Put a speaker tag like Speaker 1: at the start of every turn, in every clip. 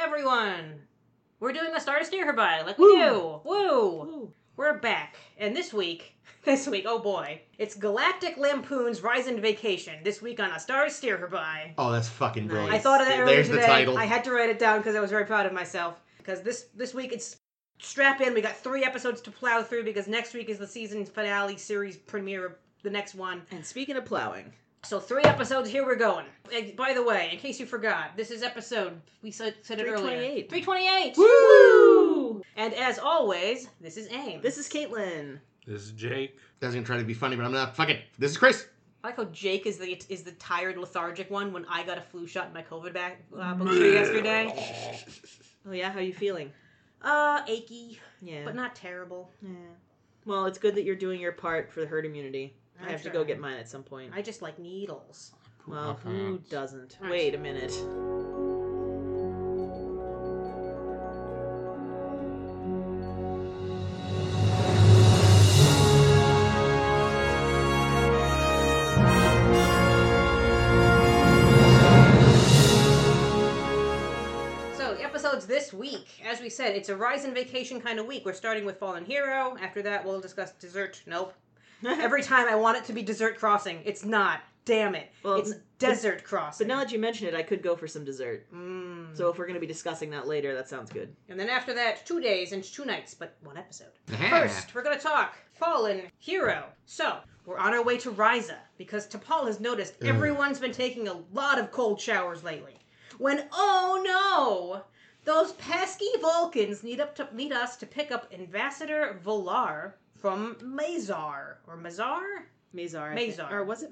Speaker 1: everyone. We're doing the Stardust Nearby, like
Speaker 2: Woo.
Speaker 1: we do. Woo!
Speaker 2: Ooh.
Speaker 1: We're back, and this week, this week, oh boy, it's Galactic Lampoon's Rise and Vacation. This week on a Stars Steer Her By.
Speaker 3: Oh, that's fucking
Speaker 2: Nice.
Speaker 3: brilliant.
Speaker 1: I thought of that earlier
Speaker 3: There's
Speaker 1: today.
Speaker 3: the title.
Speaker 1: I had to write it down because I was very proud of myself. Because this this week it's strap in. We got three episodes to plow through because next week is the season finale series premiere. of The next one.
Speaker 2: And speaking of plowing,
Speaker 1: So three episodes. Here we're going. And by the way, in case you forgot, this is episode we said, said it earlier.
Speaker 2: 328.
Speaker 1: Three twenty eight.
Speaker 2: Woo!
Speaker 1: And as always, this is aim.
Speaker 2: this is Caitlin.
Speaker 4: This is Jake.
Speaker 3: I was gonna try to be funny, but I'm not. Fucking. This is Chris.
Speaker 1: I like how Jake is the is the tired lethargic one when I got a flu shot in my COVID back uh, booster yesterday.
Speaker 2: Oh yeah, how you feeling?
Speaker 1: Uh, achy,
Speaker 2: Yeah.
Speaker 1: but not terrible.
Speaker 2: yeah. Well, it's good that you're doing your part for the herd immunity. i
Speaker 1: I'm
Speaker 2: have to go
Speaker 1: trying.
Speaker 2: get mine at some point.
Speaker 1: I just like needles.
Speaker 2: well,
Speaker 4: Cool.
Speaker 2: who doesn't?
Speaker 1: Alright.
Speaker 2: Wait a minute.
Speaker 1: So the episodes this week, as we said, it's a rise and vacation kind of week. We're starting with Fallen Hero. After that, we'll discuss Desert. Nope. Every time I want it to be Desert Crossing, it's not. Damn it!
Speaker 2: Well,
Speaker 1: it's
Speaker 2: but-
Speaker 1: Desert Crossing.
Speaker 2: But now that you mention it, I could go for some dessert.
Speaker 1: Mm.
Speaker 2: So if we're going to be discussing that later, that sounds good.
Speaker 1: And then after that, two days and two nights, but one episode.
Speaker 3: Ah.
Speaker 1: First, we're going to talk Fallen Hero. So, we're on our way to Ryza because T'Pol has noticed
Speaker 3: Ugh.
Speaker 1: everyone's been taking a lot of cold showers lately. When, oh no! Those pesky Vulcans need, up to, need us to pick up Ambassador Volar from Mazar. Or Mazar?
Speaker 2: Mazar. I think.
Speaker 1: Mazar.
Speaker 2: Or was it?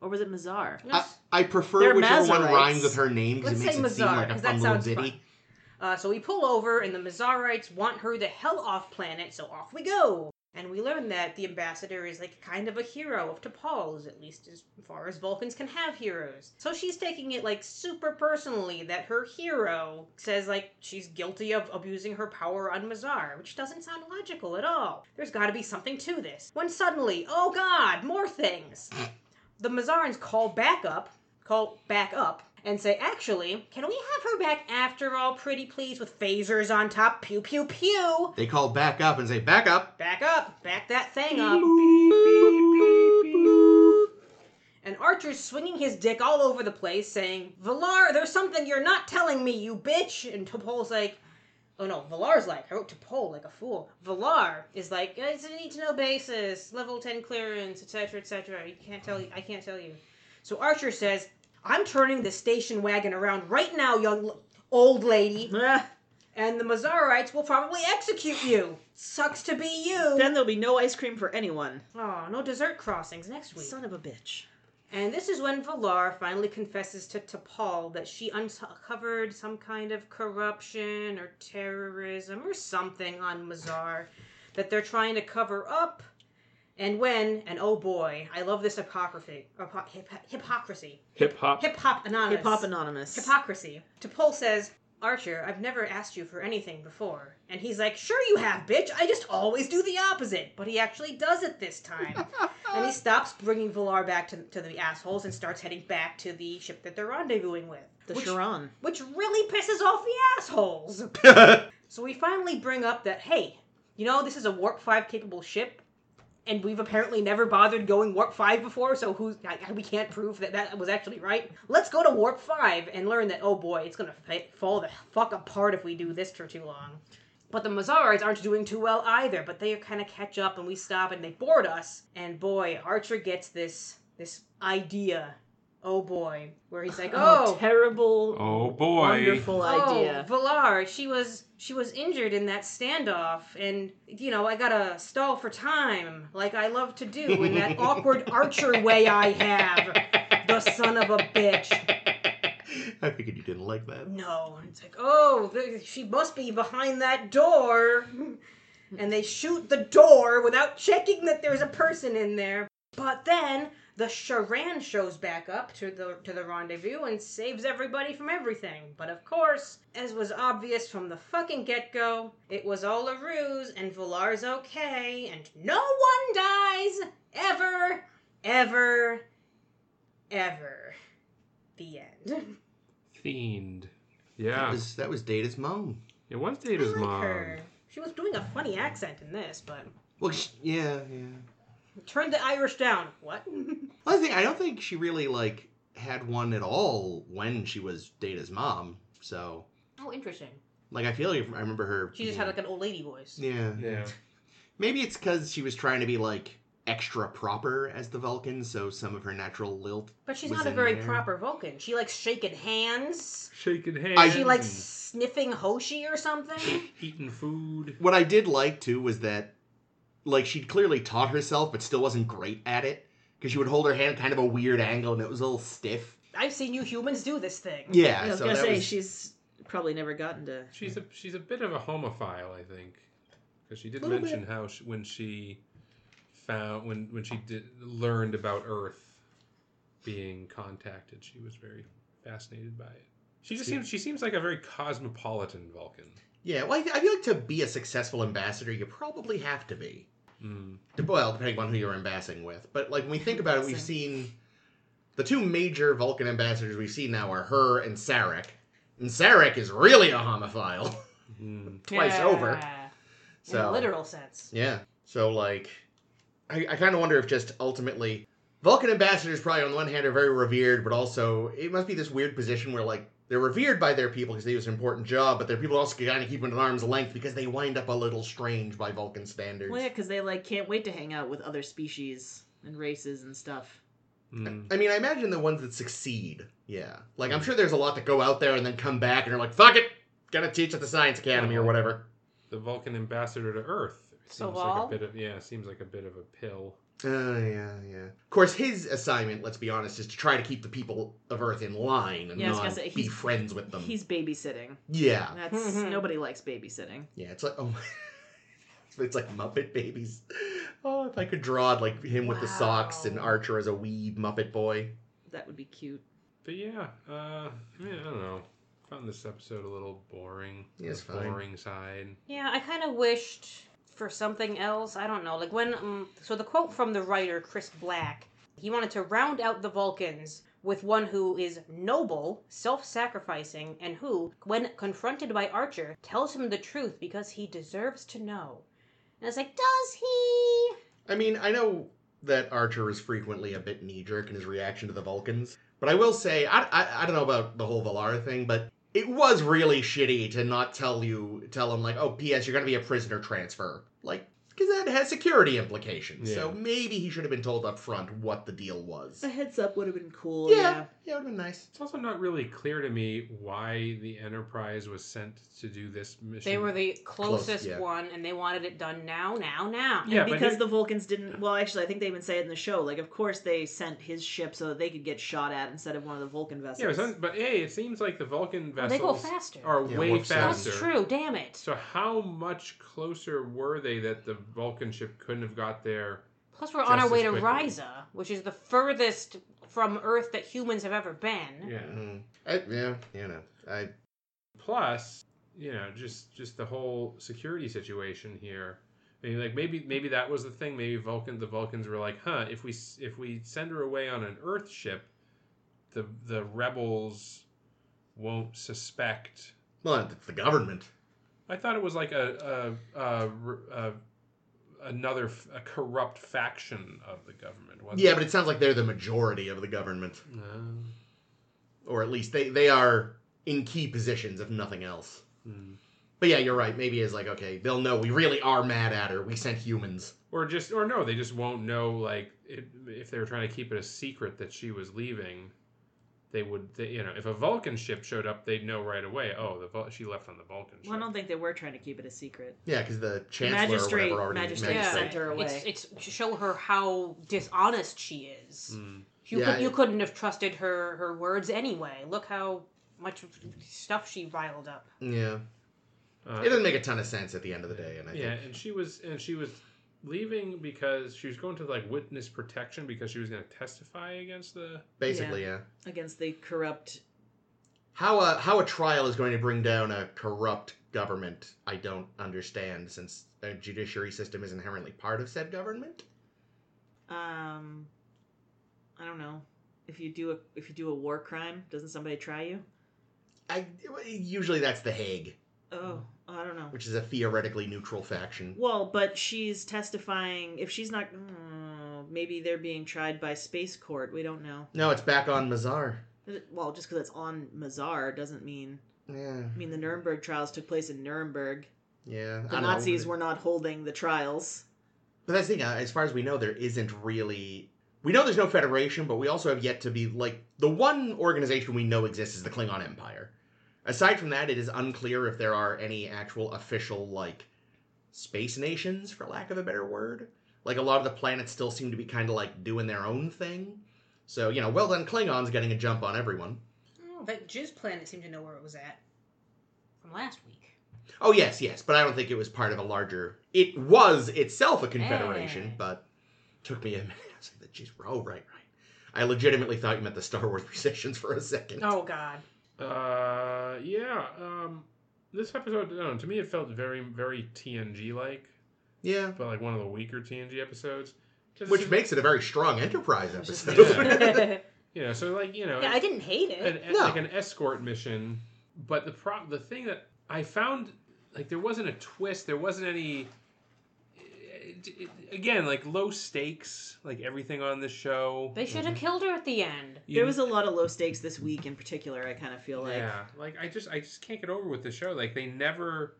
Speaker 2: Or was it Mazar?
Speaker 3: I, I prefer
Speaker 2: They're
Speaker 3: whichever one
Speaker 2: Mazarites.
Speaker 3: rhymes with her name because
Speaker 1: Let's
Speaker 3: it makes
Speaker 1: say
Speaker 3: it seem
Speaker 1: Mazar,
Speaker 3: like a
Speaker 1: because
Speaker 3: fun
Speaker 1: that
Speaker 3: little
Speaker 1: sounds
Speaker 3: ditty.
Speaker 1: fun. Uh, so we pull over, and the Mazarites want her the hell off planet, so off we go. And we learn that the ambassador is like kind of a hero of T'Pol's, at least as far as Vulcans can have heroes. So she's taking it like super personally that her hero says like she's guilty of abusing her power on Mazar, which doesn't sound logical at all. There's gotta be something to this. When suddenly, oh god, more things! The Mazarans call back up, call back up, and say, actually, can we have her back after all, pretty please, with phasers on top? Pew, pew, pew!
Speaker 3: They call back up and say, back up.
Speaker 1: Back up! Back that thing up! And Archer's swinging his dick all over the place, saying, Valar, there's something you're not telling me, you bitch! And Topol's like, Oh no, Valar's like, I wrote Topol like a fool. Valar is like, it's a need to know basis, level 10 clearance, etc., etc. You can't tell, I can't tell you. So Archer says, I'm turning the station wagon around right now, young l- old lady,
Speaker 2: Ah,
Speaker 1: and the Mazarites will probably execute you. Sucks to be you.
Speaker 2: then there'll be no ice cream for anyone.
Speaker 1: oh, no dessert crossings next week.
Speaker 2: Son of a bitch.
Speaker 1: And this is when Valar finally confesses to T'Pol that she uncovered some kind of corruption or terrorism or something on Mazar that they're trying to cover up. And when, and oh boy, I love this apocryphy, apo- hip- hypocrisy,
Speaker 4: Hip hop.
Speaker 1: hip hop anonymous,
Speaker 2: Hip Hop Anonymous.
Speaker 1: hypocrisy. T'Pol says, Archer, I've never asked you for anything before. And he's like, Sure you have, bitch. I just always do the opposite. But he actually does it this time. and he stops bringing Valar back to, to the assholes and starts heading back to the ship that they're rendezvousing with.
Speaker 2: The
Speaker 1: which,
Speaker 2: Charon.
Speaker 1: which really pisses off the assholes. So we finally bring up that, hey, you know, this is a Warp 5 capable ship, and we've apparently never bothered going Warp 5 before, so who's, I, I- we can't prove that that was actually right. Let's go to Warp 5 and learn that, oh boy, it's gonna fa- fall the fuck apart if we do this for too long. But the Mazarites aren't doing too well either, but they kind of catch up and we stop and they board us. And boy, Archer gets this this idea, oh boy, where he's like, oh
Speaker 2: terrible,
Speaker 4: Oh boy.
Speaker 2: wonderful idea.
Speaker 1: Oh, Valar, she was she was injured in that standoff, and you know I gotta stall for time, like I love to do in that awkward archer way I have. The son of a bitch.
Speaker 3: I figured you didn't like that.
Speaker 1: No, it's like oh, th- she must be behind that door, and they shoot the door without checking that there's a person in there. But then the Charan shows back up to the to the rendezvous and saves everybody from everything. But of course, as was obvious from the fucking get go, it was all a ruse, and Valar's okay, and no one dies ever, ever, ever. The end.
Speaker 4: Fiend.
Speaker 3: That
Speaker 4: Yeah,
Speaker 3: was that was Data's mom.
Speaker 4: it was
Speaker 1: I
Speaker 4: Data's
Speaker 1: like
Speaker 4: mom.
Speaker 1: her. She was doing a funny accent in this, but
Speaker 3: Well, sh yeah, yeah.
Speaker 1: turn the Irish down. What?
Speaker 3: Other thing, I don't think she really like had one at all when she was Data's mom. So,
Speaker 1: oh, interesting.
Speaker 3: like, I feel like I remember her.
Speaker 1: She just had like an old lady voice.
Speaker 3: Yeah.
Speaker 4: Yeah,
Speaker 3: Maybe it's because she was trying to be like extra proper as the Vulcan, so some of her natural lilt.
Speaker 1: But she's
Speaker 3: was
Speaker 1: not a
Speaker 3: in
Speaker 1: very
Speaker 3: there.
Speaker 1: proper Vulcan. She likes shaking hands.
Speaker 4: shaking hands.
Speaker 3: I-
Speaker 1: She likes
Speaker 4: and
Speaker 1: sniffing Hoshi or something.
Speaker 4: eating food.
Speaker 3: What I did like too was that, like, she'd clearly taught herself, but still wasn't great at it because she would hold her hand kind of a weird angle and it was a little stiff.
Speaker 1: I've seen you humans do this thing.
Speaker 3: Yeah,
Speaker 2: I was
Speaker 3: so
Speaker 2: gonna
Speaker 3: that
Speaker 2: say
Speaker 3: was-
Speaker 2: she's probably never gotten to.
Speaker 4: She's a she's a bit of a homophile, I think, because she did
Speaker 3: Little
Speaker 4: mention how she, when she found when when she did, learned about Earth being contacted, she was very fascinated by it. She just
Speaker 3: Yeah.
Speaker 4: seems she seems like a very cosmopolitan Vulcan.
Speaker 3: yeah. Well, I, th- I feel like to be a successful ambassador, you probably have to be.
Speaker 4: Mm.
Speaker 3: De- well, depending on who you're embassing with. But like when we think about it, we've
Speaker 2: Embassing.
Speaker 3: seen the two major Vulcan ambassadors we've seen now are her and Sarek. And Sarek is really a homophile
Speaker 4: Mm.
Speaker 3: twice over.
Speaker 1: Yeah. In a
Speaker 3: So
Speaker 1: literal sense.
Speaker 3: yeah. So like, I, I kind of wonder if just ultimately Vulcan ambassadors probably on the one hand are very revered, but also it must be this weird position where like they're revered by their people because they do an important job, but their people also kind of keep them at arm's length because they wind up a little strange by Vulcan standards.
Speaker 2: Well, yeah, because they like can't wait to hang out with other species and races and stuff.
Speaker 4: Mm.
Speaker 3: I mean, I imagine the ones that succeed. Yeah. Like, I'm sure there's a lot that go out there and then come back and are like, fuck it, gonna teach at the Science Academy or whatever.
Speaker 4: The Vulcan ambassador to Earth seems like a
Speaker 1: Saval?
Speaker 4: bit of yeah, seems like a bit of a pill.
Speaker 3: Oh, yeah, yeah. Of course, his assignment, let's be honest, is to try to keep the people of Earth in line and
Speaker 2: Yeah, I was gonna
Speaker 3: not
Speaker 2: say,
Speaker 3: be
Speaker 2: he's-
Speaker 3: friends with them.
Speaker 2: He's babysitting.
Speaker 3: Yeah.
Speaker 2: That's
Speaker 1: Mhm.
Speaker 2: nobody likes babysitting.
Speaker 3: Yeah, it's like, oh my. It's like Muppet Babies. Oh, if I could draw it like him with the socks and
Speaker 1: Wow.
Speaker 3: Archer as a wee Muppet boy.
Speaker 2: That would be cute.
Speaker 4: But yeah, uh, yeah, I don't know. Found this episode a little boring.
Speaker 3: Yeah, it's
Speaker 4: the
Speaker 3: fine.
Speaker 4: boring side.
Speaker 1: Yeah, I kind of wished for something else. I don't know. Like when, um, so the quote from the writer, Chris Black, he wanted to round out the Vulcans with one who is noble, self sacrificing, and who, when confronted by Archer, tells him the truth because he deserves to know. And it's like, does he?
Speaker 3: I mean, I know that Archer is frequently a bit knee jerk in his reaction to the Vulcans, but I will say, I, I, I don't know about the whole Valara thing, but it was really shitty to not tell you, tell him, like, oh, P.S., you're going to be a prisoner transfer. Like, because that has security implications. So
Speaker 4: Yeah.
Speaker 3: maybe he should have been told up front what the deal was.
Speaker 2: A heads up would have been cool.
Speaker 3: Yeah.
Speaker 2: Yeah.
Speaker 3: Yeah, it would have been nice.
Speaker 4: It's also not really clear to me why the Enterprise was sent to do this mission.
Speaker 1: They were the closest
Speaker 3: yeah.
Speaker 1: one, and they wanted it done now, now, now.
Speaker 4: Yeah,
Speaker 2: and
Speaker 4: but
Speaker 2: because
Speaker 4: here-
Speaker 2: the Vulcans didn't. Well, actually, I think they even say it in the show. Like, of course, they sent his ship so that they could get shot at instead of one of the Vulcan vessels.
Speaker 4: yeah, it was un- but hey, it seems like the Vulcan
Speaker 1: Well,
Speaker 4: vessels
Speaker 1: they go faster.
Speaker 4: are
Speaker 3: Yeah,
Speaker 4: way
Speaker 3: warp seven.
Speaker 1: That's
Speaker 4: faster.
Speaker 1: true. Damn it.
Speaker 4: So how much closer were they that the Vulcan ship couldn't have got there?
Speaker 1: Plus, we're on
Speaker 4: Just
Speaker 1: our way
Speaker 4: as
Speaker 1: to
Speaker 4: quickly.
Speaker 1: Risa, which is the furthest from Earth that humans have ever been.
Speaker 4: Yeah.
Speaker 3: Mm. I, yeah, you know. I,
Speaker 4: Plus, you know, just just the whole security situation here. I mean, like maybe maybe that was the thing. Maybe Vulcan the Vulcans were like, huh, if we s- if we send her away on an Earth ship, the the rebels won't suspect
Speaker 3: well, it's the government.
Speaker 4: I thought it was like a, a, a, a another f- a corrupt faction of the government. Wasn't
Speaker 3: Yeah,
Speaker 4: it? Uh,
Speaker 3: but it sounds like they're the majority of the government.
Speaker 4: No.
Speaker 3: Or at least they, they are in key positions, if nothing else.
Speaker 4: Hmm.
Speaker 3: But yeah, you're right. Maybe it's like, okay, they'll know we really are mad at her. We sent humans.
Speaker 4: Or just or no, they just won't know. Like it, if they were trying to keep it a secret that she was leaving, they would. They, you know, if a Vulcan ship showed up, they'd know right away. Oh, the Vul- she left on the Vulcan ship.
Speaker 2: Well, I don't think they were trying to keep it a secret.
Speaker 3: Yeah, because the chancellor
Speaker 2: Magistrate-
Speaker 3: or whatever already
Speaker 2: magistrate sent her away.
Speaker 1: It's, it's to show her how dishonest she is.
Speaker 4: Hmm.
Speaker 1: You,
Speaker 3: Yeah,
Speaker 1: could, you
Speaker 3: I-
Speaker 1: couldn't have trusted her, her words anyway. Look how much stuff she riled up.
Speaker 3: Yeah,
Speaker 4: Uh,
Speaker 3: it doesn't make a ton of sense at the end of the day, and I
Speaker 4: yeah,
Speaker 3: think
Speaker 4: and she was and she was leaving because she was going to like witness protection because she was going to testify against the.
Speaker 3: basically, yeah.
Speaker 2: Against the corrupt.
Speaker 3: How a how a trial is going to bring down a corrupt government, I don't understand, since a judiciary system is inherently part of said government.
Speaker 2: Um, I don't know. If you do a if you do a war crime, doesn't somebody try you?
Speaker 3: I, usually that's the Hague,
Speaker 2: Oh, I don't know.
Speaker 3: Mm. which is a theoretically neutral faction.
Speaker 2: Well, but she's testifying. If she's not, mm, maybe they're being tried by space court. We don't know.
Speaker 3: No, it's back on Mazar.
Speaker 2: Well, just because it's on Mazar doesn't mean.
Speaker 3: Yeah,
Speaker 2: I mean, the Nuremberg trials took place in Nuremberg.
Speaker 3: yeah. I
Speaker 2: The
Speaker 3: don't know.
Speaker 2: Nazis were not holding the trials.
Speaker 3: But that's the thing. uh, As far as we know, there isn't really. We know there's no federation, but we also have yet to be like the one organization we know exists is the Klingon Empire. Aside from that, it is unclear if there are any actual official like space nations, for lack of a better word. Like a lot of the planets still seem to be kind of like doing their own thing. So you know, well done Klingons getting a jump on everyone.
Speaker 1: Oh, that Jizz planet seemed to know where it was at from last week.
Speaker 3: Oh yes, yes, but I don't think it was part of a larger. It was itself a confederation,
Speaker 1: Eh.
Speaker 3: but took me a minute. I was like, "Jeez, oh right, right." I legitimately thought you meant the Star Wars recessions for a second.
Speaker 1: Oh God.
Speaker 4: Uh, yeah. Um, this episode, I don't know, to me, it felt very, very TNG like,
Speaker 3: Yeah,
Speaker 4: but like one of the weaker TNG episodes. Just-
Speaker 3: which makes it a very strong Enterprise
Speaker 2: I was just
Speaker 3: episode.
Speaker 1: yeah,
Speaker 4: you know, so like you know,
Speaker 1: I didn't hate it.
Speaker 2: Eh?
Speaker 4: an,
Speaker 3: No.
Speaker 4: like an escort mission. But the pro- the thing that I found like there wasn't a twist, there wasn't any. It, it, again, like low stakes, like everything on this show.
Speaker 1: They should have killed her at the end.
Speaker 2: There was a lot of low stakes this week in particular. I kind of feel like.
Speaker 4: yeah, like I just I just can't get over with the show. Like they never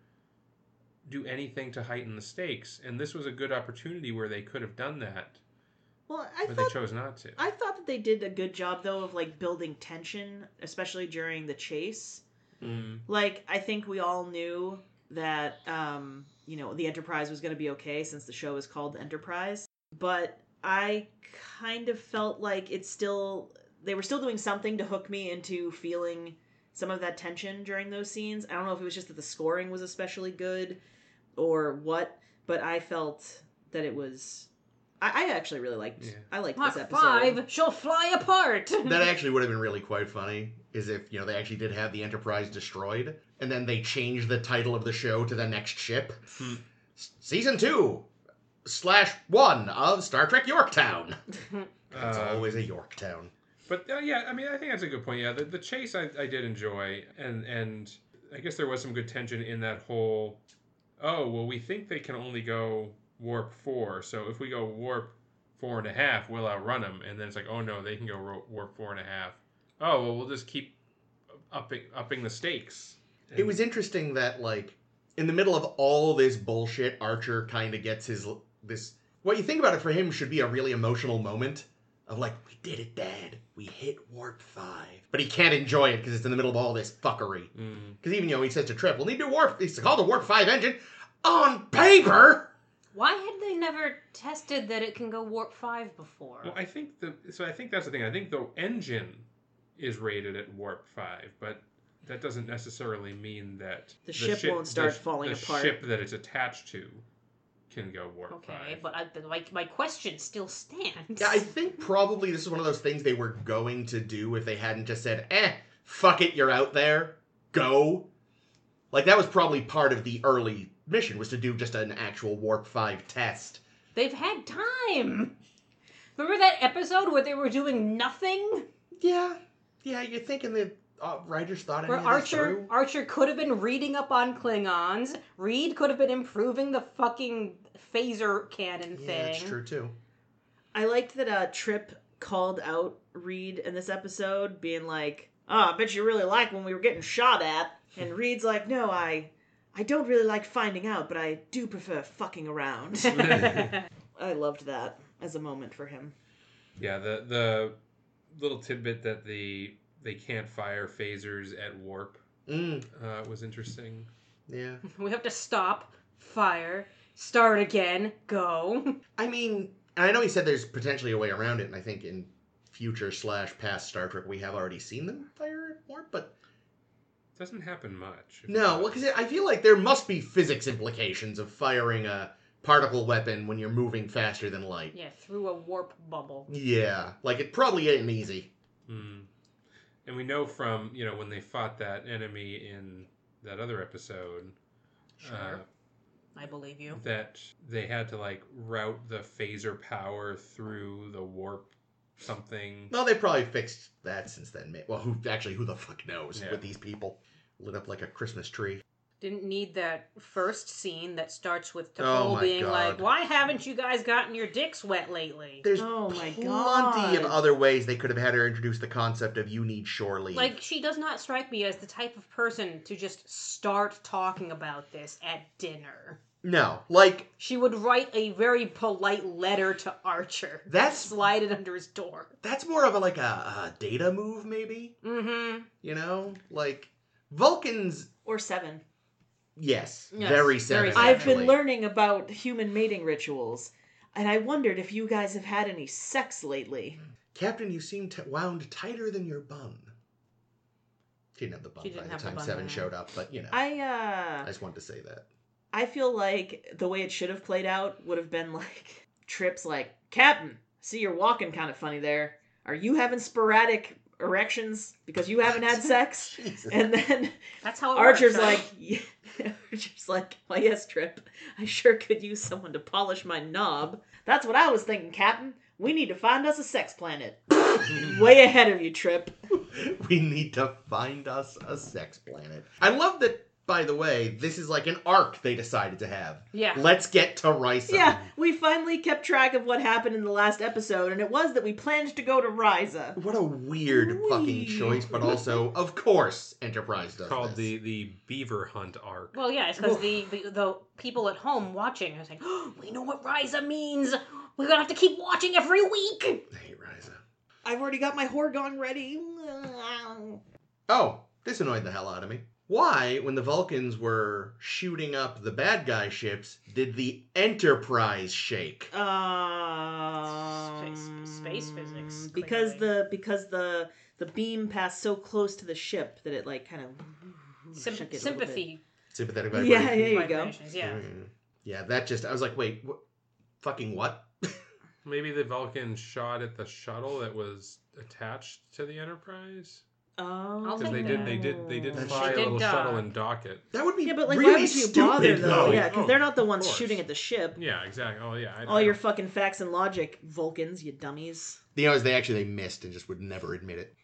Speaker 4: do anything to heighten the stakes, and this was a good opportunity where they could have done that,
Speaker 2: Well, I
Speaker 4: but
Speaker 2: thought
Speaker 4: they chose not to.
Speaker 2: I thought that they did a good job though of like building tension, especially during the chase.
Speaker 4: Mm.
Speaker 2: Like I think we all knew that um, you know, the Enterprise was going to be okay since the show is called Enterprise, but I kind of felt like it's still they were still doing something to hook me into feeling some of that tension during those scenes. I don't know if it was just that the scoring was especially good or what, but I felt that it was I, I actually really liked
Speaker 4: Yeah.
Speaker 2: I liked
Speaker 1: Mark
Speaker 2: this episode.
Speaker 1: five, she'll fly apart.
Speaker 3: that actually would have been really quite funny. Is if you know they actually did have the Enterprise destroyed, and then they changed the title of the show to the next ship,
Speaker 4: Hmm.
Speaker 3: S- season two slash one of Star Trek Yorktown. It's
Speaker 4: Uh,
Speaker 3: always a Yorktown.
Speaker 4: But uh, yeah, I mean, I think that's a good point. Yeah, the, the chase I, I did enjoy, and and I guess there was some good tension in that whole. Oh well, we think they can only go warp four, so if we go warp four and a half, we'll outrun them. And then it's like, oh no, they can go ro- warp four and a half. Oh well, we'll just keep upping upping the stakes.
Speaker 3: It was interesting that like in the middle of all this bullshit, Archer kind of gets his this. What you think about it for him should be a really emotional moment of like, we did it, Dad. We hit warp five, but he can't enjoy it because it's in the middle of all this fuckery.
Speaker 4: Mm.
Speaker 3: Because even you know he says to Trip, "We'll need to warp." He's called the warp five engine on paper.
Speaker 1: Why had they never tested that it can go warp five before?
Speaker 4: Well, I think the so I think that's the thing. I think the engine is rated at warp five, but that doesn't necessarily mean that
Speaker 2: The ship won't start falling
Speaker 4: the
Speaker 2: apart.
Speaker 4: ship that it's attached to can go warp
Speaker 1: okay,
Speaker 4: five.
Speaker 1: but I, but my my question still stands.
Speaker 3: Yeah, I think probably this is one of those things they were going to do if they hadn't just said, eh, fuck it, you're out there, go. Like, that was probably part of the early mission, was to do just an actual Warp 5 test.
Speaker 1: They've had time. Remember that episode where they were doing nothing?
Speaker 3: Yeah, yeah, you're thinking the uh, writers thought any
Speaker 1: Where
Speaker 3: of this
Speaker 1: Archer
Speaker 3: through?
Speaker 1: Archer could have been reading up on Klingons. Reed could have been improving the fucking phaser cannon
Speaker 3: Yeah,
Speaker 1: thing.
Speaker 3: that's true, too.
Speaker 2: I liked that uh, Trip called out Reed in this episode, being like, "Oh, I bet you really like when we were getting shot at." And Reed's like, "No, I, I don't really like finding out, but I do prefer fucking around." I loved that as a moment for him.
Speaker 4: yeah, the the little tidbit that the they can't fire phasers at warp
Speaker 3: Mm,
Speaker 4: uh, was interesting.
Speaker 3: yeah.
Speaker 1: we have to stop, fire, start again, go.
Speaker 3: I mean, and I know he said there's potentially a way around it, and I think in future slash past Star Trek we have already seen them fire at Warp, but
Speaker 4: Doesn't happen much.
Speaker 3: No, well, because I feel like there must be physics implications of firing a particle weapon when you're moving faster than light.
Speaker 1: Yeah, through a warp bubble.
Speaker 3: Yeah, like it probably ain't easy.
Speaker 4: Mm. And we know from you know when they fought that enemy in that other episode. uh,
Speaker 1: Sure. I believe you.
Speaker 4: that they had to like route the phaser power through the warp something.
Speaker 3: Well, they probably fixed that since then. ma- Well, who actually? Who the fuck knows?
Speaker 4: Yeah.
Speaker 3: With these people lit up like a Christmas tree.
Speaker 1: Didn't need that first scene that starts with
Speaker 3: Oh
Speaker 1: T'Pol
Speaker 3: my
Speaker 1: being
Speaker 3: God.
Speaker 1: like, "Why haven't you guys gotten your dicks wet lately?"
Speaker 3: There's
Speaker 2: Oh my
Speaker 3: plenty
Speaker 2: God.
Speaker 3: of other ways they could have had her introduce the concept of you need shore leave.
Speaker 1: Like she does not strike me as the type of person to just start talking about this at dinner.
Speaker 3: no, like
Speaker 1: She would write a very polite letter to Archer.
Speaker 3: that's
Speaker 1: Slide it under his door.
Speaker 3: that's more of a like a, a data move, maybe.
Speaker 1: Mm-hmm.
Speaker 3: You know, like Vulcans.
Speaker 2: Or seven.
Speaker 3: Yes,
Speaker 1: Yes,
Speaker 3: very
Speaker 1: very
Speaker 3: seven.
Speaker 1: seven.
Speaker 2: I've
Speaker 3: actually.
Speaker 2: been learning about human mating rituals, and I wondered if you guys have had any sex lately.
Speaker 3: Captain, you seem t- wound tighter than your bun. She didn't have the bun
Speaker 1: She
Speaker 3: by
Speaker 1: didn't
Speaker 3: the
Speaker 1: have the
Speaker 3: time
Speaker 1: bun
Speaker 3: Seven
Speaker 1: by then.
Speaker 3: showed up, but you know, I,
Speaker 2: I uh
Speaker 3: just wanted to say that.
Speaker 2: I feel like the way it should have played out would have been like trips like, Captain, see you're walking kind of funny there. Are you having sporadic erections because you haven't had sex?
Speaker 3: Jesus.
Speaker 2: And then
Speaker 1: That's how it
Speaker 2: Archer's
Speaker 1: works,
Speaker 2: like,
Speaker 1: right?
Speaker 2: yeah. Archer's like, why yes, Trip. I sure could use someone to polish my knob. That's what I was thinking, Captain. We need to find us a sex planet. Way ahead of you, Trip.
Speaker 3: we need to find us a sex planet. I love that. By the way, this is like an arc they decided to have.
Speaker 1: yeah.
Speaker 3: Let's get to Risa.
Speaker 2: Yeah, we finally kept track of what happened in the last episode, and it was that we planned to go to Ryza.
Speaker 3: What a weird fucking
Speaker 2: Wee.
Speaker 3: choice, but also, of course, Enterprise does.
Speaker 4: called
Speaker 3: this.
Speaker 4: the the beaver hunt arc.
Speaker 1: Well, yeah, it's because the, the the people at home watching are saying, oh, "We know what Riza means. We're gonna have to keep watching every week."
Speaker 3: I hate Risa.
Speaker 2: I've already got my Horgon ready.
Speaker 3: Oh, this annoyed the hell out of me. Why, when the Vulcans were shooting up the bad guy ships, did the Enterprise shake?
Speaker 2: Um,
Speaker 1: Space- space physics,
Speaker 2: Because
Speaker 1: clearly.
Speaker 2: the because the the beam passed so close to the ship that it like kind of
Speaker 1: Symp-
Speaker 2: shook it a little bit.
Speaker 1: sympathy
Speaker 3: Sympathetic
Speaker 2: Yeah,
Speaker 3: vibration.
Speaker 2: there you go.
Speaker 1: vibrations. Yeah.
Speaker 3: Mm. Yeah, that just, I was like, wait, wh- fucking what?
Speaker 4: Maybe the Vulcan shot at the shuttle that was attached to the Enterprise
Speaker 2: Oh,
Speaker 1: I'll
Speaker 4: because they
Speaker 1: take
Speaker 4: did they did they did
Speaker 3: That's
Speaker 4: fly a
Speaker 1: true.
Speaker 4: little
Speaker 1: They did
Speaker 4: shuttle
Speaker 1: dock.
Speaker 4: and dock it.
Speaker 3: That would be
Speaker 2: Yeah, but like,
Speaker 3: really
Speaker 2: why would you
Speaker 3: stupid,
Speaker 2: bother though?
Speaker 4: though.
Speaker 2: Yeah, because
Speaker 4: Oh,
Speaker 2: they're not the
Speaker 4: of
Speaker 2: ones
Speaker 4: course.
Speaker 2: shooting at the ship.
Speaker 4: Yeah, exactly. Oh yeah, I,
Speaker 2: All
Speaker 4: I
Speaker 2: your
Speaker 4: don't-
Speaker 2: fucking facts and logic, Vulcans, you dummies.
Speaker 3: The others they actually they missed and just would never admit it.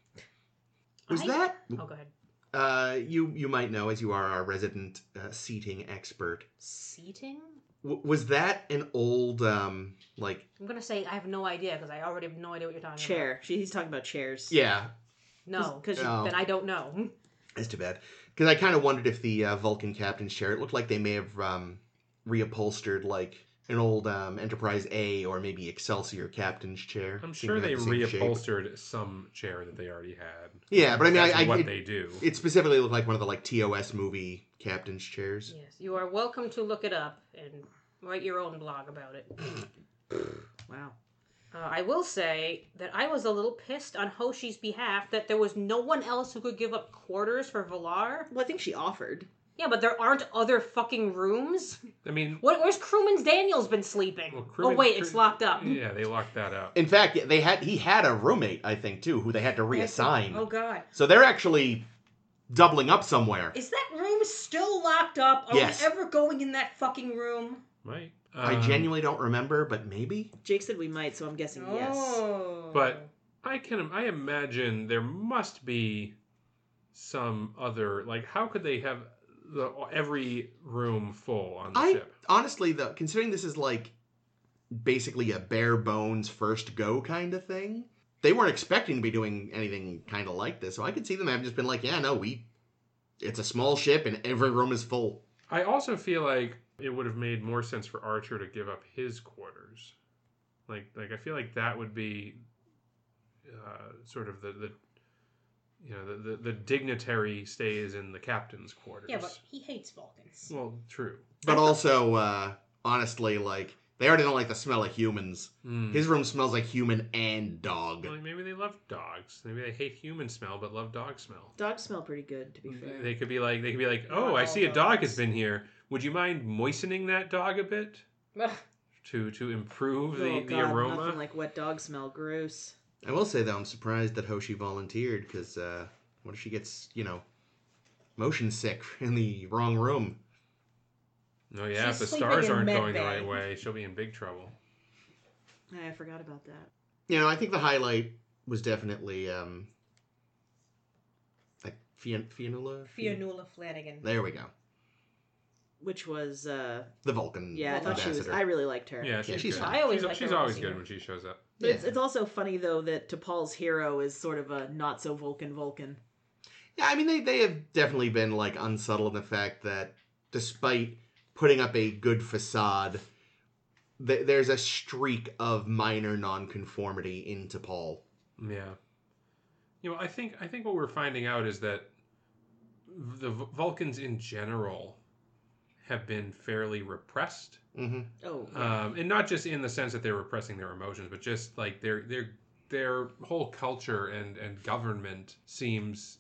Speaker 3: Was
Speaker 1: I-
Speaker 3: that
Speaker 1: Oh, go ahead.
Speaker 3: uh, you? You might know, as you are our resident uh, seating expert.
Speaker 1: Seating?
Speaker 3: W- was that an old um, like
Speaker 1: I'm gonna say I have no idea because I already have no idea what you're talking
Speaker 2: Chair. She, he's talking about chairs.
Speaker 3: yeah?
Speaker 1: about. No,
Speaker 2: because
Speaker 3: No.
Speaker 1: then I don't know.
Speaker 3: That's too bad. Because I kind of wondered if the uh, Vulcan captain's chair. It looked like they may have um, reupholstered like an old um, Enterprise A or maybe Excelsior captain's chair. Seemed
Speaker 4: I'm
Speaker 3: to
Speaker 4: sure
Speaker 3: have
Speaker 4: they
Speaker 3: the same shape.
Speaker 4: reupholstered some chair that they already had.
Speaker 3: Yeah, but I mean, I,
Speaker 4: That's
Speaker 3: I
Speaker 4: what
Speaker 3: it,
Speaker 4: they do.
Speaker 3: it specifically looked like one of the like TOS movie captain's chairs.
Speaker 1: Yes, you are welcome to look it up and write your own blog about it.
Speaker 2: Wow.
Speaker 1: Uh, I will say that I was a little pissed on Hoshi's behalf that there was no one else who could give up quarters for Valar.
Speaker 2: Well, I think she offered.
Speaker 1: Yeah, but there aren't other fucking rooms.
Speaker 4: I mean,
Speaker 1: What, where's Crewman's Daniel's been sleeping?
Speaker 4: well,
Speaker 1: oh
Speaker 4: crewmen-
Speaker 1: wait, it's
Speaker 4: crew-
Speaker 1: locked up.
Speaker 4: Yeah, they locked that up.
Speaker 3: In fact, yeah, they had he had a roommate, I think, too, who they had to reassign.
Speaker 1: Oh god,
Speaker 3: So they're actually doubling up somewhere.
Speaker 1: is that room still locked up? Are
Speaker 3: Yes.
Speaker 1: we ever going in that fucking room?
Speaker 4: Might.
Speaker 3: I
Speaker 4: Um,
Speaker 3: genuinely don't remember, but maybe.
Speaker 2: Jake said we might, so I'm guessing yes.
Speaker 1: Oh.
Speaker 4: But- I can I imagine there must be some other like how could they have the, every room full on the
Speaker 3: I-
Speaker 4: ship?
Speaker 3: Honestly, though, considering this is like basically a bare bones first go kind of thing, they weren't expecting to be doing anything kind of like this. So I could see them having just been like, "Yeah, no, we, it's a small ship and every room is full."
Speaker 4: I also feel like it would have made more sense for Archer to give up his quarters. Like like I feel like that would be uh, sort of the, the you know the, the the dignitary stays in the captain's quarters.
Speaker 1: yeah, but he hates Vulcans.
Speaker 4: well, true.
Speaker 3: But also, uh, honestly, like they already don't like the smell of humans.
Speaker 4: Hmm.
Speaker 3: His room smells like human and dog.
Speaker 4: Well, maybe they love dogs. Maybe they hate human smell but love dog smell.
Speaker 2: Dogs smell pretty good, to be fair.
Speaker 4: They could be like, they could be like, oh,
Speaker 1: Not
Speaker 4: I
Speaker 1: all
Speaker 4: see a dog
Speaker 1: dogs.
Speaker 4: has been here. Would you mind moistening that dog a bit
Speaker 1: Ugh.
Speaker 4: to to improve the,
Speaker 2: oh,
Speaker 4: the
Speaker 2: God,
Speaker 4: aroma?
Speaker 2: Nothing like wet dog smell. Gross.
Speaker 3: I will say though, I'm surprised that Hoshi volunteered because uh, what if she gets, you know, motion sick in the wrong room?
Speaker 4: oh yeah,
Speaker 1: She's
Speaker 4: if the
Speaker 1: sleeping
Speaker 4: stars
Speaker 1: in
Speaker 4: aren't
Speaker 1: med
Speaker 4: going the
Speaker 1: bay.
Speaker 4: right way, she'll be in big trouble.
Speaker 2: Hey, I forgot about that.
Speaker 3: you know, I think the highlight was definitely um like Fian- Fianula.
Speaker 1: Fionnuala Flanagan.
Speaker 3: There we go.
Speaker 2: which was uh
Speaker 3: The Vulcan.
Speaker 2: yeah, I thought she was
Speaker 3: ambassador.
Speaker 2: I really liked her.
Speaker 4: Yeah, she's,
Speaker 3: Yeah, she's
Speaker 4: good.
Speaker 3: fine.
Speaker 1: I always
Speaker 4: she's,
Speaker 1: like
Speaker 4: she's
Speaker 1: her
Speaker 4: always
Speaker 1: voice.
Speaker 4: good when she shows up.
Speaker 2: But it's,
Speaker 3: Yeah.
Speaker 2: it's also funny though that T'Pol's hero is sort of a not so Vulcan Vulcan.
Speaker 3: Yeah, I mean they they have definitely been like unsubtle in the fact that despite putting up a good facade, th- there's a streak of minor nonconformity into Paul.
Speaker 4: Yeah. You know, I think I think what we're finding out is that the V- Vulcans in general have been fairly repressed,
Speaker 3: Mm-hmm.
Speaker 2: Oh,
Speaker 4: um, and not just in the sense that they're repressing their emotions, but just like their their their whole culture and and government seems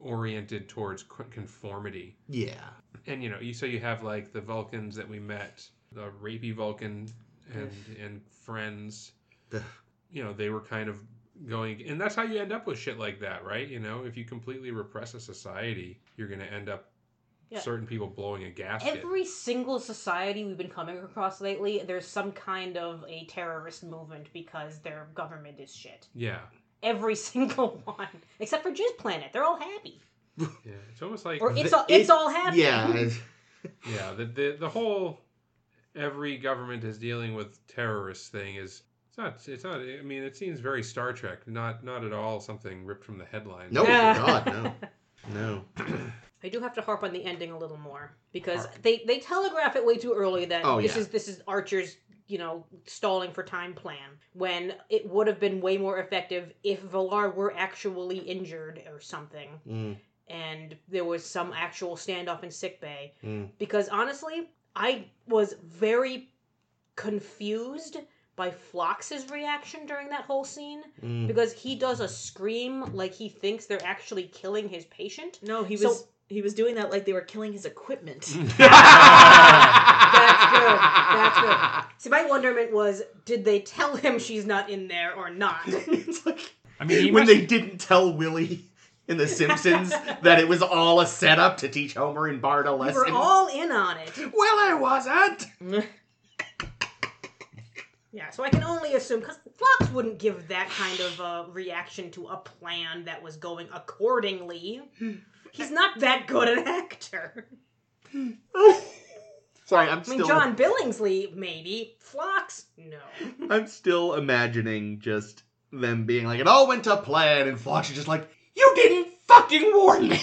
Speaker 4: oriented towards co- conformity.
Speaker 3: Yeah.
Speaker 4: and you know, you so you have like the Vulcans that we met, the rapey Vulcan and and friends.
Speaker 3: Ugh.
Speaker 4: You know, they were kind of going, and that's how you end up with shit like that, right? You know, if you completely repress a society, you're going to end up
Speaker 1: Yeah.
Speaker 4: certain people blowing a gasket.
Speaker 1: Every single society we've been coming across lately, there's some kind of a terrorist movement because their government is shit.
Speaker 4: yeah,
Speaker 1: Every single one, except for Jizz Planet, they're all happy.
Speaker 4: yeah. It's almost like
Speaker 1: Or it's
Speaker 3: The-
Speaker 1: all it's
Speaker 3: it-
Speaker 1: all happy.
Speaker 3: Yeah. I-
Speaker 4: yeah, the, the the whole every government is dealing with terrorists thing is. It's not. It's not. I mean, it seems very Star Trek. Not. Not at all. Something ripped from the headlines.
Speaker 3: No,
Speaker 1: Yeah.
Speaker 3: God, no. No.
Speaker 1: I do have to harp on the ending a little more because
Speaker 4: Harp.
Speaker 1: they they telegraph it way too early that
Speaker 3: Oh,
Speaker 1: this
Speaker 3: yeah.
Speaker 1: is this is Archer's you know stalling for time plan when it would have been way more effective if Villar were actually injured or something
Speaker 3: Mm,
Speaker 1: and there was some actual standoff in sick bay
Speaker 3: mm.
Speaker 1: because honestly I was very confused by Flox's reaction during that whole scene
Speaker 3: Mm.
Speaker 1: because he does a scream like he thinks they're actually killing his patient
Speaker 2: No, he was
Speaker 1: So-
Speaker 2: he was doing that like they were killing his equipment.
Speaker 1: good. That's good. See, my wonderment was, did they tell him she's not in there or not?
Speaker 3: it's like
Speaker 4: I mean, he
Speaker 3: when
Speaker 4: must-
Speaker 3: they didn't tell Willie in The Simpsons that it was all a setup to teach Homer and Bart a
Speaker 1: we
Speaker 3: lesson.
Speaker 1: were all in on it.
Speaker 3: well, I wasn't.
Speaker 1: Yeah, so I can only assume because Fox wouldn't give that kind of uh, reaction to a plan that was going accordingly. He's not that good an actor.
Speaker 3: Sorry, I'm
Speaker 1: Oh, I mean,
Speaker 3: still.
Speaker 1: John Billingsley, maybe. Flox, no.
Speaker 3: I'm still imagining just them being like, it all went to plan, and Flox is just like, you didn't fucking warn me.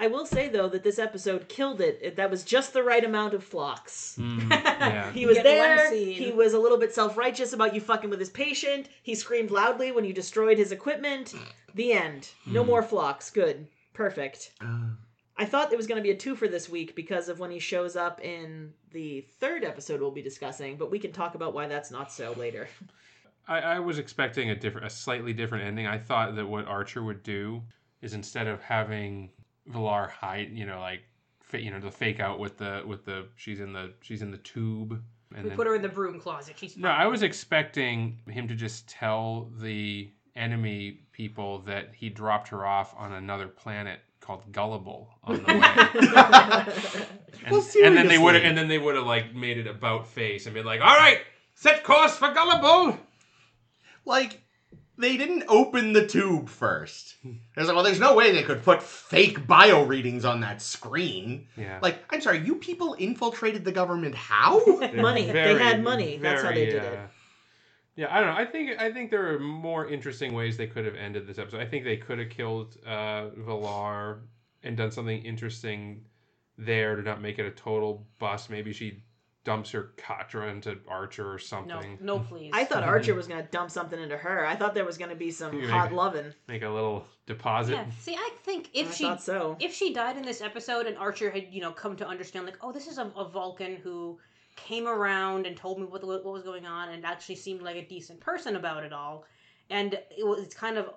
Speaker 2: I will say though that this episode killed it. it. That was just the right amount of flocks.
Speaker 4: Mm, yeah.
Speaker 2: He was
Speaker 1: Get one
Speaker 2: there.
Speaker 1: scene.
Speaker 2: He was a little bit self-righteous about you fucking with his patient. He screamed loudly when you destroyed his equipment. The end. No
Speaker 4: Hmm.
Speaker 2: more flocks. Good. Perfect.
Speaker 3: Uh,
Speaker 2: I thought it was going to be a two for this week because of when he shows up in the third episode we'll be discussing, but we can talk about why that's not so later.
Speaker 4: I, I was expecting a different, a slightly different ending. I thought that what Archer would do is instead of having Villar hide, you know, like, fa- you know, the fake out with the with the she's in the she's in the tube. And
Speaker 1: we
Speaker 4: then,
Speaker 1: put her in the broom closet. She's
Speaker 4: no, I was expecting him to just tell the enemy people that he dropped her off on another planet called Gullible on the way. And,
Speaker 3: Well,
Speaker 4: and then they would
Speaker 3: seriously.
Speaker 4: and then they would have like made it about face and been like, "All right, set course for Gullible."
Speaker 3: like, they didn't open the tube first. It's like, well, there's no way they could put fake bio readings on that screen.
Speaker 4: Yeah.
Speaker 3: Like, I'm sorry, you people infiltrated the government how?
Speaker 4: They're
Speaker 2: Money. They had money. That's how they did it.
Speaker 4: uh, Yeah, I don't know. I think I think there are more interesting ways they could have ended this episode. I think they could have killed uh, Villar and done something interesting there to not make it a total bust. Maybe she dumps her Katra into Archer or
Speaker 1: No,
Speaker 4: something.
Speaker 1: no, please.
Speaker 2: I
Speaker 4: Hmm.
Speaker 2: thought Archer was going to dump something into her. I thought there was going to be some
Speaker 4: Yeah.
Speaker 2: hot lovin'.
Speaker 4: Make a little deposit.
Speaker 1: Yeah, see, I think if
Speaker 2: I
Speaker 1: she
Speaker 2: thought so.
Speaker 1: if she died in this episode and Archer had, you know, come to understand, like, oh, this is a, a Vulcan who came around and told me what, the, what was going on and actually seemed like a decent person about it all, and it was it's kind of,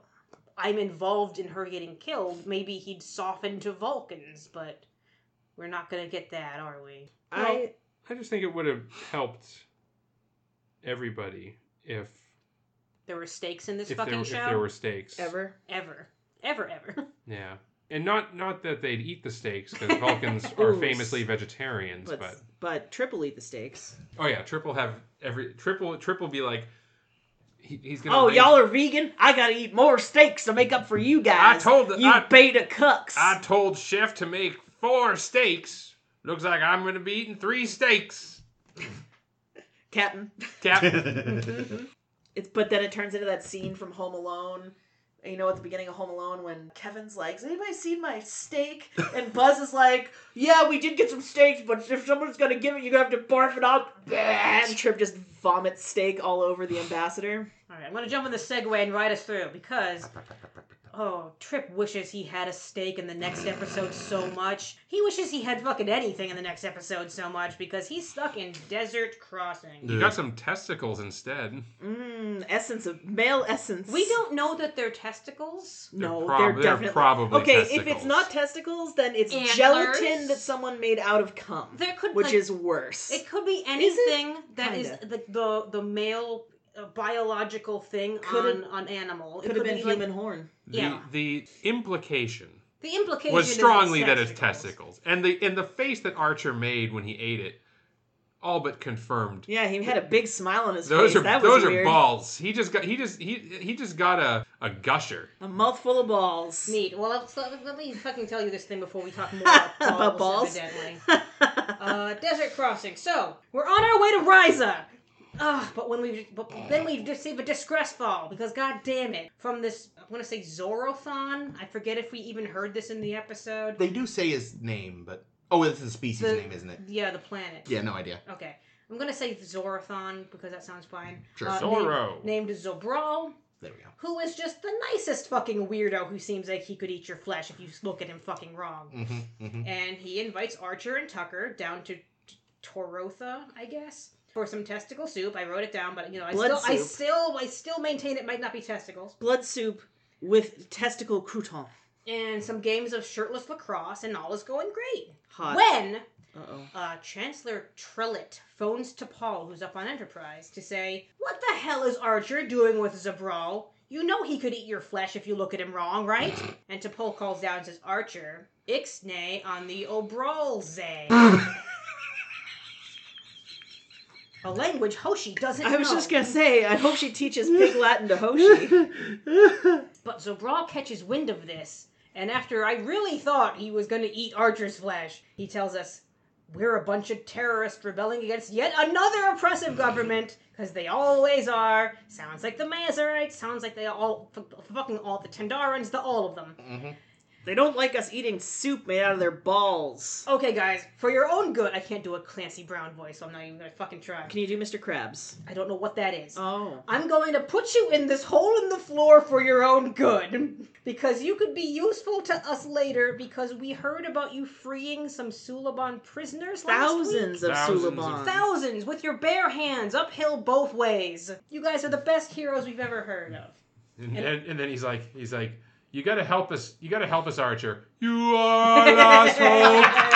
Speaker 1: I'm involved in her getting killed, maybe he'd soften to Vulcans, but we're not going to get that, are we?
Speaker 2: I
Speaker 4: I just think it would have helped everybody if
Speaker 1: There were stakes in this
Speaker 4: if there,
Speaker 1: fucking
Speaker 4: if
Speaker 1: show.
Speaker 4: there were stakes
Speaker 2: ever.
Speaker 1: Ever. Ever, ever.
Speaker 4: Yeah. And not not that they'd eat the steaks because Vulcans are
Speaker 2: Ooh,
Speaker 4: famously vegetarians,
Speaker 2: But,
Speaker 4: but
Speaker 2: but triple eat the stakes.
Speaker 4: oh yeah, triple have every triple triple be like, he, he's gonna.
Speaker 2: Oh,
Speaker 4: raise-
Speaker 2: y'all are vegan? I gotta eat more steaks to make up for you
Speaker 4: I
Speaker 2: guys.
Speaker 4: told the,
Speaker 2: you
Speaker 4: I,
Speaker 2: beta cucks.
Speaker 4: I told chef to make four steaks. Looks like I'm gonna be eating three steaks.
Speaker 2: Captain.
Speaker 4: Cap.
Speaker 2: It's but then it turns into that scene from Home Alone. You know, at the beginning of Home Alone, when Kevin's like, "Has anybody seen my steak?" and Buzz is like, "Yeah, we did get some steaks, but if someone's gonna give it, you're gonna have to barf it up." And Trip just vomits steak all over the ambassador.
Speaker 1: All right, I'm gonna jump on the segue and ride us through because. Oh, Trip wishes he had a steak in the next episode so much. He wishes he had fucking anything in the next episode so much because he's stuck in Desert Crossing.
Speaker 4: You got some testicles instead.
Speaker 2: Mmm, essence of male essence.
Speaker 1: We don't know that they're testicles.
Speaker 4: They're
Speaker 2: No,
Speaker 4: prob-
Speaker 2: they're, definitely.
Speaker 4: probably
Speaker 2: okay,
Speaker 4: testicles.
Speaker 2: if it's not testicles, then it's
Speaker 1: Antlers.
Speaker 2: gelatin that someone made out of cum,
Speaker 1: There could
Speaker 2: which
Speaker 1: like,
Speaker 2: is worse.
Speaker 1: it could be anything that is
Speaker 2: Kinda.
Speaker 1: the the, the male uh, biological thing
Speaker 2: Could've-
Speaker 1: on on animal. It
Speaker 2: could have been
Speaker 1: be like-
Speaker 2: human horn.
Speaker 4: the,
Speaker 1: yeah.
Speaker 4: the implication
Speaker 1: the implication
Speaker 4: was
Speaker 1: is
Speaker 4: strongly that it's testicles, and the and the face that Archer made when he ate it, all but confirmed
Speaker 2: Yeah, he had a big smile on his
Speaker 4: those
Speaker 2: face.
Speaker 4: are
Speaker 2: that was
Speaker 4: those
Speaker 2: weird.
Speaker 4: are balls. He just got he just he he just got a a gusher.
Speaker 2: A mouthful of balls.
Speaker 1: Neat. Well, let's, let, let me fucking tell you this thing before we talk more about balls.
Speaker 2: About balls.
Speaker 1: Evidently. uh, desert crossing. So we're on our way to Riza. Ugh, but when we but then we receive a distress fall because god damn it from this I want to say Zorothon I forget if we even heard this in the episode
Speaker 3: they do say his name, but oh, it's the species
Speaker 1: The-
Speaker 3: name, isn't it?
Speaker 1: yeah the planet
Speaker 3: Yeah, no idea.
Speaker 1: okay I'm gonna say Zorothon because that sounds fine
Speaker 3: Sure.
Speaker 1: Uh,
Speaker 4: Zoro.
Speaker 1: named Zobral
Speaker 3: there we
Speaker 1: who is just the nicest fucking weirdo who seems like he could eat your flesh if you look at him fucking wrong
Speaker 3: go. hmm hmm
Speaker 1: and he invites Archer and Tucker down to T- Torotha, I guess, for some testicle soup. I wrote it down, but you know, I
Speaker 2: Blood
Speaker 1: still, I
Speaker 2: soup.
Speaker 1: still, I still maintain it might not be testicles.
Speaker 2: Blood soup with testicle crouton.
Speaker 1: And some games of shirtless lacrosse, and all is going great.
Speaker 2: Hot.
Speaker 1: When
Speaker 2: Uh oh.
Speaker 1: uh, Chancellor Trillet phones to Paul, who's up on Enterprise, to say, "What the hell is Archer doing with Zabral? You know he could eat your flesh if you look at him wrong, right?" And T'Pol calls down and says, "Archer, ixnay on the Obralze." A language Hoshi doesn't
Speaker 2: I was
Speaker 1: know.
Speaker 2: just gonna say, I hope she teaches Pig Latin to Hoshi.
Speaker 1: But Zobral catches wind of this, and after I really thought he was going to eat Archer's flesh, he tells us, We're a bunch of terrorists rebelling against yet another oppressive government, because they always are. Sounds like the Mazarites, sounds like they all, f- fucking all the Tendarans, the all of them.
Speaker 3: mm-hmm.
Speaker 2: they don't like us eating soup made out of their balls.
Speaker 1: Okay, guys, for your own good, I can't do a Clancy Brown voice, so I'm not even going to fucking try.
Speaker 2: Can you do Mr. Krabs?
Speaker 1: I don't know what that is.
Speaker 2: Oh.
Speaker 1: I'm going to put you in this hole in the floor for your own good. Because you could be useful to us later because we heard about you freeing some Suliban prisoners last week.
Speaker 2: Thousands of
Speaker 4: Thousands of-
Speaker 2: Suliban.
Speaker 1: Thousands with your bare hands uphill both ways. You guys are the best heroes we've ever heard of.
Speaker 4: And, and and then he's like he's like you got to help us. You got to help us, Archer. You are last hope.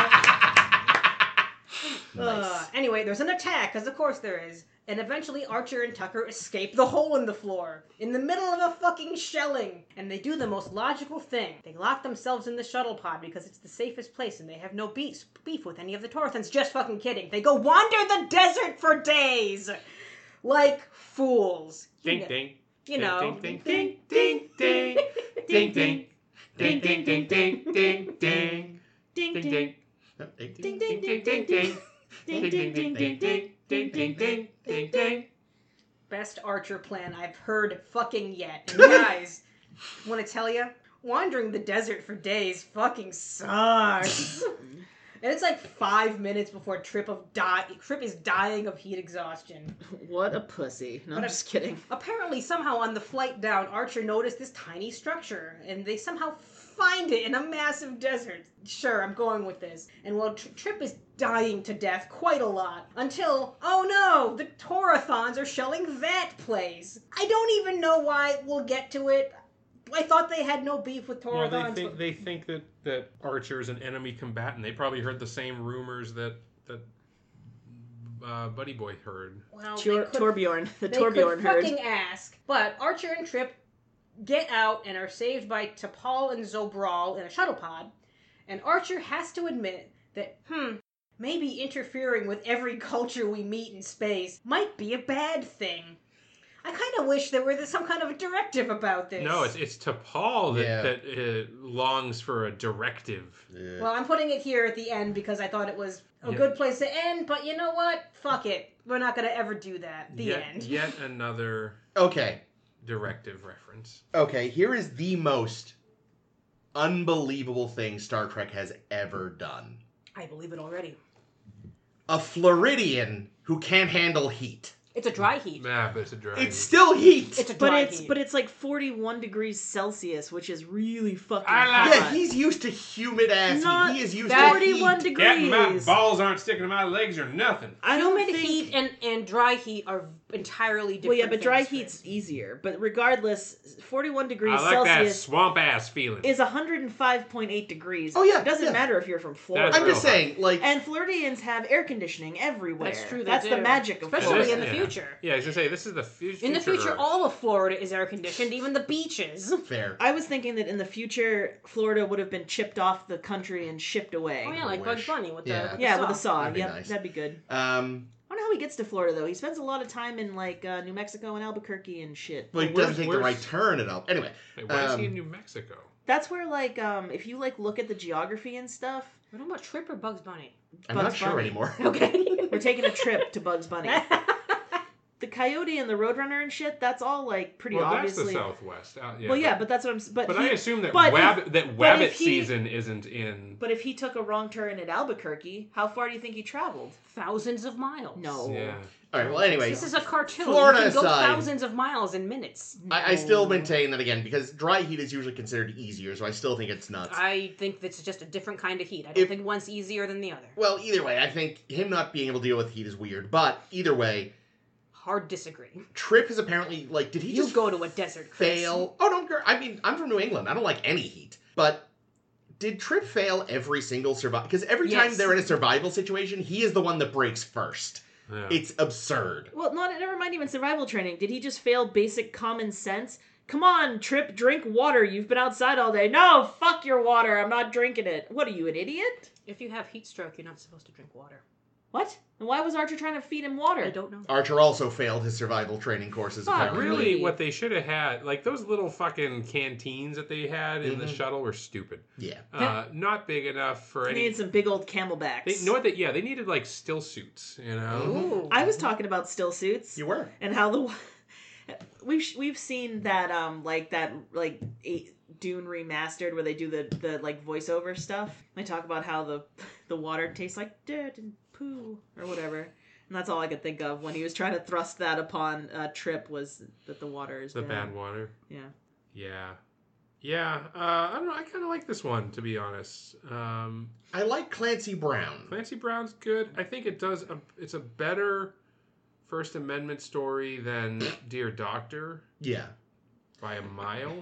Speaker 1: Uh, anyway, there's an attack, because of course there is. And eventually, Archer and Tucker escape the hole in the floor, in the middle of a fucking shelling. And they do the most logical thing. They lock themselves in the shuttle pod because it's the safest place and they have no beef, beef with any of the Torthans. Just fucking kidding. They go wander the desert for days! Like fools. You
Speaker 4: Ding
Speaker 1: kn-
Speaker 4: ding.
Speaker 1: You know.
Speaker 4: Ding ding ding ding ding ding ding ding ding ding ding ding ding
Speaker 2: Ding
Speaker 4: ding ding.
Speaker 2: Ding,
Speaker 4: Ding ding ding ding ding ding ding ding ding ding ding ding ding ding.
Speaker 1: best archer plan I've heard fucking yet. And guys, want to tell you, wandering the desert for days fucking sucks. and it's like five minutes before Trip of die Trip is dying of heat exhaustion.
Speaker 2: What a pussy. No, I'm
Speaker 1: What a-
Speaker 2: just kidding.
Speaker 1: Apparently, somehow on the flight down, Archer noticed this tiny structure, and they somehow find it in a massive desert. Sure, I'm going with this. And while Tr- Trip is dying to death quite a lot, until, oh no, the Torathons are shelling that place. I don't even know why we'll get to it. I thought they had no beef with
Speaker 4: Well,
Speaker 1: Torathons.
Speaker 4: they think
Speaker 1: but-
Speaker 4: they think that that Archer's an enemy combatant. They probably heard the same rumors that that uh, Buddy Boy heard.
Speaker 1: well, they
Speaker 2: Tor-
Speaker 1: could-
Speaker 2: Torbjorn. The
Speaker 1: they
Speaker 2: Torbjorn
Speaker 1: could
Speaker 2: herd.
Speaker 1: fucking ask. But Archer and Trip get out and are saved by T'Pol and Zobral in a shuttle pod, and Archer has to admit that, hmm, maybe interfering with every culture we meet in space might be a bad thing. I kind of wish there were some kind of a directive about this.
Speaker 4: No, it's it's to Paul that
Speaker 3: Yeah.
Speaker 4: that uh, longs for a directive.
Speaker 3: Yeah.
Speaker 1: Well, I'm putting it here at the end because I thought it was a
Speaker 4: Yeah.
Speaker 1: good place to end, but you know what? Fuck it. We're not going to ever do that. The
Speaker 4: yet,
Speaker 1: end.
Speaker 4: Yet another
Speaker 3: okay.
Speaker 4: directive reference.
Speaker 3: Okay, here is the most unbelievable thing Star Trek has ever done.
Speaker 1: I believe it already.
Speaker 3: A Floridian who can't handle heat.
Speaker 1: It's a dry heat.
Speaker 4: Yeah, but it's a directive.
Speaker 3: It's still heat.
Speaker 1: It's a dry
Speaker 2: But it's
Speaker 1: heat.
Speaker 2: but it's like 41 degrees Celsius, which is really fucking
Speaker 4: I like-
Speaker 2: hot.
Speaker 3: yeah, he's used to humid ass
Speaker 2: Not
Speaker 3: heat. He is used to
Speaker 1: that-
Speaker 2: 41
Speaker 3: heat.
Speaker 4: yeah, my
Speaker 2: degrees.
Speaker 4: balls aren't sticking to my legs or nothing.
Speaker 2: I don't
Speaker 1: humid
Speaker 2: think
Speaker 1: heat and, and dry heat are entirely different.
Speaker 2: Well, yeah, but dry
Speaker 1: things for
Speaker 2: heat's
Speaker 1: us.
Speaker 2: easier. But regardless, 41 degrees
Speaker 4: I like that
Speaker 2: Celsius
Speaker 4: swamp ass feeling.
Speaker 2: is 105.8 degrees.
Speaker 3: Oh, yeah,
Speaker 2: It doesn't
Speaker 3: yeah.
Speaker 2: matter if you're from Florida.
Speaker 3: I'm just
Speaker 4: Real hot.
Speaker 3: saying, like,
Speaker 2: And Floridians have air conditioning everywhere.
Speaker 1: That's true, they
Speaker 2: That's the
Speaker 1: do.
Speaker 2: magic of
Speaker 1: Especially
Speaker 2: Florida.
Speaker 1: in the
Speaker 4: Yeah.
Speaker 1: future.
Speaker 4: yeah, I was gonna say this is the future.
Speaker 1: In the future, all of Florida is air conditioned, even the beaches. Oh,
Speaker 3: fair.
Speaker 2: I was thinking that in the future, Florida would have been chipped off the country and shipped away.
Speaker 1: Oh yeah, like
Speaker 3: wish.
Speaker 1: Bugs Bunny with the
Speaker 3: Yeah.
Speaker 1: with the
Speaker 2: Yeah, with a
Speaker 1: saw.
Speaker 2: saw.
Speaker 3: That'd be
Speaker 2: yep,
Speaker 3: nice.
Speaker 2: that'd be good.
Speaker 3: Um,
Speaker 2: I don't know how he gets to Florida though. He spends a lot of time in like uh, New Mexico and Albuquerque and shit.
Speaker 3: well, he
Speaker 4: Where's-
Speaker 3: doesn't take the
Speaker 4: where's-
Speaker 3: right turn at all. Anyway,
Speaker 4: Wait, why is he
Speaker 3: Um,
Speaker 4: in New Mexico?
Speaker 2: That's where like um if you like look at the geography and stuff.
Speaker 1: I don't know about Trip or Bugs Bunny.
Speaker 3: I'm
Speaker 2: Bugs
Speaker 3: not sure
Speaker 2: Bunny.
Speaker 3: anymore.
Speaker 1: Okay.
Speaker 2: We're taking a trip to Bugs Bunny. The coyote and the roadrunner and shit. That's all like pretty
Speaker 4: Well,
Speaker 2: obviously.
Speaker 4: that's the Southwest. Uh, yeah,
Speaker 2: well, yeah,
Speaker 4: but,
Speaker 2: but that's what I'm. s- But
Speaker 4: but I
Speaker 2: he,
Speaker 4: assume that
Speaker 2: but if-
Speaker 4: Wabbit that
Speaker 2: but
Speaker 4: Wabbit
Speaker 2: if he-
Speaker 4: season isn't in.
Speaker 2: but if he took a wrong turn at Albuquerque, how far do you think he traveled?
Speaker 1: Thousands of miles.
Speaker 2: No.
Speaker 4: Yeah,
Speaker 3: all right, well, anyway,
Speaker 1: This is a cartoon.
Speaker 3: Florida
Speaker 1: you can go
Speaker 3: aside.
Speaker 1: thousands of miles in minutes.
Speaker 3: I, I still
Speaker 2: No.
Speaker 3: maintain that again because dry heat is usually considered easier, so I still think it's nuts.
Speaker 1: I think that's just a different kind of heat. I don't
Speaker 3: If-
Speaker 1: think one's easier than the other.
Speaker 3: Well, either way, I think him not being able to deal with heat is weird. But either way,
Speaker 1: Hard disagree.
Speaker 3: Trip is apparently like, did he
Speaker 1: you
Speaker 3: just
Speaker 1: go to a desert, Chris.
Speaker 3: fail? Oh, don't. gr- I mean, I'm from New England. I don't like any heat. But did Trip fail every single survival? Because every time
Speaker 1: Yes.
Speaker 3: they're in a survival situation, he is the one that breaks first.
Speaker 4: yeah.
Speaker 3: It's absurd.
Speaker 2: Well, not never mind even survival training. Did he just fail basic common sense? Come on, Trip, drink water. You've been outside all day. No, fuck your water. I'm not drinking it. What are you, an idiot?
Speaker 1: If you have heat stroke, you're not supposed to drink water.
Speaker 2: What? And why was Archer trying to feed him water?
Speaker 1: I don't know.
Speaker 3: Archer also failed his survival training
Speaker 1: Ah,
Speaker 3: courses.
Speaker 2: Fuck,
Speaker 3: apparently.
Speaker 4: Really, what they should have had, like those little fucking canteens that they had in the
Speaker 3: Mhm.
Speaker 4: shuttle, were stupid.
Speaker 3: Yeah.
Speaker 4: Uh, not big enough for
Speaker 2: He
Speaker 4: any.
Speaker 2: needed some big old camelbacks.
Speaker 4: They, know what they, yeah, they needed like still suits, you know.
Speaker 3: Ooh.
Speaker 2: I was talking about still suits
Speaker 3: You were.
Speaker 2: and how the we've sh- we've seen that um like that like eight, Dune remastered where they do the the like voiceover stuff. They talk about how the the water tastes like dirt and poo or whatever. And that's all I could think of when he was trying to thrust that upon uh, Trip was that the water is
Speaker 4: The
Speaker 2: bad.
Speaker 4: bad water.
Speaker 2: Yeah.
Speaker 4: Yeah. Yeah. Uh, I don't know. I kind of like this one, to be honest. Um,
Speaker 3: I like Clancy Brown.
Speaker 4: Clancy Brown's good. I think it does. A, it's a better First Amendment story than Dear Doctor
Speaker 3: Yeah.
Speaker 4: by a mile.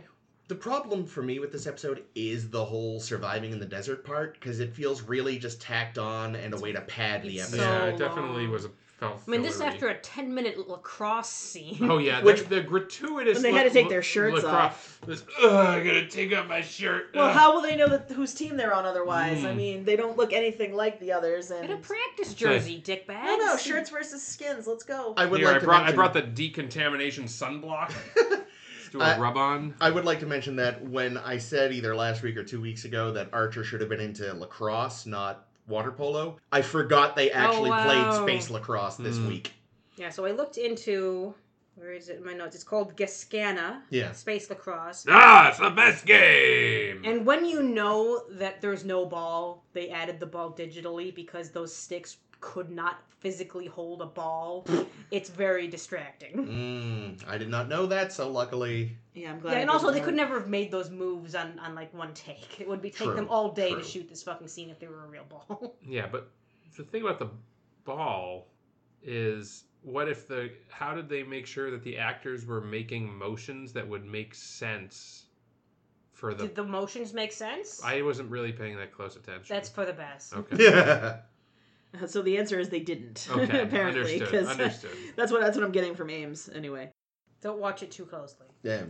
Speaker 3: The problem for me with this episode is the whole surviving in the desert part because it feels really just tacked on and a way to pad the
Speaker 1: It's
Speaker 3: episode.
Speaker 4: yeah, it
Speaker 1: So
Speaker 4: definitely
Speaker 1: long.
Speaker 4: was a felt.
Speaker 1: I mean, this is
Speaker 4: fillery.
Speaker 1: after a 10 minute lacrosse scene.
Speaker 4: Oh yeah,
Speaker 3: Which-
Speaker 4: the, the gratuitous.
Speaker 2: When they had to take their shirts
Speaker 4: off. This, Ugh, I gotta take off my shirt.
Speaker 2: Well,
Speaker 4: Ugh."
Speaker 2: how will they know that whose team they're on otherwise? I
Speaker 4: Mm.
Speaker 2: mean, they don't look anything like the others. And
Speaker 1: Get a practice jersey, dickbag.
Speaker 2: I don't know, shirts versus skins. Let's go.
Speaker 3: I would
Speaker 4: Here,
Speaker 3: like
Speaker 4: I
Speaker 3: to
Speaker 4: brought
Speaker 3: mention,
Speaker 4: I brought the decontamination sunblock. Let's do a
Speaker 3: I-
Speaker 4: rub on.
Speaker 3: I would like to mention that when I said either last week or two weeks ago that Archer should have been into lacrosse, not water polo, I forgot they actually
Speaker 1: wow.
Speaker 3: played space lacrosse this
Speaker 4: Hmm.
Speaker 3: week.
Speaker 1: Yeah, so I looked into. Where is it in my notes? It's called Gascana,
Speaker 3: Yeah.
Speaker 1: Space Lacrosse.
Speaker 4: Ah, it's the best game.
Speaker 1: And when you know that there's no ball, they added the ball digitally because those sticks could not physically hold a ball. it's very distracting.
Speaker 3: Mm, I did not know that, so luckily.
Speaker 2: yeah, I'm glad.
Speaker 1: Yeah,
Speaker 2: I
Speaker 1: and also
Speaker 2: didn't
Speaker 1: they
Speaker 2: know.
Speaker 1: could never have made those moves on, on like one take. It would be take
Speaker 3: True,
Speaker 1: them all day
Speaker 3: true.
Speaker 1: to shoot this fucking scene if they were a real ball.
Speaker 4: Yeah, but the thing about the ball is what if the how did they make sure that the actors were making motions that would make sense for the
Speaker 1: Did the motions make sense?
Speaker 4: I wasn't really paying that close attention.
Speaker 1: That's for the best.
Speaker 4: okay.
Speaker 3: Yeah.
Speaker 2: So the answer is they didn't.
Speaker 4: Okay.
Speaker 2: apparently,
Speaker 4: understood.
Speaker 1: uh,
Speaker 2: because
Speaker 4: Understood.
Speaker 2: that's what that's what I'm getting from Ames anyway.
Speaker 1: Don't watch it too closely.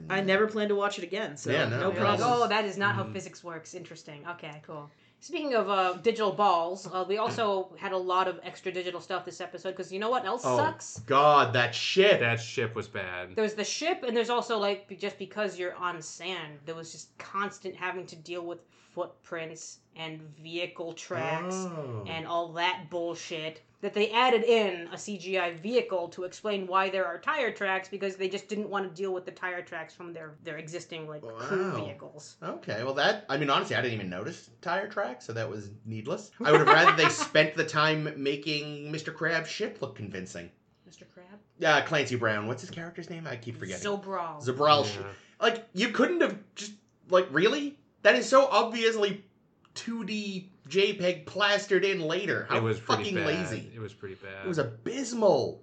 Speaker 2: I never plan to watch it again. So
Speaker 3: Yeah, no,
Speaker 2: no
Speaker 3: yeah.
Speaker 1: You're like,
Speaker 2: problem.
Speaker 1: oh, that is not how
Speaker 4: Mhm.
Speaker 1: physics works. Interesting. Okay, cool. Speaking of uh, digital balls, uh, we also had a lot of extra digital stuff this episode because you know what else
Speaker 4: Oh.
Speaker 1: sucks?
Speaker 3: God, that shit.
Speaker 4: That ship was bad.
Speaker 1: There's the ship, and there's also like be- just because you're on sand, there was just constant having to deal with footprints and vehicle tracks
Speaker 4: Mm.
Speaker 3: Oh.
Speaker 1: and all that bullshit. That they added in a CGI vehicle to explain why there are tire tracks because they just didn't want to deal with the tire tracks from their their existing like crew
Speaker 3: Wow.
Speaker 1: vehicles.
Speaker 3: Okay, well that I mean honestly I didn't even notice tire tracks, so that was needless. I would have rather they spent the time making Mr. Crab's ship look convincing.
Speaker 1: Mr. Crab,
Speaker 3: Yeah, Clancy Brown. What's his character's name? I keep forgetting.
Speaker 1: Zobral.
Speaker 3: Zabral.
Speaker 4: Yeah.
Speaker 3: Like you couldn't have just like really? That is so obviously 2D JPEG plastered in later. How
Speaker 4: It was pretty
Speaker 3: fucking
Speaker 4: bad.
Speaker 3: lazy.
Speaker 4: It was pretty bad.
Speaker 3: It was abysmal.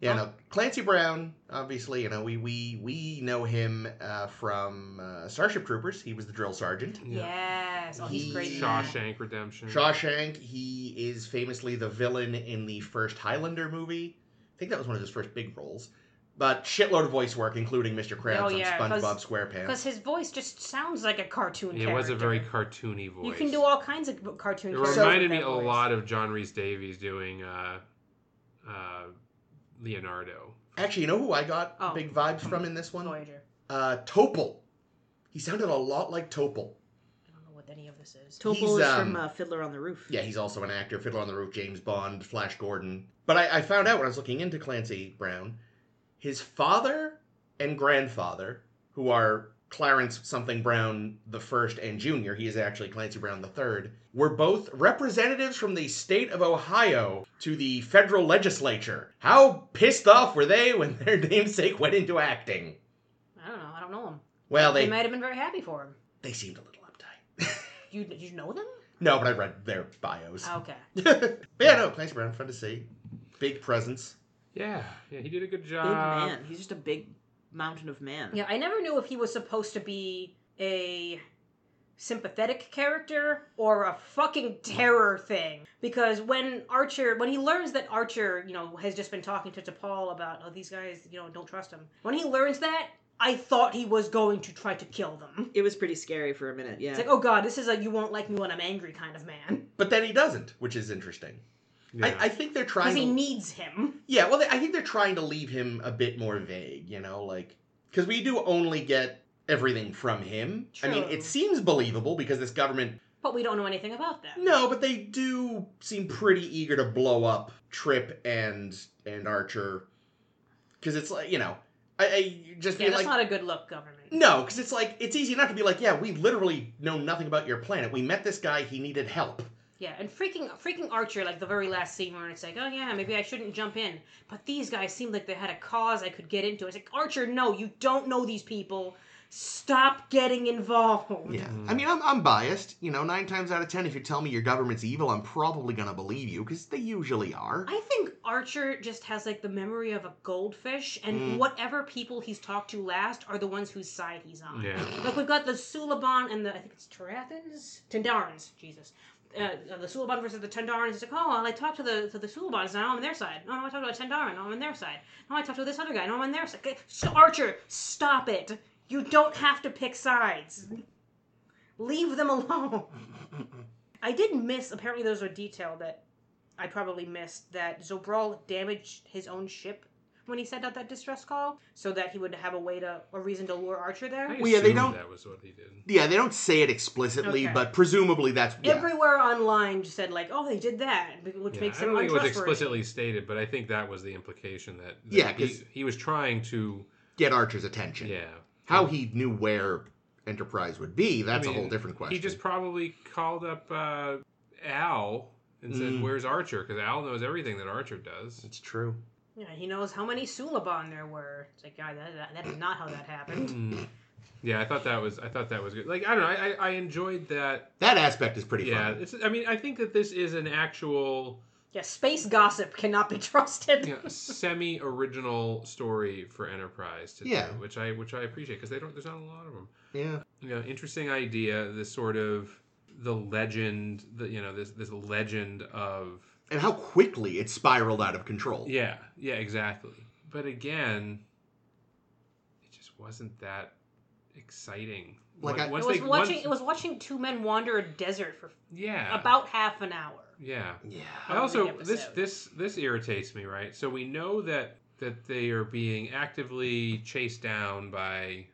Speaker 3: Yeah, no, Clancy Brown. Obviously, you know we we we know him uh, from uh, Starship Troopers. He was the drill sergeant.
Speaker 1: Yes, oh, he's
Speaker 3: He-
Speaker 1: great. in that.
Speaker 4: Shawshank
Speaker 1: Mm-hmm.
Speaker 4: Redemption.
Speaker 3: Shawshank. He is famously the villain in the first Highlander movie. I think that was one of his first big roles. But shitload of voice work, including Mr. Krabs
Speaker 1: Oh, yeah,
Speaker 3: on
Speaker 1: 'cause-
Speaker 3: SpongeBob SquarePants.
Speaker 1: Because his voice just sounds like a cartoon
Speaker 4: It was a
Speaker 1: character.
Speaker 4: very cartoony voice.
Speaker 1: You can do all kinds of b- cartoon
Speaker 4: It
Speaker 1: characters.
Speaker 4: reminded
Speaker 1: with
Speaker 4: me
Speaker 1: that
Speaker 4: a
Speaker 1: voice.
Speaker 4: lot of John Reese Davies doing uh, uh, Leonardo.
Speaker 3: Actually, you know who I got
Speaker 1: Oh.
Speaker 3: big vibes from in this one?
Speaker 1: Voyager.
Speaker 3: Uh, Topol. He sounded a lot like Topol.
Speaker 1: I don't know what any of this is.
Speaker 2: Topol
Speaker 3: He's,
Speaker 2: is
Speaker 3: um,
Speaker 2: from uh, Fiddler on the Roof.
Speaker 3: Yeah, he's also an actor, Fiddler on the Roof, James Bond, Flash Gordon. But I, I found out when I was looking into Clancy Brown, his father and grandfather, who are Clarence something Brown the first and junior, he is actually Clancy Brown the third, were both representatives from the state of Ohio to the federal legislature. How pissed off were they when their namesake went into acting?
Speaker 1: I don't know. I don't know him.
Speaker 3: Well,
Speaker 1: They,
Speaker 3: they
Speaker 1: might have been very happy for him.
Speaker 3: they seemed a little uptight.
Speaker 1: You you know them?
Speaker 3: no, but I read their bios.
Speaker 1: Okay.
Speaker 3: but yeah, no, Clancy Brown, fun to see. Big presence.
Speaker 4: Yeah, yeah, he did a good
Speaker 2: Big
Speaker 4: job.
Speaker 2: man. He's just a big mountain of man.
Speaker 1: Yeah, I never knew if he was supposed to be a sympathetic character or a fucking terror thing because when archer when he learns that archer you know has just been talking to T'Pol about oh these guys you know don't trust him when he learns that i thought he was going to try to kill them
Speaker 2: It was pretty scary for a minute. Yeah.
Speaker 1: it's like oh god this is a you won't like me when i'm angry kind of man
Speaker 3: But then he doesn't, which is interesting.
Speaker 4: Yeah.
Speaker 3: I, I think they're
Speaker 1: because
Speaker 3: trying.
Speaker 1: he
Speaker 3: to,
Speaker 1: needs him
Speaker 3: yeah, well, they, I think they're trying to leave him a bit more vague. You know, like because we do only get everything from him. I mean,
Speaker 1: True.
Speaker 3: it seems believable because this government.
Speaker 1: but we don't know anything about that
Speaker 3: No, but they do seem pretty eager to blow up Trip and and Archer, because it's like you know, I, I just
Speaker 1: yeah
Speaker 3: feel
Speaker 1: that's
Speaker 3: like
Speaker 1: not a good look government
Speaker 3: No, because it's like it's easy enough to be like, yeah, we literally know nothing about your planet. We met this guy; he needed help.
Speaker 1: Yeah, and freaking freaking Archer, like the very last scene where it's like, oh yeah, maybe I shouldn't jump in. But these guys seemed like they had a cause I could get into. It's like Archer, no, you don't know these people. Stop getting involved.
Speaker 3: Yeah,
Speaker 4: Mhm.
Speaker 3: I mean, I'm, I'm biased. You know, nine times out of ten, if you tell me your government's evil, I'm probably gonna believe you because they usually are.
Speaker 1: I think Archer just has like the memory of a goldfish, and
Speaker 3: Mm.
Speaker 1: whatever people he's talked to last are the ones whose side he's on.
Speaker 4: yeah.
Speaker 1: Like we've got the Suliban and the I think it's Tarathans, Tendarans. Jesus, uh, the Suliban versus the Tendarans. It's like, oh, well, I talked to the to the Sulabans now. I'm on their side. No, no, I talked to a Tendaran. Now I'm on their side. No, I talked to this other guy. Now I'm on their side. Okay, so Archer, stop it. You don't have to pick sides. Leave them alone. I did miss. Apparently, there's a detail that I probably missed that Zobral damaged his own ship when he sent out that distress call, so that he would have a way to a reason to lure Archer there.
Speaker 4: I
Speaker 3: Well, yeah, they
Speaker 4: assumed
Speaker 3: don't-
Speaker 4: That was what he did.
Speaker 3: yeah, they don't say it explicitly,
Speaker 1: Okay.
Speaker 3: but presumably that's yeah.
Speaker 1: everywhere online just said like, "Oh, they did that," which
Speaker 4: Yeah,
Speaker 1: makes
Speaker 4: I
Speaker 1: them
Speaker 4: don't think it was
Speaker 1: untrustworthy.
Speaker 4: explicitly stated, but I think that was the implication that, that
Speaker 3: Yeah,
Speaker 4: he,
Speaker 3: 'cause-
Speaker 4: he was trying to
Speaker 3: get Archer's attention.
Speaker 4: yeah.
Speaker 3: How he knew where Enterprise would be, that's
Speaker 4: I
Speaker 3: a
Speaker 4: mean,
Speaker 3: whole different question.
Speaker 4: He just probably called up uh, Al and said,
Speaker 3: Mm.
Speaker 4: "Where's Archer?" Because Al knows everything that Archer does.
Speaker 3: it's true.
Speaker 1: Yeah, he knows how many Suliban there were. It's like, God, that, that, that is not how that happened.
Speaker 4: Mm. Yeah, I thought that was I thought that was good. Like I don't know, I, I, I enjoyed that.
Speaker 3: That aspect is pretty
Speaker 4: yeah,
Speaker 3: fun.
Speaker 4: it's, I mean, I think that this is an actual
Speaker 1: Yeah, space gossip cannot be trusted.
Speaker 4: you know, semi original story for Enterprise to
Speaker 3: Yeah.
Speaker 4: do, which I which I appreciate because they don't there's not a lot of them.
Speaker 3: Yeah,
Speaker 4: you know interesting idea this sort of the legend the you know this this legend of
Speaker 3: and how quickly it spiraled out of control.
Speaker 4: yeah yeah exactly but again it just wasn't that exciting.
Speaker 3: Like
Speaker 4: Once-
Speaker 3: I-
Speaker 4: once
Speaker 1: it was
Speaker 4: they-
Speaker 1: watching.
Speaker 4: once-
Speaker 1: It was watching two men wander a desert for
Speaker 4: yeah
Speaker 1: about half an hour.
Speaker 4: yeah.
Speaker 3: Yeah.
Speaker 4: I
Speaker 1: every
Speaker 4: also this
Speaker 1: episode.
Speaker 4: this this irritates me, right? So we know that that they are being actively chased down by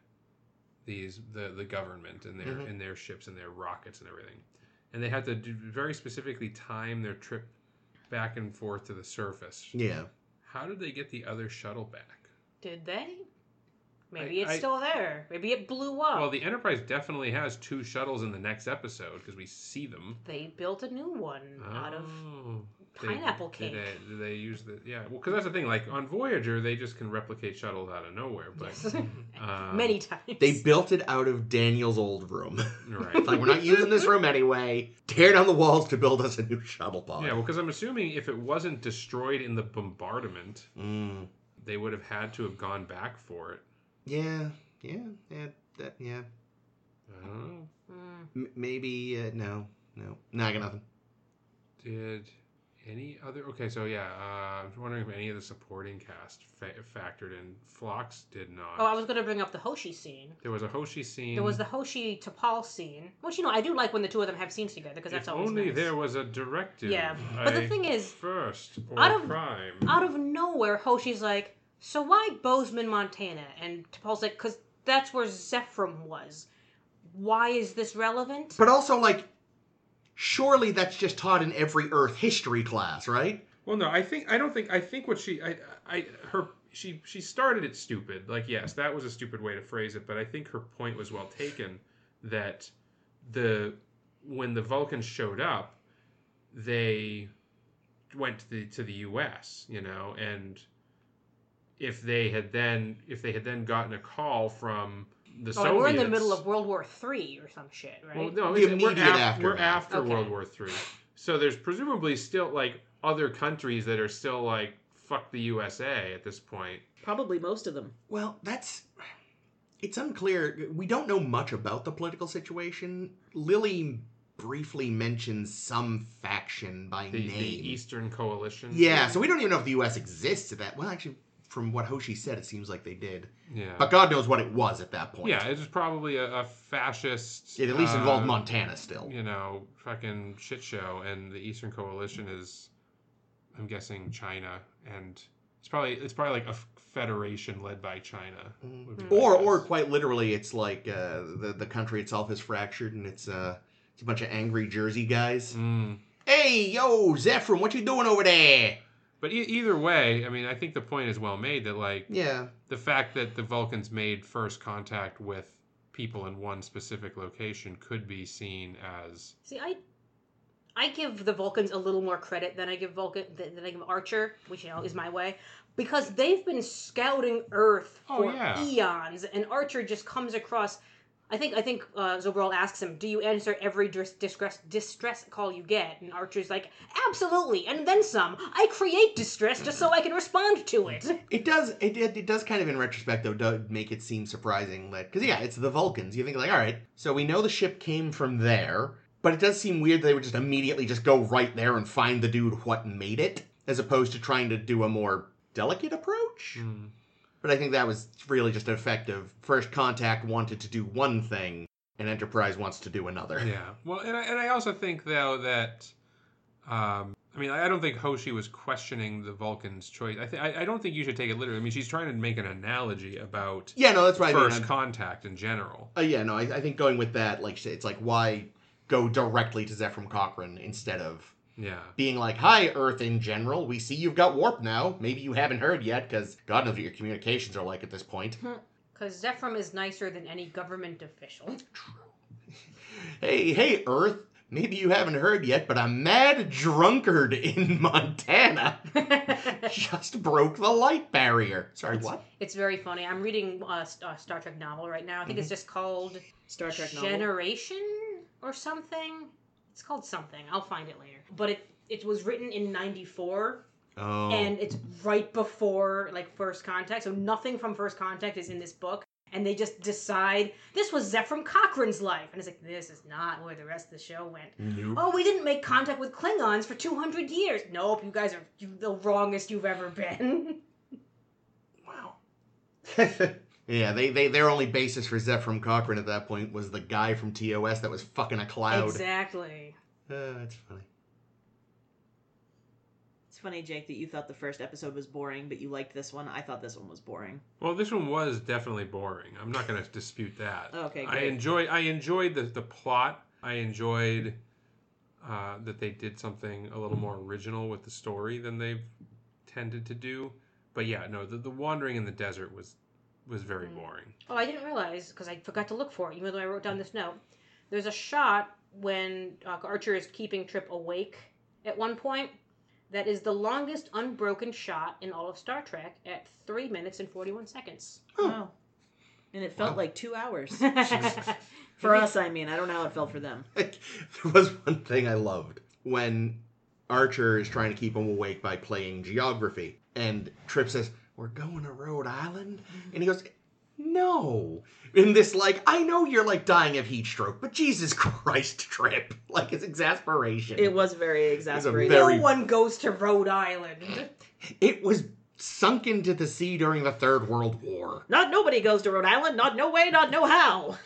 Speaker 4: these the the government and their
Speaker 3: Mhm.
Speaker 4: and their ships and their rockets and everything, and they have to do very specifically time their trip back and forth to the surface.
Speaker 3: Yeah.
Speaker 4: How did they get the other shuttle back?
Speaker 1: Did they? Maybe it's
Speaker 4: I-
Speaker 1: still there. Maybe it blew up.
Speaker 4: Well, the Enterprise definitely has two shuttles in the next episode because we see them.
Speaker 1: they built a new one out of
Speaker 4: Oh. They-
Speaker 1: pineapple
Speaker 4: did
Speaker 1: cake.
Speaker 4: they, did they use the yeah? Well, because that's the thing. Like on Voyager, they just can replicate shuttles out of nowhere. But
Speaker 1: Yes.
Speaker 4: um,
Speaker 1: Many times. Mm.
Speaker 3: They built it out of Daniel's old room.
Speaker 4: right.
Speaker 3: like, we're not using this room anyway. Tear down the walls to build us a new shuttle pod.
Speaker 4: Yeah, well, because I'm assuming if it wasn't destroyed in the bombardment,
Speaker 3: Mm.
Speaker 4: they would have had to have gone back for it.
Speaker 3: Yeah. Yeah. Yeah. That, yeah.
Speaker 4: I don't know.
Speaker 1: Mm.
Speaker 3: M- maybe. Uh, no. No. No, I got nothing.
Speaker 4: Did any other? Okay, so yeah, uh, I'm wondering if any of the supporting cast fa- factored in. Phlox did not.
Speaker 1: Oh, I was going to bring up the Hoshi scene.
Speaker 4: There was a Hoshi scene.
Speaker 1: There was the Hoshi to Paul scene, which you know I do like when the two of them have scenes together because
Speaker 4: If
Speaker 1: that's always
Speaker 4: only
Speaker 1: nice.
Speaker 4: there was a directive.
Speaker 1: Yeah, but the
Speaker 4: I-
Speaker 1: thing is,
Speaker 4: first or
Speaker 1: out of-
Speaker 4: prime.
Speaker 1: out of nowhere, Hoshi's like, "So why Bozeman, Montana?" And T'Pol's like, "Cause that's where Zephram was. Why is this relevant?"
Speaker 3: But also, like, surely that's just taught in every Earth history class, right?
Speaker 4: Well, no, I think I don't think I think what she I I her she she started it stupid. Like yes, that was a stupid way to phrase it, but I think her point was well taken that the when the Vulcans showed up, they went to the to the US, you know, and if they had then if they had then gotten a call from the
Speaker 1: Oh,
Speaker 4: Soviets
Speaker 1: and we're in the middle of World War Three or some shit, right?
Speaker 4: well, no,
Speaker 3: The
Speaker 4: it's- we're,
Speaker 3: immediate
Speaker 4: af- we're
Speaker 3: aftermath.
Speaker 4: after
Speaker 1: Okay.
Speaker 4: World War Three, so there's presumably still like other countries that are still like fuck the USA at this point.
Speaker 2: Probably most of them.
Speaker 3: Well, that's. It's unclear. We don't know much about the political situation. Lily briefly mentions some faction by
Speaker 4: The,
Speaker 3: name.
Speaker 4: the Eastern Coalition.
Speaker 3: Yeah, so we don't even know if the U.S. exists at that. Well, actually, from what Hoshi said, it seems like they did,
Speaker 4: yeah,
Speaker 3: but God knows what it was at that point.
Speaker 4: yeah. It was probably a, a fascist.
Speaker 3: it at least
Speaker 4: uh,
Speaker 3: involved Montana still.
Speaker 4: You know, fucking shit show, and the Eastern Coalition is, I'm guessing China, and it's probably it's probably like a f- federation led by China.
Speaker 3: Mm.
Speaker 4: would be my
Speaker 3: Or,
Speaker 4: guess.
Speaker 3: or quite literally, it's like uh, the the country itself is fractured, and it's uh, it's a bunch of angry Jersey guys.
Speaker 4: Mm.
Speaker 3: Hey, yo, Zephram, what you doing over there?
Speaker 4: But e- either way, I mean, I think the point is well made that like
Speaker 3: Yeah,
Speaker 4: the fact that the Vulcans made first contact with people in one specific location could be seen as
Speaker 1: See, I I give the Vulcans a little more credit than I give Vulcan than, than I give Archer, which you know is my way, because they've been scouting Earth
Speaker 4: Oh,
Speaker 1: for
Speaker 4: yeah.
Speaker 1: eons, and Archer just comes across. I think I think uh, Zobral asks him, "Do you answer every dis- distress distress call you get?" And Archer's like, "Absolutely, and then some. I create distress just so I can respond to it."
Speaker 3: it does. It, it it does kind of in retrospect though, do make it seem surprising that because yeah, it's the Vulcans. You think like, all right, so we know the ship came from there, but it does seem weird they would just immediately just go right there and find the dude what made it, as opposed to trying to do a more delicate approach.
Speaker 4: mm,
Speaker 3: But I think that was really just an effect of First Contact wanted to do one thing and Enterprise wants to do another.
Speaker 4: yeah. Well, and I, and I also think though that um, I mean I don't think Hoshi was questioning the Vulcans' choice. I, th- I I don't think you should take it literally. I mean, she's trying to make an analogy about
Speaker 3: Yeah, no, that's right. I mean,
Speaker 4: first
Speaker 3: I'm-
Speaker 4: contact in general.
Speaker 3: uh, yeah, no, I, I think going with that, like, it's like, why go directly to Zephram Cochrane instead of
Speaker 4: Yeah.
Speaker 3: being like, hi, Earth in general, we see you've got warp now. Maybe you haven't heard yet, because God knows what your communications are like at this point.
Speaker 1: Because Zephram is nicer than any government official.
Speaker 3: Hey, hey, Earth, maybe you haven't heard yet, but a mad drunkard in Montana just broke the light barrier. Sorry, what?
Speaker 1: It's very funny. I'm reading a, S- a Star Trek novel right now. I
Speaker 4: Mm-hmm.
Speaker 1: think it's just called
Speaker 2: Star Trek novel.
Speaker 1: Generation or something. It's called something. I'll find it later. But it it was written in '94,
Speaker 3: Oh.
Speaker 1: and it's right before like First Contact. So nothing from First Contact is in this book. And they just decide this was Zephram Cochrane's life, and it's like this is not where the rest of the show went.
Speaker 3: Nope.
Speaker 1: Oh, we didn't make contact with Klingons for 200 years. Nope, you guys are you, the wrongest you've ever been.
Speaker 3: Wow. Yeah, they, they their only basis for Zephram Cochrane at that point was the guy from TOS that was fucking a cloud.
Speaker 1: Exactly.
Speaker 3: Uh, that's funny.
Speaker 2: It's funny, Jake, that you thought the first episode was boring, but you liked this one. I thought this one was boring.
Speaker 4: Well, this one was definitely boring. I'm not going to dispute that.
Speaker 2: Oh, Okay,
Speaker 4: I
Speaker 2: great.
Speaker 4: enjoy. I enjoyed the the plot. I enjoyed uh, that they did something a little more original with the story than they've tended to do. But yeah, no, the, the wandering in the desert was was very
Speaker 1: Mm.
Speaker 4: boring.
Speaker 1: Oh, I didn't realize because I forgot to look for it, even though I wrote down this note. There's a shot when uh, Archer is keeping Trip awake at one point. That is the longest unbroken shot in all of Star Trek at three minutes and forty-one seconds.
Speaker 3: Huh.
Speaker 2: Wow. Oh. And it felt
Speaker 3: Wow.
Speaker 2: like two hours.
Speaker 1: That's
Speaker 2: for us, I mean. I don't know how it felt for them.
Speaker 3: Like, there was one thing I loved when Archer is trying to keep him awake by playing geography, and Trip says, "We're going to Rhode Island,"
Speaker 2: Mm-hmm.
Speaker 3: and he goes, "No." In this, like, I know you're like dying of heat stroke, but Jesus Christ, Trip! Like, it's exasperation.
Speaker 2: It was very exasperating.
Speaker 3: very-
Speaker 1: No one goes to Rhode Island.
Speaker 3: It was sunk into the sea during the Third World War.
Speaker 2: Not nobody goes to Rhode Island. Not no way. Not no how.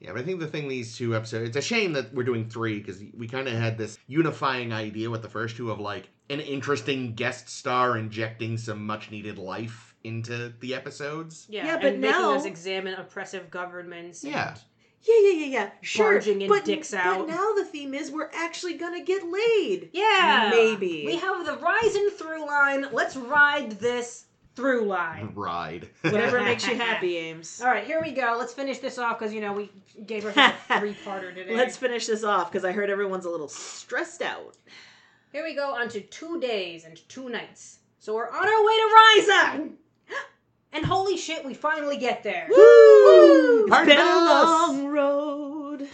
Speaker 3: Yeah, but I think the thing these two episodes, it's a shame that we're doing three because we kind of had this unifying idea with the first two of like an interesting guest star injecting some much needed life into the episodes.
Speaker 1: Yeah,
Speaker 2: Yeah,
Speaker 1: and
Speaker 2: but
Speaker 1: making
Speaker 2: now-
Speaker 1: us examine oppressive governments. and-
Speaker 3: Yeah.
Speaker 2: Yeah, yeah, yeah, yeah. Sure.
Speaker 1: Barging in
Speaker 2: but,
Speaker 1: dicks
Speaker 2: but
Speaker 1: out.
Speaker 2: now the theme is we're actually gonna get laid.
Speaker 1: yeah,
Speaker 2: Maybe.
Speaker 1: we have the rise and through line. Let's ride this through line.
Speaker 3: Ride.
Speaker 2: Whatever makes you happy, Ames.
Speaker 1: All right, here we go. Let's finish this off because you know we gave ourselves a three-parter today.
Speaker 2: Let's finish this off because I heard everyone's a little stressed out.
Speaker 1: Here we go on to two days and two nights. So we're on our way to Riza, and holy shit, we finally get there.
Speaker 2: Woo! It's
Speaker 3: Hard
Speaker 2: been a
Speaker 3: pass.
Speaker 2: long road.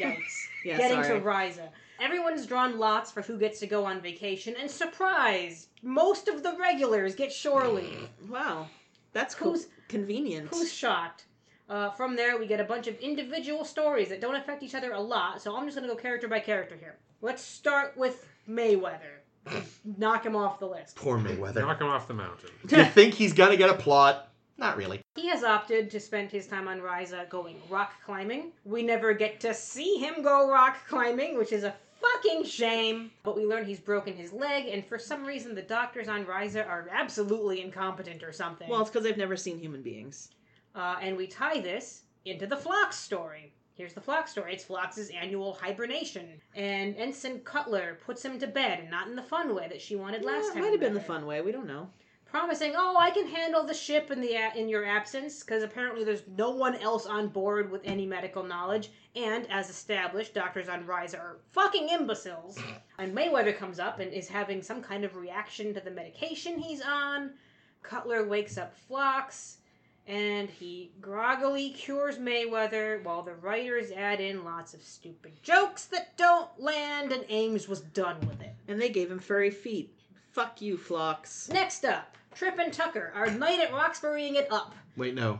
Speaker 1: Yikes.
Speaker 2: Yeah,
Speaker 1: getting
Speaker 2: sorry.
Speaker 1: to Riza. Everyone's drawn lots for who gets to go on vacation, and surprise, most of the regulars get shore leave.
Speaker 2: Wow, that's cool.
Speaker 1: Who's
Speaker 2: Convenient.
Speaker 1: who's shocked? Uh, from there, we get a bunch of individual stories that don't affect each other a lot. So I'm just gonna go character by character here. Let's start with Mayweather. Knock him off the list.
Speaker 3: Poor Mayweather.
Speaker 4: Knock him off the mountain.
Speaker 3: Do you think he's gonna get a plot? Not really.
Speaker 1: He has opted to spend his time on Riza going rock climbing. We never get to see him go rock climbing, which is a fucking shame. But we learn he's broken his leg, and for some reason, the doctors on Riza are absolutely incompetent or something.
Speaker 2: well, it's because I've never seen human beings.
Speaker 1: Uh, and we tie this into the Phlox story. Here's the Phlox story. It's Phlox's annual hibernation, and Ensign Cutler puts him to bed, and not in the fun way that she wanted last
Speaker 2: Yeah, it
Speaker 1: time.
Speaker 2: might have been the
Speaker 1: around.
Speaker 2: fun way. We don't know.
Speaker 1: promising, "Oh, I can handle the ship in the in your absence," because apparently there's no one else on board with any medical knowledge. And as established, doctors on Rise are fucking imbeciles. And Mayweather comes up and is having some kind of reaction to the medication he's on. Cutler wakes up Phlox, and he groggily cures Mayweather while the writers add in lots of stupid jokes that don't land. And Ames was done with it.
Speaker 2: And they gave him furry feet. Fuck you, Phlox.
Speaker 1: Next up, Trip and Tucker, our night at Roxburying it up.
Speaker 3: Wait, no.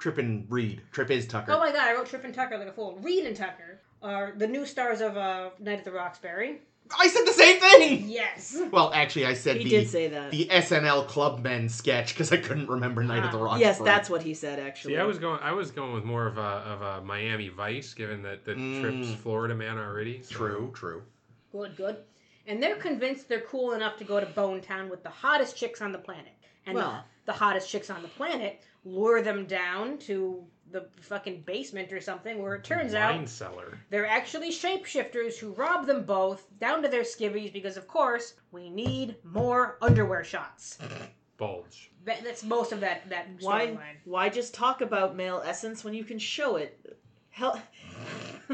Speaker 3: Trip and Reed. Trip is Tucker.
Speaker 1: Oh my god, I wrote Trip and Tucker like a fool. Reed and Tucker are the new stars of uh, Night at the Roxbury.
Speaker 3: I said the same thing.
Speaker 1: Yes.
Speaker 3: Well, actually, I said
Speaker 2: He
Speaker 3: the
Speaker 2: did say that.
Speaker 3: the SNL Clubmen sketch because I couldn't remember Night at the Roxbury.
Speaker 2: Uh, yes, that's what he said. Actually,
Speaker 4: See, I was going. I was going with more of a of a Miami Vice, given that that
Speaker 3: Mm.
Speaker 4: trips Florida man already. so-
Speaker 3: true. True.
Speaker 1: Good, good. And they're convinced they're cool enough to go to Bone Town with the hottest chicks on the planet. And
Speaker 2: Well.
Speaker 1: the, the hottest chicks on the planet lure them down to the fucking basement or something where it turns out
Speaker 4: Wine cellar.
Speaker 1: They're actually shapeshifters who rob them both down to their skivvies because, of course, we need more underwear shots.
Speaker 4: Bulge.
Speaker 1: That, that's most of that that
Speaker 2: why?
Speaker 1: storyline.
Speaker 2: Why just talk about male essence when you can show it? Hell,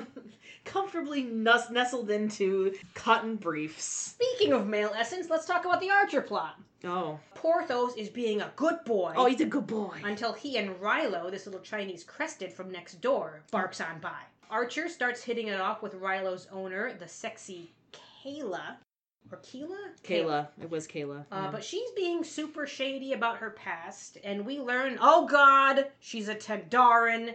Speaker 2: comfortably nus- nestled into cotton briefs.
Speaker 1: Speaking of male essence, let's talk about the Archer plot.
Speaker 2: Oh,
Speaker 1: Porthos is being a good boy
Speaker 2: oh, he's a good boy.
Speaker 1: until he and Rilo, this little Chinese crested from next door, barks on by. Archer starts hitting it off with Rilo's owner, the sexy Kayla. Or Keela?
Speaker 2: Kayla, Mm-hmm. it was Kayla.
Speaker 1: Uh,
Speaker 2: yeah.
Speaker 1: But she's being super shady about her past, and we learn, oh god, she's a Tendaran,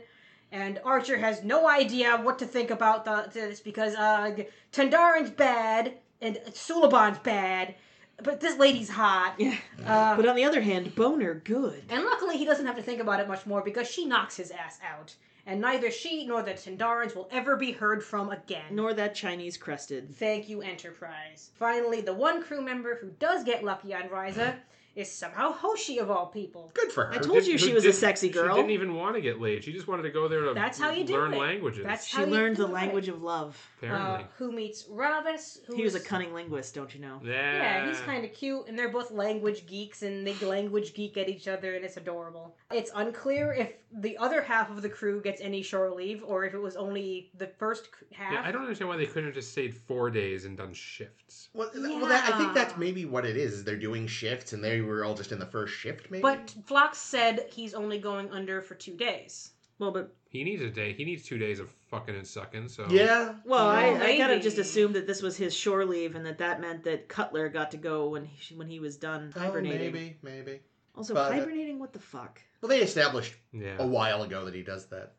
Speaker 1: and Archer has no idea what to think about the, this because uh, Tendaran's bad, and Suliban's bad, but this lady's hot.
Speaker 2: Yeah.
Speaker 1: Uh,
Speaker 2: But on the other hand, boner good.
Speaker 1: and luckily, he doesn't have to think about it much more because she knocks his ass out. And neither she nor the Tendarans will ever be heard from again.
Speaker 2: Nor that Chinese crested.
Speaker 1: Thank you, Enterprise. Finally, the one crew member who does get lucky on Ryza is somehow Hoshi of all people.
Speaker 3: Good for her.
Speaker 2: I told
Speaker 4: Who
Speaker 2: you
Speaker 4: who
Speaker 2: she was a
Speaker 4: didn't-
Speaker 2: sexy girl.
Speaker 4: She didn't even want to get laid. She just wanted to go there to
Speaker 1: That's how you do
Speaker 4: learn
Speaker 1: it.
Speaker 4: languages.
Speaker 1: That's
Speaker 2: She
Speaker 1: how you
Speaker 2: learned
Speaker 1: do
Speaker 2: the
Speaker 1: it.
Speaker 2: language of love.
Speaker 1: Uh,
Speaker 4: apparently.
Speaker 1: who meets Ravis? Who
Speaker 2: He was a
Speaker 1: is-
Speaker 2: cunning linguist, don't you know?
Speaker 4: yeah.
Speaker 1: Oh. Yeah, he's kind of cute, and they're both language geeks, and they language geek at each other, and it's adorable. It's unclear if the other half of the crew gets any shore leave, or if it was only the first c- half.
Speaker 4: Yeah, I don't understand why they couldn't have just stayed four days and done shifts.
Speaker 3: Well, th- well that, I think that's
Speaker 1: Yeah.
Speaker 3: maybe what it is. is They're doing shifts, and they were all just in the first shift, maybe.
Speaker 1: But Flox said he's only going under for two days.
Speaker 2: Well, but
Speaker 4: He needs a day. He needs two days of fucking and sucking. So
Speaker 3: yeah,
Speaker 2: well,
Speaker 1: Oh,
Speaker 2: I, I kind
Speaker 1: maybe.
Speaker 2: of just assumed that this was his shore leave, and that that meant that Cutler got to go when he, when he was done
Speaker 3: Oh,
Speaker 2: hibernating.
Speaker 3: maybe, maybe.
Speaker 2: Also,
Speaker 3: But-
Speaker 2: hibernating, what the fuck?
Speaker 3: Well, they established
Speaker 4: yeah.
Speaker 3: a while ago that he does that.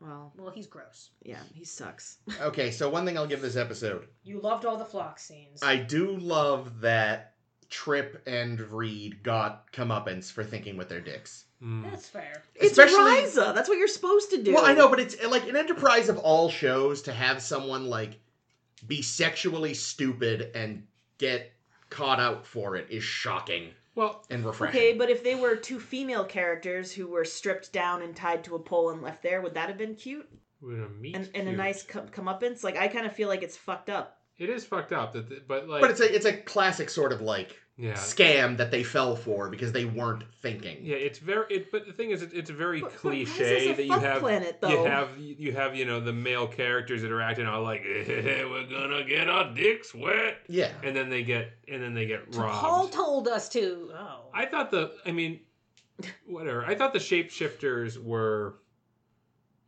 Speaker 2: Well,
Speaker 1: Well, he's gross.
Speaker 2: yeah, he sucks.
Speaker 3: Okay, so one thing I'll give this episode:
Speaker 1: You loved all the Flox scenes.
Speaker 3: I do love that Trip and Reed got comeuppance for thinking with their dicks.
Speaker 4: Mm.
Speaker 1: That's fair.
Speaker 3: Especially-
Speaker 2: it's Ryza. That's what you're supposed to do.
Speaker 3: Well, I know, but it's like an enterprise of all shows to have someone like be sexually stupid and get caught out for it is shocking
Speaker 4: Well,
Speaker 3: and refreshing.
Speaker 2: Okay, but if they were two female characters who were stripped down and tied to a pole and left there, would that have been cute?
Speaker 4: we're gonna meet
Speaker 2: And, and a
Speaker 4: cute.
Speaker 2: nice come, comeuppance? Like, I kind of feel like it's fucked up.
Speaker 4: It is fucked up that, the, but like,
Speaker 3: But it's a it's a classic sort of like
Speaker 4: yeah,
Speaker 3: scam that they fell for because they weren't thinking.
Speaker 4: yeah. It's very. It, but the thing is, it, it's very
Speaker 2: But- but why is this
Speaker 4: cliche
Speaker 2: a
Speaker 4: that you
Speaker 2: fuck
Speaker 4: have.
Speaker 2: planet, though.
Speaker 4: You have you have you know the male characters that are acting all like we're gonna get our dicks wet,
Speaker 3: Yeah.
Speaker 4: and then they get and then they get robbed.
Speaker 1: Paul told us to. Oh.
Speaker 4: I thought the I mean, whatever. I thought the shapeshifters were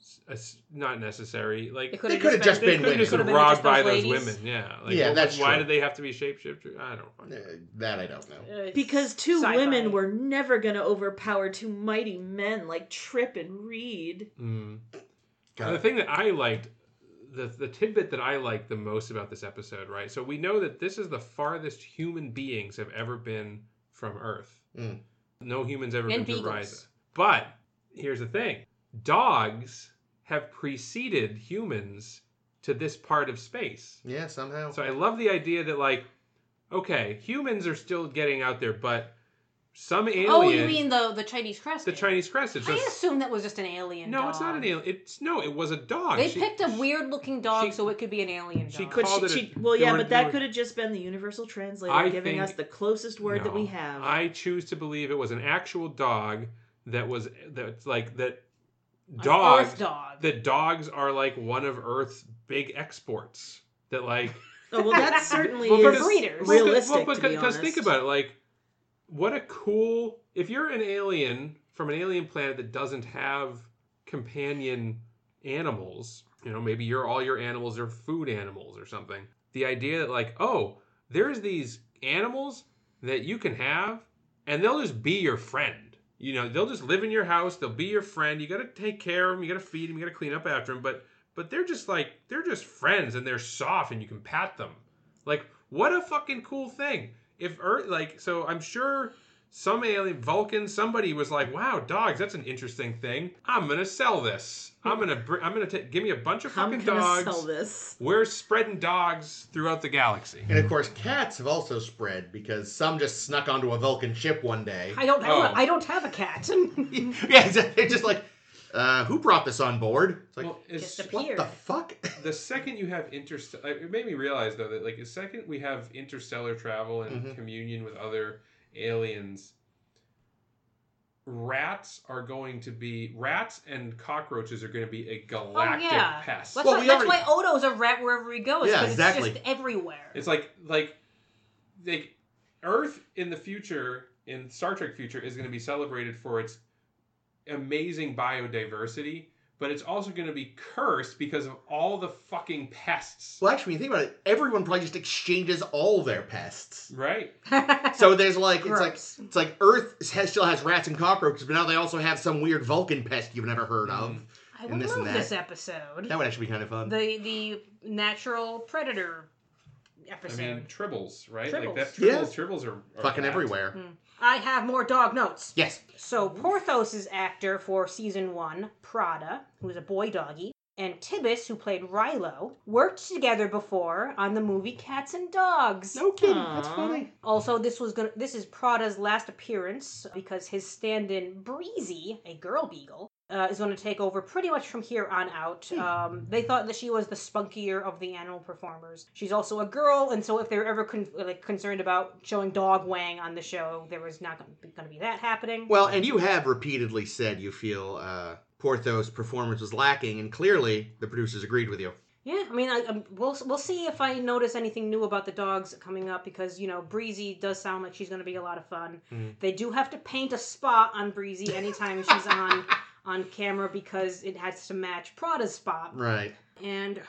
Speaker 4: s- s- not necessary. Like
Speaker 1: could
Speaker 3: They could have just
Speaker 4: they
Speaker 3: been
Speaker 4: could have
Speaker 3: women.
Speaker 4: just
Speaker 1: Could've
Speaker 4: been
Speaker 1: been
Speaker 4: robbed
Speaker 1: just those
Speaker 4: by those
Speaker 1: ladies.
Speaker 4: women. Yeah. Like,
Speaker 3: Yeah,
Speaker 4: wh-
Speaker 3: that's
Speaker 4: Why
Speaker 3: true.
Speaker 4: did they have to be shapeshifters? I don't. fucking
Speaker 3: Uh,
Speaker 4: know.
Speaker 3: that I don't know.
Speaker 2: Because two
Speaker 1: Sci-fi.
Speaker 2: women were never going to overpower two mighty men like Trip and Reed.
Speaker 4: Mm.
Speaker 3: Got
Speaker 4: the
Speaker 3: it.
Speaker 4: thing that I liked, the the tidbit that I liked the most about this episode, right? So we know that this is the farthest human beings have ever been from Earth.
Speaker 3: Mm.
Speaker 4: No humans ever
Speaker 1: And
Speaker 4: been to
Speaker 1: beagles.
Speaker 4: Ryza. But here's the thing: dogs have preceded humans to this part of space.
Speaker 3: Yeah, somehow.
Speaker 4: So I love the idea that like, okay, humans are still getting out there, but some alien,
Speaker 1: Oh, you mean the the Chinese crest?
Speaker 4: the Chinese crested. So
Speaker 1: I assume that was just an alien.
Speaker 4: no, it's not an
Speaker 1: dog.
Speaker 4: alien. It's no, it was a dog.
Speaker 1: They
Speaker 4: She-
Speaker 1: picked a weird looking dog
Speaker 4: she-
Speaker 1: so it could be an alien dog.
Speaker 4: she
Speaker 2: But
Speaker 4: Called
Speaker 2: she,
Speaker 4: it
Speaker 2: she,
Speaker 4: a-
Speaker 2: well,
Speaker 4: they
Speaker 2: yeah,
Speaker 4: were-
Speaker 2: but
Speaker 4: they
Speaker 2: that
Speaker 4: were-
Speaker 2: could have just been the universal translator
Speaker 4: I
Speaker 2: giving
Speaker 4: think-
Speaker 2: us the closest word that we
Speaker 4: No.
Speaker 2: have.
Speaker 4: I choose to believe it was an actual dog that was that's like that
Speaker 1: An
Speaker 4: dogs
Speaker 1: Earth dog.
Speaker 4: that dogs are like one of Earth's big exports. That like
Speaker 2: oh, well, that certainly
Speaker 4: Well,
Speaker 1: but
Speaker 2: is
Speaker 1: it's- Breeders.
Speaker 4: well, 'cause-
Speaker 2: realistic.
Speaker 4: well,
Speaker 2: to be
Speaker 4: because
Speaker 2: honest.
Speaker 4: think about it, like what a cool if you're an alien from an alien planet that doesn't have companion animals, you know, maybe your all your animals are food animals or something. The idea that like, oh, there's these animals that you can have and they'll just be your friend. You know, they'll just live in your house. They'll be your friend. You got to take care of them. You got to feed them. You got to clean up after them. But but they're just like they're just friends and they're soft and you can pat them. Like what a fucking cool thing. If Earth like so, I'm sure some alien Vulcan somebody was like, wow, dogs, that's an interesting thing. I'm gonna sell this. I'm gonna br- I'm gonna take give me a bunch of
Speaker 2: I'm
Speaker 4: fucking
Speaker 2: gonna
Speaker 4: dogs.
Speaker 2: sell this.
Speaker 4: We're spreading dogs throughout the galaxy.
Speaker 3: And of course, cats have also spread because some just snuck onto a Vulcan ship one day.
Speaker 1: I don't.
Speaker 4: Oh.
Speaker 1: Have, I don't have a cat.
Speaker 3: yeah, exactly. they're just like, uh, who brought this on board? It's like,
Speaker 4: Well, it's-
Speaker 1: Just a
Speaker 3: what the fuck?
Speaker 4: the second you have interst like, it made me realize though that like the second we have interstellar travel and
Speaker 3: Mhm.
Speaker 4: communion with other aliens rats are going to be rats and cockroaches are going to be a galactic
Speaker 1: yeah.
Speaker 4: pest
Speaker 1: That's,
Speaker 3: Well,
Speaker 1: why,
Speaker 3: we
Speaker 1: that's
Speaker 3: already-
Speaker 1: why Odo's a rat wherever he goes.
Speaker 3: Yeah,
Speaker 1: 'cause
Speaker 3: exactly.
Speaker 1: It's just everywhere.
Speaker 4: it's like like like earth in the future in star trek future is going to be celebrated for its amazing biodiversity but it's also going to be cursed because of all the fucking pests
Speaker 3: Well, actually, when you think about it, everyone probably just exchanges all their pests.
Speaker 4: right
Speaker 3: So there's like, it's like,
Speaker 1: Gross.
Speaker 3: it's like Earth has, still has rats and cockroaches, but now they also have some weird Vulcan pest you've never heard of.
Speaker 4: Mhm.
Speaker 1: I
Speaker 3: and
Speaker 1: would
Speaker 3: this and
Speaker 1: love
Speaker 3: that.
Speaker 1: this episode.
Speaker 3: That would actually be kind of fun.
Speaker 1: The the natural predator
Speaker 4: I
Speaker 1: episode. I,
Speaker 4: mean, tribbles, right?
Speaker 1: Tribbles.
Speaker 4: Like that. Tribbles,
Speaker 3: Yeah.
Speaker 4: tribbles are, are
Speaker 3: Fucking
Speaker 4: that.
Speaker 3: everywhere.
Speaker 1: Mm-hmm. have more dog notes.
Speaker 3: Yes.
Speaker 1: So
Speaker 3: Mm-hmm.
Speaker 1: Porthos's actor for season one, Prada, who was a boy doggy, and Tibbs, who played Rilo, worked together before on the movie Cats and Dogs.
Speaker 3: No kidding.
Speaker 2: Aw.
Speaker 3: That's funny.
Speaker 1: Also, this was gonna, this is Prada's last appearance because his stand-in Breezy, a girl beagle, uh, is going to take over pretty much from here on out.
Speaker 3: Hmm.
Speaker 1: Um, they thought that she was the spunkier of the animal performers. She's also a girl, and so if they were ever con- like concerned about showing dog wang on the show, there was not going to be that happening.
Speaker 3: Well, and you have repeatedly said you feel uh, Porthos' performance was lacking, and clearly the producers agreed with you.
Speaker 1: Yeah, I mean, I, um we'll we'll see if I notice anything new about the dogs coming up because you know Breezy does sound like she's going to be a lot of fun.
Speaker 3: Mm.
Speaker 1: They do have to paint a spot on Breezy anytime she's on on camera because it has to match Prada's spot,
Speaker 3: Right.
Speaker 1: and her-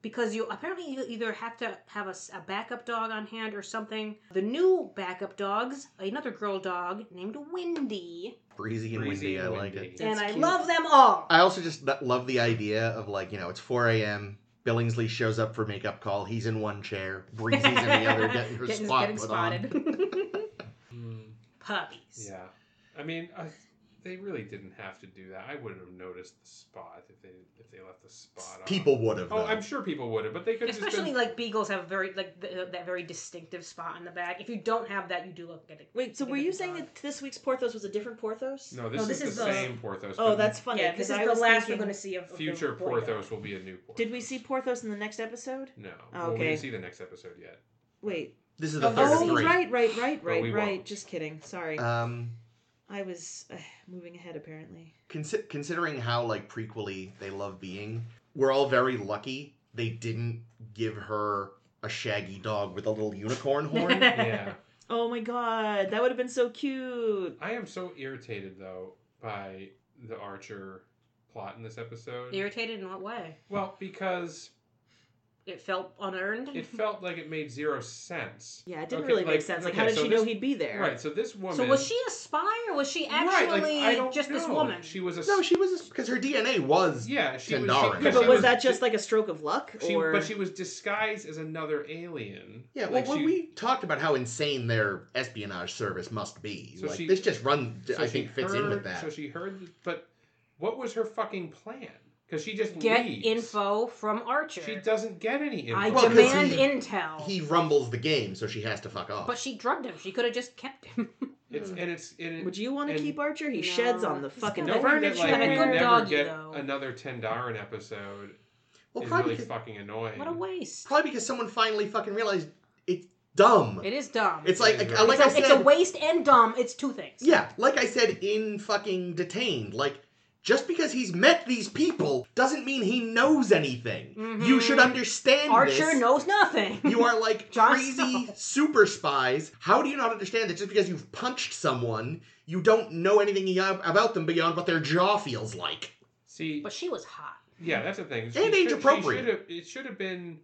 Speaker 1: because you apparently you either have to have a, s- a backup dog on hand or something. The new backup dogs, another girl dog named Windy,
Speaker 3: Breezy and
Speaker 4: Breezy
Speaker 3: windy. I
Speaker 4: and
Speaker 3: like
Speaker 4: windy.
Speaker 3: it.
Speaker 1: and
Speaker 2: That's
Speaker 1: I
Speaker 2: cute.
Speaker 1: love them all.
Speaker 3: I also just th- love the idea of like you know it's 4 a.m. Billingsley shows up for makeup call. He's in one chair. Breezy's in the other, getting her
Speaker 1: Getting-
Speaker 3: spot
Speaker 1: getting
Speaker 3: put on.
Speaker 1: spotted.
Speaker 4: Mm.
Speaker 1: Puppies.
Speaker 4: Yeah, I mean, I, they really didn't have to do that. I wouldn't have noticed the spot if they if they left the spot. on.
Speaker 3: People would have.
Speaker 4: Oh, I'm sure people would have, but they could have just
Speaker 1: Especially
Speaker 4: been.
Speaker 1: like beagles have very like th- uh, that very distinctive spot on the back. If you don't have that, you do look at it.
Speaker 2: Wait, so were you saying that this week's Porthos was a different Porthos?
Speaker 4: no, this,
Speaker 1: No, this
Speaker 4: is,
Speaker 1: is
Speaker 4: the
Speaker 1: the-
Speaker 4: same Porthos.
Speaker 2: Oh,
Speaker 4: but
Speaker 2: that's funny.
Speaker 1: yeah,
Speaker 2: 'cause
Speaker 1: this is
Speaker 2: I
Speaker 1: the
Speaker 2: was
Speaker 1: last we're
Speaker 2: thinking-
Speaker 1: going to see of, of
Speaker 4: future
Speaker 1: the boy dog.
Speaker 4: Porthos will be a new Porthos.
Speaker 2: Did we see Porthos in the next episode?
Speaker 4: No.
Speaker 2: Oh,
Speaker 4: Well, we
Speaker 2: okay.
Speaker 4: didn't see the next episode yet.
Speaker 2: Wait.
Speaker 3: This is the
Speaker 1: Oh,
Speaker 3: third
Speaker 1: this
Speaker 3: of
Speaker 1: is
Speaker 3: three.
Speaker 2: right, right, right,
Speaker 4: But we
Speaker 2: right, right.
Speaker 4: won't. Uh,
Speaker 2: Just kidding. Sorry.
Speaker 3: Um,
Speaker 2: I was uh, moving ahead apparently.
Speaker 3: consi- considering how like prequely they love being, we're all very lucky they didn't give her a shaggy dog with a little unicorn horn.
Speaker 4: Yeah.
Speaker 2: Oh my god, that would have been so cute.
Speaker 4: I am so irritated though by the Archer plot in this episode.
Speaker 1: Irritated in what way?
Speaker 4: well, because
Speaker 1: It felt unearned.
Speaker 4: it felt like it made zero sense.
Speaker 2: Yeah, it didn't
Speaker 4: Okay,
Speaker 2: really make
Speaker 4: like-
Speaker 2: sense. Like,
Speaker 4: okay,
Speaker 2: how did
Speaker 4: so
Speaker 2: she
Speaker 4: this-
Speaker 2: know he'd be there?
Speaker 4: Right. So this woman.
Speaker 1: so was she a spy or was she
Speaker 4: Right, like,
Speaker 1: actually
Speaker 4: I don't
Speaker 1: just this
Speaker 4: know.
Speaker 1: woman?
Speaker 4: She was a.
Speaker 3: no, she was because her DNA was.
Speaker 4: yeah, she was.
Speaker 3: Tandara.
Speaker 4: she-
Speaker 2: Yeah,
Speaker 3: Yeah,
Speaker 2: but
Speaker 4: she
Speaker 2: was, that just like a stroke of luck?
Speaker 4: She,
Speaker 2: or
Speaker 4: But she was disguised as another alien.
Speaker 3: Yeah, well,
Speaker 4: Like,
Speaker 3: when
Speaker 4: she-
Speaker 3: we talked about how insane their espionage service must be,
Speaker 4: So
Speaker 3: like
Speaker 4: she-
Speaker 3: this just run,
Speaker 4: so
Speaker 3: I
Speaker 4: she
Speaker 3: think, fits in with
Speaker 4: heard-
Speaker 3: that.
Speaker 4: So she heard, but what was her fucking plan? Because she just
Speaker 1: Get
Speaker 4: leaves.
Speaker 1: info from Archer.
Speaker 4: She doesn't get any info.
Speaker 1: I
Speaker 3: Well, 'cause
Speaker 1: demand
Speaker 3: he-
Speaker 1: intel.
Speaker 3: he rumbles the game, so she has to fuck off.
Speaker 1: but she drugged him. She could have just kept him.
Speaker 4: It's and it's and it,
Speaker 2: Would you want to
Speaker 4: and-
Speaker 2: keep Archer? He
Speaker 1: No.
Speaker 2: sheds on the
Speaker 1: He's
Speaker 2: fucking
Speaker 1: got a-
Speaker 4: knowing that
Speaker 2: furniture.
Speaker 4: like
Speaker 1: But a
Speaker 4: we
Speaker 1: good
Speaker 4: never
Speaker 1: doggy,
Speaker 4: get
Speaker 1: though.
Speaker 4: another Tendaran episode
Speaker 3: well,
Speaker 4: is
Speaker 3: probably,
Speaker 4: really
Speaker 3: because,
Speaker 4: fucking annoying.
Speaker 1: what a waste.
Speaker 3: probably because someone finally fucking realized it's dumb.
Speaker 1: It is dumb.
Speaker 3: it's like,
Speaker 4: It's
Speaker 3: like, like I
Speaker 1: it's, a,
Speaker 3: said,
Speaker 1: it's a waste and dumb. It's two things.
Speaker 3: Yeah, like I said in fucking Detained, like just because he's met these people doesn't mean he knows anything.
Speaker 1: Mhm.
Speaker 3: You should understand
Speaker 1: Archer
Speaker 3: this.
Speaker 1: knows nothing.
Speaker 3: You are like
Speaker 1: Jon
Speaker 3: crazy
Speaker 1: Snow.
Speaker 3: super spies. How do you not understand that just because you've punched someone, you don't know anything y- about them beyond what their jaw feels like?
Speaker 4: See,
Speaker 1: But she was hot.
Speaker 4: yeah, that's the thing. She
Speaker 3: And
Speaker 4: should-
Speaker 3: age
Speaker 4: she
Speaker 3: appropriate.
Speaker 4: should've- It should have been.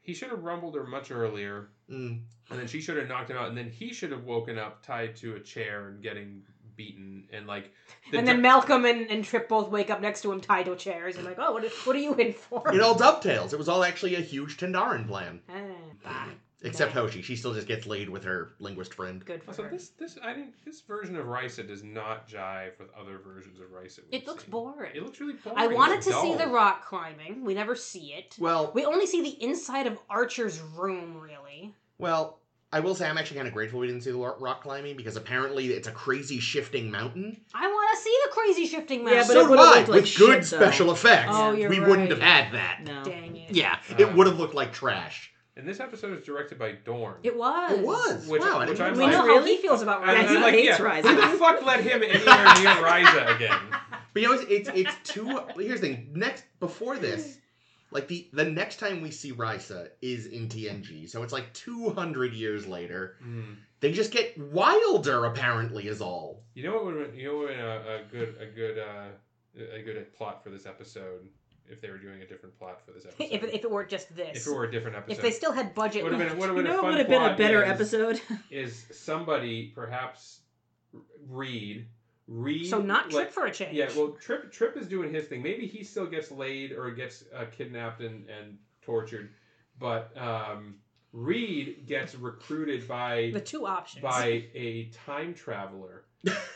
Speaker 4: He should have rumbled her much earlier,
Speaker 3: Mm.
Speaker 4: and then she should have knocked him out, and then he should have woken up tied to a chair and getting beaten, and like. the
Speaker 1: and
Speaker 4: dr-
Speaker 1: then Malcolm and, and Trip both wake up next to him tied to chairs and like, oh, what are, what are you in for?
Speaker 3: It all dovetails. It was all actually a huge Tendaran plan.
Speaker 1: Ah, bah,
Speaker 3: Except
Speaker 1: Nah.
Speaker 3: Hoshi. She still just gets laid with her linguist friend.
Speaker 1: good for
Speaker 4: Also,
Speaker 1: her.
Speaker 4: this this I didn't, this version of Risa does not jive with other versions of Risa. we've
Speaker 1: It looks
Speaker 4: seen.
Speaker 1: boring.
Speaker 4: It looks really boring.
Speaker 1: I
Speaker 4: It
Speaker 1: wanted
Speaker 4: looks
Speaker 1: to see
Speaker 4: dull.
Speaker 1: the rock climbing. We never see it.
Speaker 3: Well,
Speaker 1: We only see the inside of Archer's room, really.
Speaker 3: Well, I will say I'm actually kind of grateful we didn't see the wa- rock climbing because apparently it's a crazy shifting mountain.
Speaker 1: I want to see the crazy shifting
Speaker 2: Yeah,
Speaker 1: mountain.
Speaker 2: but
Speaker 3: so
Speaker 2: it
Speaker 3: did
Speaker 2: would've
Speaker 3: I,
Speaker 2: looked like
Speaker 3: with good
Speaker 2: shit, though.
Speaker 3: special effects.
Speaker 1: Oh, you're
Speaker 3: we wouldn't
Speaker 1: right. Oh,
Speaker 3: have had that.
Speaker 2: No.
Speaker 1: Dang it.
Speaker 3: Yeah,
Speaker 4: Um,
Speaker 3: it would have looked like trash.
Speaker 4: And this episode is directed by Dorn.
Speaker 1: It was.
Speaker 3: It was.
Speaker 4: Which-
Speaker 3: wow, I
Speaker 4: which
Speaker 3: didn't
Speaker 4: I'm
Speaker 1: We
Speaker 3: realize
Speaker 1: know
Speaker 3: that.
Speaker 1: how
Speaker 2: Really?
Speaker 1: he feels about
Speaker 4: And
Speaker 2: Yeah,
Speaker 4: I'm
Speaker 2: he
Speaker 1: Risa.
Speaker 4: like,
Speaker 2: hates
Speaker 4: yeah,
Speaker 2: Risa.
Speaker 4: Who the fuck let him anywhere near Risa again?
Speaker 3: But you know, it's it's, it's two. well, here's the thing. Next, before this, like the the next time we see Risa is in TNG, so it's like 200 years later.
Speaker 4: Hmm.
Speaker 3: They just get wilder. Apparently, is all.
Speaker 4: You know what would you know what a, a good a good uh, a good plot for this episode if they were doing a different plot for this episode.
Speaker 1: if, if it were just
Speaker 4: If
Speaker 1: this.
Speaker 4: it were a different
Speaker 1: If
Speaker 4: episode,
Speaker 1: they still had budget
Speaker 4: would have been
Speaker 1: left.
Speaker 4: would have
Speaker 2: You
Speaker 4: been
Speaker 2: know, it
Speaker 4: a fun
Speaker 2: would have been a
Speaker 4: plot
Speaker 2: better
Speaker 4: is-
Speaker 2: episode.
Speaker 4: Is somebody perhaps read read
Speaker 1: so not Trip
Speaker 4: like,
Speaker 1: for a change.
Speaker 4: Yeah, well, Trip Trip is doing his thing. Maybe he still gets laid or gets uh, kidnapped and, and tortured, but um, Reed gets recruited by
Speaker 1: The two options.
Speaker 4: by a time traveler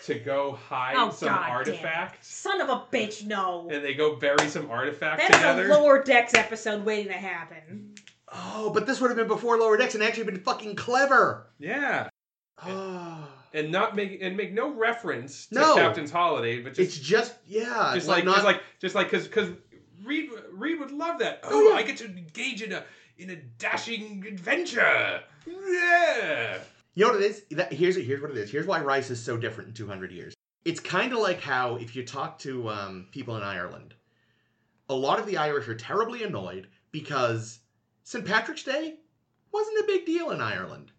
Speaker 4: to go hide
Speaker 1: Oh,
Speaker 4: some
Speaker 1: God damn it.
Speaker 4: artifacts,
Speaker 1: Son of a bitch, no.
Speaker 4: and they go bury some artifact
Speaker 1: That is
Speaker 4: together.
Speaker 1: a lower decks episode waiting to happen.
Speaker 3: Oh, but this would have been before Lower Decks and actually been fucking clever.
Speaker 4: yeah,
Speaker 3: Oh.
Speaker 4: and not make and make no reference to
Speaker 3: No.
Speaker 4: Captain's Holiday, but
Speaker 3: It's
Speaker 4: just
Speaker 3: just, yeah.
Speaker 4: just like,
Speaker 3: not,
Speaker 4: just like just like because because Reed Reed would love that. Oh,
Speaker 3: Oh, yeah.
Speaker 4: I get to engage in a in a dashing adventure.
Speaker 1: Oh,
Speaker 4: Yeah.
Speaker 3: You know what it is? That, here's here's what it is. Here's why rice is so different in 200 years. It's kind of like how if you talk to um, people in Ireland, a lot of the Irish are terribly annoyed because St. Patrick's Day wasn't a big deal in Ireland,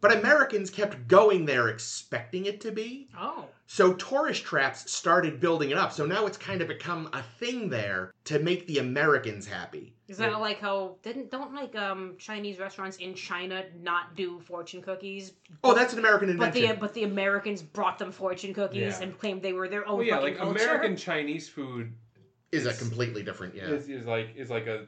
Speaker 3: but Americans kept going there expecting it to be.
Speaker 1: Oh.
Speaker 3: So tourist traps started building it up. So now it's kind of become a thing there to make the Americans happy.
Speaker 1: Is that like how didn't don't like um Chinese restaurants in China not do fortune cookies?
Speaker 3: Oh, that's an American
Speaker 1: But
Speaker 3: invention.
Speaker 1: the but the Americans brought them fortune cookies
Speaker 4: Yeah.
Speaker 1: and claimed they were their own
Speaker 3: Oh,
Speaker 4: Well, yeah,
Speaker 1: fucking
Speaker 4: like
Speaker 1: culture.
Speaker 4: American Chinese food
Speaker 3: is a completely different, yeah.
Speaker 4: is, is like is like a,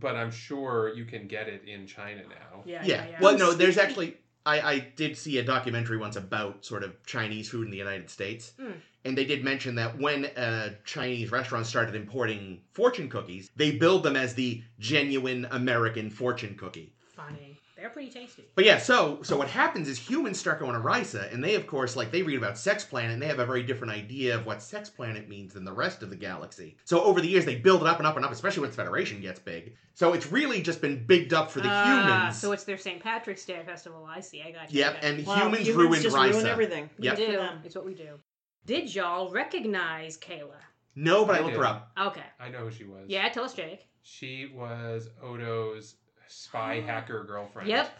Speaker 4: but I'm sure you can get it in China now.
Speaker 1: Yeah,
Speaker 3: yeah.
Speaker 1: yeah, yeah.
Speaker 3: Well, no, there's actually I, I did see a documentary once about sort of Chinese food in the United States,
Speaker 1: Hmm.
Speaker 3: and they did mention that when uh, Chinese restaurants started importing fortune cookies, they billed them as the genuine American fortune cookie.
Speaker 1: funny. They're pretty tasty.
Speaker 3: But yeah, so so what happens is humans start going to Risa, and they of course like they read about Sex Planet, and they have a very different idea of what Sex Planet means than the rest of the galaxy. So over the years, they build it up and up and up, especially once Federation gets big. So it's really just been bigged up for the
Speaker 1: Ah,
Speaker 3: humans.
Speaker 1: So it's their St. Patrick's Day festival. I see. I got you.
Speaker 3: Yep,
Speaker 1: Okay.
Speaker 3: and
Speaker 2: Wow,
Speaker 3: humans, ruined
Speaker 2: just
Speaker 3: Risa.
Speaker 2: ruin everything.
Speaker 1: we
Speaker 3: yep.
Speaker 1: do.
Speaker 2: Good for them.
Speaker 1: It's what we do. Did y'all recognize Kayla?
Speaker 3: No, but I,
Speaker 4: I
Speaker 3: looked
Speaker 4: do.
Speaker 3: her up.
Speaker 1: Okay.
Speaker 4: I know who she was.
Speaker 1: Yeah, tell us, Jake.
Speaker 4: She was Odo's spy hacker girlfriend.
Speaker 1: Yep.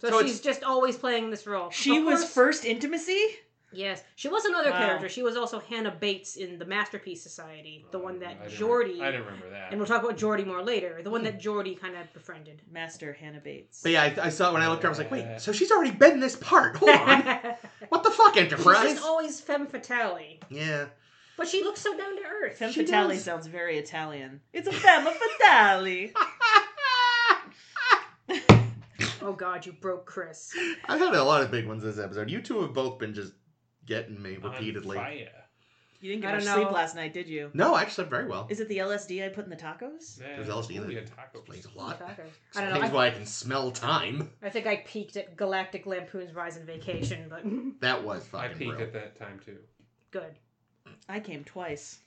Speaker 1: So,
Speaker 3: So
Speaker 1: she's just always playing this role.
Speaker 2: Hmm. She
Speaker 1: Of
Speaker 2: was
Speaker 1: course-
Speaker 2: first intimacy.
Speaker 1: Yes, she was another
Speaker 2: Wow.
Speaker 1: character. She was also Hannah Bates in the Masterpiece Society, the one
Speaker 4: Um, I
Speaker 1: that
Speaker 4: don't
Speaker 1: Geordie.
Speaker 4: remember- I don't remember that.
Speaker 1: and we'll talk about Geordie more later. The one
Speaker 2: Hmm.
Speaker 1: that Geordie kind of befriended.
Speaker 2: Master Hannah Bates.
Speaker 3: But yeah, I, I saw it when I looked her up. I was like, wait, so she's already been this part. Hold on.
Speaker 1: she's
Speaker 3: what the fuck, Enterprise?
Speaker 1: just always femme fatale,
Speaker 3: Yeah.
Speaker 1: but she looks so down to earth.
Speaker 2: Femme
Speaker 3: She
Speaker 2: fatale
Speaker 3: does.
Speaker 2: sounds very Italian. It's a femme fatale.
Speaker 1: Oh God, you broke Chris.
Speaker 3: I've had a lot of big ones this episode. You two have both been just getting me
Speaker 4: On
Speaker 3: repeatedly.
Speaker 4: fire.
Speaker 2: You didn't
Speaker 1: I
Speaker 2: get much
Speaker 1: don't
Speaker 2: sleep
Speaker 1: know.
Speaker 2: last night, did you?
Speaker 3: No, I actually slept very well.
Speaker 2: Is it the LSD I put in the tacos?
Speaker 4: Yeah,
Speaker 3: There's LSD in
Speaker 4: ooh,
Speaker 3: it.
Speaker 4: yeah, tacos.
Speaker 3: This plays a
Speaker 1: I
Speaker 3: lot.
Speaker 1: don't
Speaker 3: Things
Speaker 1: know.
Speaker 3: why I can smell time.
Speaker 1: I, I think I peaked at Galactic Lampoon's Rise and Vacation, but
Speaker 3: That was
Speaker 4: I
Speaker 3: fucking
Speaker 4: peaked
Speaker 3: real.
Speaker 4: at that time too.
Speaker 1: good.
Speaker 2: I came twice.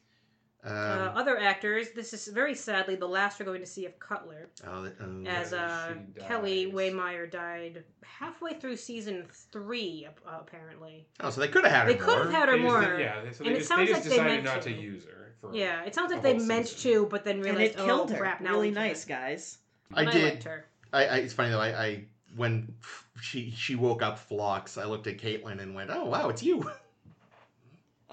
Speaker 1: uh,
Speaker 3: Um,
Speaker 1: other actors. This is very sadly the last we're going to see of Cutler.
Speaker 3: oh, that- oh,
Speaker 1: as uh,
Speaker 4: she
Speaker 1: Kelly
Speaker 4: dies.
Speaker 1: Waymeyer died halfway through season three, ap- uh, apparently.
Speaker 3: oh, so they could have had her
Speaker 1: They could have
Speaker 3: more.
Speaker 1: had her
Speaker 4: They just
Speaker 1: more.
Speaker 4: did- yeah, they- so they
Speaker 1: And it
Speaker 4: just,
Speaker 1: sounds
Speaker 4: they
Speaker 1: like
Speaker 4: just
Speaker 1: they
Speaker 4: decided
Speaker 1: meant
Speaker 4: not to
Speaker 1: to.
Speaker 4: use her. For,
Speaker 1: Yeah, it sounds like
Speaker 4: the
Speaker 1: they
Speaker 4: whole
Speaker 1: meant
Speaker 4: season.
Speaker 1: to, but then realized,
Speaker 2: and it killed
Speaker 1: oh,
Speaker 2: her.
Speaker 1: crap, now
Speaker 2: really
Speaker 1: we
Speaker 2: nice,
Speaker 1: can't.
Speaker 2: guys.
Speaker 3: I
Speaker 1: And
Speaker 3: did.
Speaker 1: liked her.
Speaker 3: I, I, it's funny though. I, I when she she woke up Phlox, I looked at Caitlin and went, "Oh wow, it's you."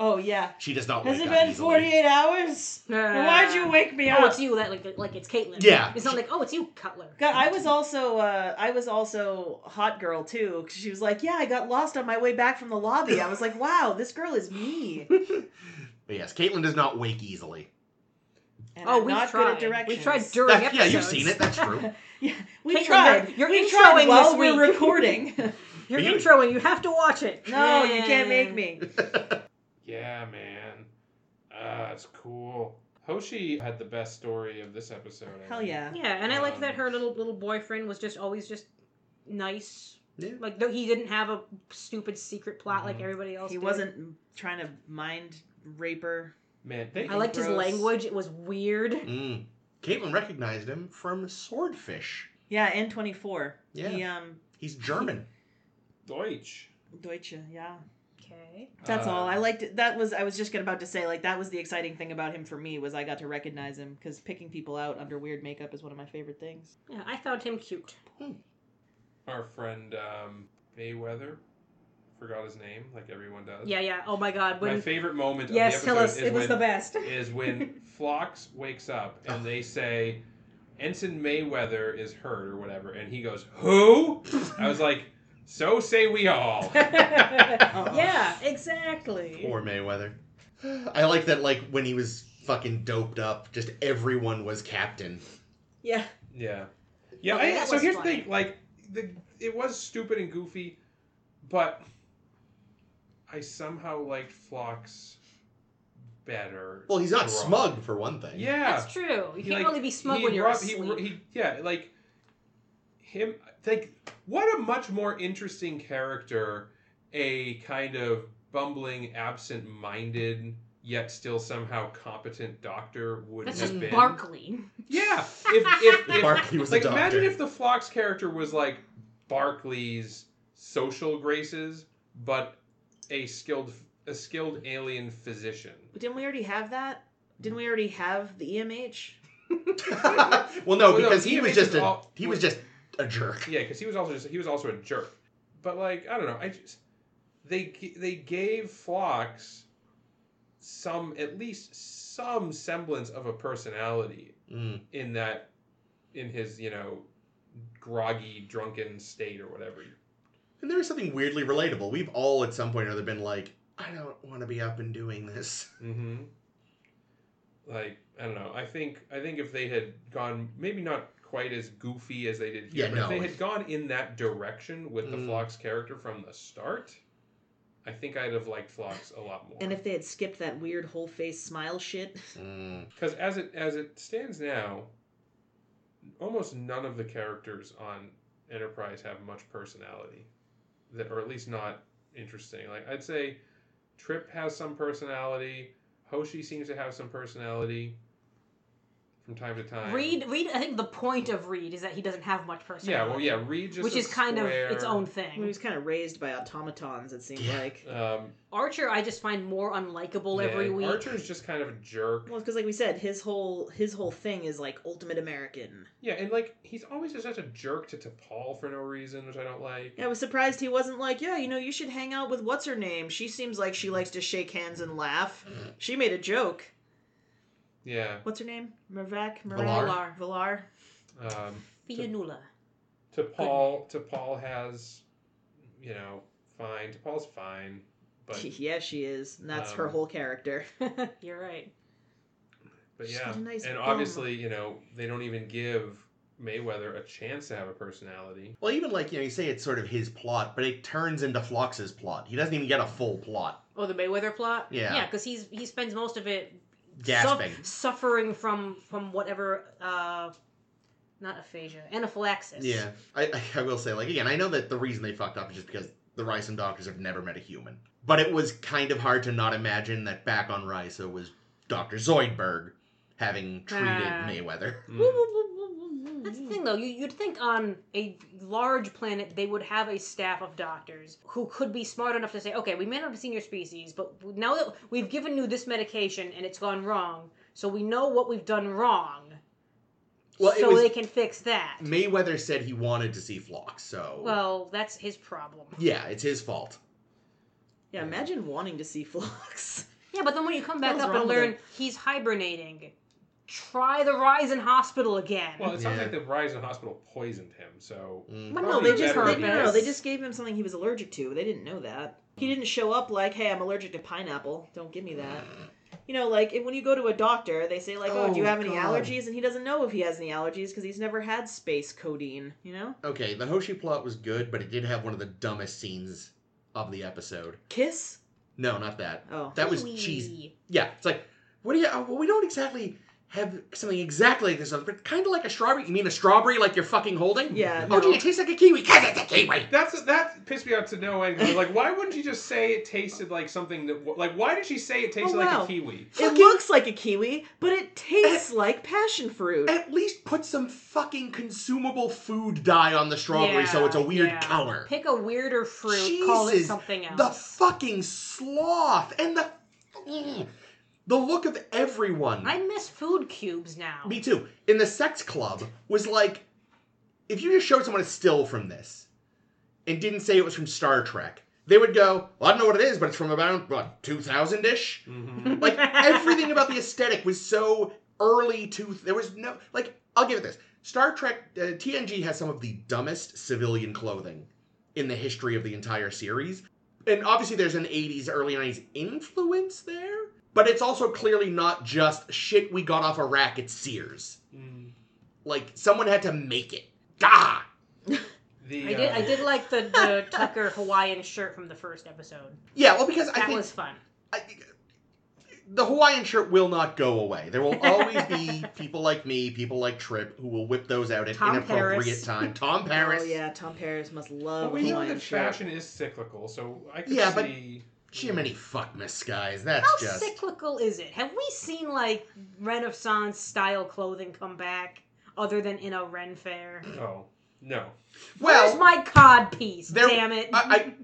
Speaker 2: Oh yeah.
Speaker 3: She does not.
Speaker 2: Has
Speaker 3: wake
Speaker 2: it
Speaker 3: up
Speaker 2: been
Speaker 3: easily.
Speaker 2: 48 hours? Then Why'd you
Speaker 1: Uh,
Speaker 2: wake me
Speaker 1: Oh,
Speaker 2: up?
Speaker 1: it's you. That, like, like it's Caitlin.
Speaker 3: Yeah.
Speaker 1: It's not like, oh, it's you, Cutler.
Speaker 2: God, I was also uh, I was also hot girl too. 'cause she was like, "Yeah, I got lost on my way back from the lobby." I was like, "Wow, this girl is me."
Speaker 3: But yes, Caitlin does not wake easily.
Speaker 2: And
Speaker 1: Oh,
Speaker 2: I'm
Speaker 1: we've
Speaker 2: not
Speaker 1: tried.
Speaker 2: good at directions.
Speaker 1: We've tried during
Speaker 3: That-
Speaker 1: episodes.
Speaker 3: yeah, you've seen it. That's true.
Speaker 2: yeah, we
Speaker 1: Caitlin,
Speaker 2: tried.
Speaker 1: you're- you're
Speaker 2: we tried
Speaker 1: introing
Speaker 2: while
Speaker 1: this
Speaker 2: we're
Speaker 1: week.
Speaker 2: recording.
Speaker 1: You're
Speaker 3: But you-
Speaker 1: introing. You have to watch it.
Speaker 2: no, you can't make
Speaker 1: Yeah.
Speaker 2: me.
Speaker 4: Yeah, man. Ah, it's cool. Hoshi had the best story of this episode. I
Speaker 2: Hell
Speaker 4: think.
Speaker 2: yeah.
Speaker 1: Yeah, and I liked
Speaker 4: Um,
Speaker 1: that her little little boyfriend was just always just nice.
Speaker 3: Yeah.
Speaker 1: Like though he didn't have a stupid secret plot like
Speaker 4: Mhm.
Speaker 1: everybody else.
Speaker 2: He
Speaker 1: did.
Speaker 2: wasn't trying to mind rape her.
Speaker 4: Man, they,
Speaker 1: I liked his
Speaker 2: gross.
Speaker 1: language. It was weird.
Speaker 3: Mm. Caitlin recognized him from Swordfish.
Speaker 2: Yeah, and 24.
Speaker 3: Yeah.
Speaker 2: He um
Speaker 3: He's German.
Speaker 4: Deutsch.
Speaker 2: Deutsche. Yeah.
Speaker 1: Okay.
Speaker 2: That's
Speaker 4: Uh,
Speaker 2: all. I liked it. That was I was just gonna about to say like that was the exciting thing about him for me was I got to recognize him because picking people out under weird makeup is one of my favorite things.
Speaker 1: Yeah, I found him cute.
Speaker 4: Our friend um, Mayweather. Forgot his name, like everyone does.
Speaker 1: Yeah, yeah. Oh my God.
Speaker 4: My
Speaker 1: When
Speaker 4: favorite moment
Speaker 1: yes,
Speaker 4: of the
Speaker 1: tell
Speaker 4: episode
Speaker 1: us.
Speaker 4: is
Speaker 1: It was
Speaker 4: when
Speaker 1: the best.
Speaker 4: is when Phlox wakes up and they say Ensign Mayweather is hurt or whatever, and he goes, Who? I was like, So say we all.
Speaker 1: yeah, exactly.
Speaker 3: Poor Mayweather. I like that. Like when he was fucking doped up, just everyone was captain.
Speaker 2: Yeah.
Speaker 4: Yeah. Yeah,
Speaker 1: Okay,
Speaker 4: I,
Speaker 1: that
Speaker 4: so
Speaker 1: was
Speaker 4: here's
Speaker 1: funny.
Speaker 4: the thing, like the it was stupid and goofy, but I somehow liked Phlox better.
Speaker 3: Well, he's not
Speaker 4: drawn.
Speaker 3: smug for one thing.
Speaker 4: Yeah,
Speaker 1: That's true. You
Speaker 4: He,
Speaker 1: can't
Speaker 4: like,
Speaker 1: really be smug
Speaker 4: he
Speaker 1: when you're
Speaker 4: rub- he-
Speaker 1: asleep.
Speaker 4: he- yeah, like him. Like what a much more interesting character a kind of bumbling, absent-minded yet still somehow competent doctor would
Speaker 1: That's
Speaker 4: have
Speaker 1: just
Speaker 4: been.
Speaker 1: Barkley.
Speaker 4: Yeah, if if, if
Speaker 3: Barkley was a
Speaker 4: like imagine
Speaker 3: doctor.
Speaker 4: if the Phlox character was like Barkley's social graces, but a skilled a skilled alien physician.
Speaker 2: But didn't we already have that? Didn't we already have the E EMH?
Speaker 3: well, no,
Speaker 4: Well, no,
Speaker 3: because he
Speaker 4: he
Speaker 3: was
Speaker 4: was
Speaker 3: just a
Speaker 4: all-
Speaker 3: he was just a jerk.
Speaker 4: Yeah, because he was also just he was also a jerk. But like I don't know, I just they g- they gave Phlox some at least some semblance of a personality
Speaker 3: Mm.
Speaker 4: in that in his you know groggy drunken state or whatever.
Speaker 3: And there is something weirdly relatable. We've all at some point or other been like, I don't want to be up and doing this.
Speaker 4: hmm Like I don't know. I think I think if they had gone, maybe not quite as goofy as they did here,
Speaker 3: Yeah,
Speaker 4: but
Speaker 3: no.
Speaker 4: if they had gone in that direction with the
Speaker 3: Mm.
Speaker 4: Phlox character from the start, I think I'd have liked Phlox a lot more.
Speaker 2: And if they had skipped that weird whole face smile shit,
Speaker 3: Mm.
Speaker 4: Because as it as it stands now, almost none of the characters on Enterprise have much personality, that or at least not interesting. Like I'd say, Trip has some personality. Hoshi seems to have some personality from time to time.
Speaker 1: Reed, Reed. I think the point of Reed is that he doesn't have much
Speaker 4: Yeah,
Speaker 1: personality.
Speaker 4: well, yeah, Reed just
Speaker 1: which
Speaker 4: a
Speaker 1: is kind of its
Speaker 4: square,
Speaker 1: own
Speaker 2: he
Speaker 1: thing.
Speaker 2: was kind of raised by automatons. It seemed
Speaker 3: Yeah.
Speaker 2: like.
Speaker 4: Um,
Speaker 1: Archer, I just find more unlikable every
Speaker 4: yeah,
Speaker 1: week.
Speaker 4: Archer's just kind of a jerk.
Speaker 2: Well, because like we said, his whole his whole thing is like ultimate American.
Speaker 4: Yeah, and like he's always just such a jerk to T'Pol for no reason, which I don't like.
Speaker 2: Yeah, I was surprised he wasn't like, yeah, you know, you should hang out with what's her name. She seems like she likes to shake hands and laugh. She made a joke.
Speaker 4: Yeah.
Speaker 2: What's her name? Mervac,
Speaker 3: Villar.
Speaker 2: Mervac, Villar.
Speaker 4: Um,
Speaker 1: Fianula.
Speaker 4: to Paul to Paul has you know fine to Paul's fine but
Speaker 2: yeah, she is. And that's her
Speaker 4: Um,
Speaker 2: whole character.
Speaker 1: You're right.
Speaker 4: but
Speaker 2: She's
Speaker 4: yeah
Speaker 2: got a nice
Speaker 4: and
Speaker 2: bum.
Speaker 4: obviously you know they don't even give Mayweather a chance to have a personality
Speaker 3: Well, even like you know, you say it's sort of his plot, but it turns into Phlox's plot. He doesn't even get a full plot.
Speaker 1: Oh, the Mayweather plot.
Speaker 3: Yeah.
Speaker 1: yeah, because he's he spends most of it suff-
Speaker 3: Gasping.
Speaker 1: suffering from from whatever, uh, not aphasia, anaphylaxis.
Speaker 3: Yeah, I, I- I will say, like, again, I know that the reason they fucked up is just because the Rison doctors have never met a human. But it was kind of hard to not imagine that back on Risa was Dr. Zoidberg having treated
Speaker 1: Ah.
Speaker 3: Mayweather.
Speaker 4: Hmm.
Speaker 1: That's the thing, though. You, you'd think on a large planet they would have a staff of doctors who could be smart enough to say, okay, we may not have seen your species, but now that we've given you this medication and it's gone wrong, so we know what we've done wrong,
Speaker 3: Well, it
Speaker 1: so
Speaker 3: was-
Speaker 1: they can fix that.
Speaker 3: Mayweather said he wanted to see Flock, so.
Speaker 1: Well, that's his problem.
Speaker 3: Yeah, it's his fault.
Speaker 2: Yeah, imagine wanting to see Phlox.
Speaker 1: Yeah, but then when you come back
Speaker 2: What was
Speaker 1: up and
Speaker 2: wrong with
Speaker 1: learn he's hibernating, try the rise in hospital again.
Speaker 4: well it sounds
Speaker 3: Yeah.
Speaker 4: like the Verizon hospital poisoned him so
Speaker 3: Mm.
Speaker 1: Well, no,
Speaker 4: Probably
Speaker 1: they just
Speaker 4: better
Speaker 2: they,
Speaker 1: heard
Speaker 4: if
Speaker 2: no, no,
Speaker 1: this.
Speaker 2: they just gave him something he was allergic to. They didn't know that. He didn't show up like, "Hey, I'm allergic to pineapple. Don't give me that." You know, like if- when you go to a doctor, they say like, "Oh, do you
Speaker 3: Oh,
Speaker 2: have any
Speaker 3: God.
Speaker 2: allergies?" And he doesn't know if he has any allergies because he's never had space codeine. You know,
Speaker 3: Okay, the Hoshi plot was good, but it did have one of the dumbest scenes of the episode.
Speaker 2: kiss.
Speaker 3: No, not that.
Speaker 2: Oh,
Speaker 3: That was
Speaker 1: Wee.
Speaker 3: cheesy. Yeah, it's like, what do you? uh, Well, we don't exactly have something exactly like this, but kind of like a strawberry. You mean a strawberry like you're fucking holding?
Speaker 2: Yeah,
Speaker 3: Oh, gee,
Speaker 2: no.
Speaker 3: it tastes like a kiwi. Cause it's a kiwi.
Speaker 4: that's that pissed me off to no end 'cause, like why wouldn't she just say it tasted like something that like why did she say it tasted like
Speaker 2: wow.
Speaker 4: a kiwi
Speaker 2: it looks like a kiwi, but it tastes like passion fruit.
Speaker 3: At least put some fucking consumable food dye on the strawberry so
Speaker 1: Yeah,
Speaker 3: it's a weird
Speaker 1: yeah.
Speaker 3: color.
Speaker 1: Pick a weirder fruit, call it
Speaker 3: Jesus,
Speaker 1: something else.
Speaker 3: The fucking sloth and the mm, the look of everyone.
Speaker 1: I miss food cubes now.
Speaker 3: Me too. In the sex club was like, if you just showed someone a still from this and didn't say it was from Star Trek, they would go, well, I don't know what it is, but it's from about, what, 2000 ish?
Speaker 4: mm-hmm.
Speaker 3: Like, everything about the aesthetic was so early to. There was no. Like, I'll give it this Star Trek, uh, TNG has some of the dumbest civilian clothing in the history of the entire series. And obviously, there's an 80s, early 90s influence there, but it's also clearly not just shit we got off a rack at Sears. Like someone had to make it. Gah!
Speaker 4: The
Speaker 1: I did.
Speaker 4: uh,
Speaker 1: I did like the, the Tucker Hawaiian shirt from the first episode.
Speaker 3: Yeah, well, because I
Speaker 1: That
Speaker 3: think
Speaker 1: was fun.
Speaker 3: I, the Hawaiian shirt will not go away. There will always be people like me, people like Trip, who will whip those out at
Speaker 1: Tom
Speaker 3: inappropriate
Speaker 1: Paris.
Speaker 3: time. Tom Paris.
Speaker 2: Oh yeah, Tom Paris must
Speaker 4: But
Speaker 2: love
Speaker 4: we know
Speaker 2: Hawaiian
Speaker 4: that
Speaker 2: shirt.
Speaker 4: fashion is cyclical, so I could
Speaker 3: Yeah, but-
Speaker 4: see.
Speaker 3: Jiminy fuck miss guys. That's
Speaker 1: How
Speaker 3: just
Speaker 1: cyclical is it? Have we seen like Renaissance style clothing come back other than in a Ren fair?
Speaker 4: Oh no,
Speaker 3: well.
Speaker 1: Where's my cod piece?
Speaker 3: there-
Speaker 1: Damn it!
Speaker 3: I, I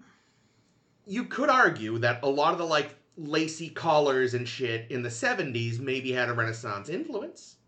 Speaker 3: you could argue that a lot of the like lacy collars and shit in the 70s maybe had a renaissance influence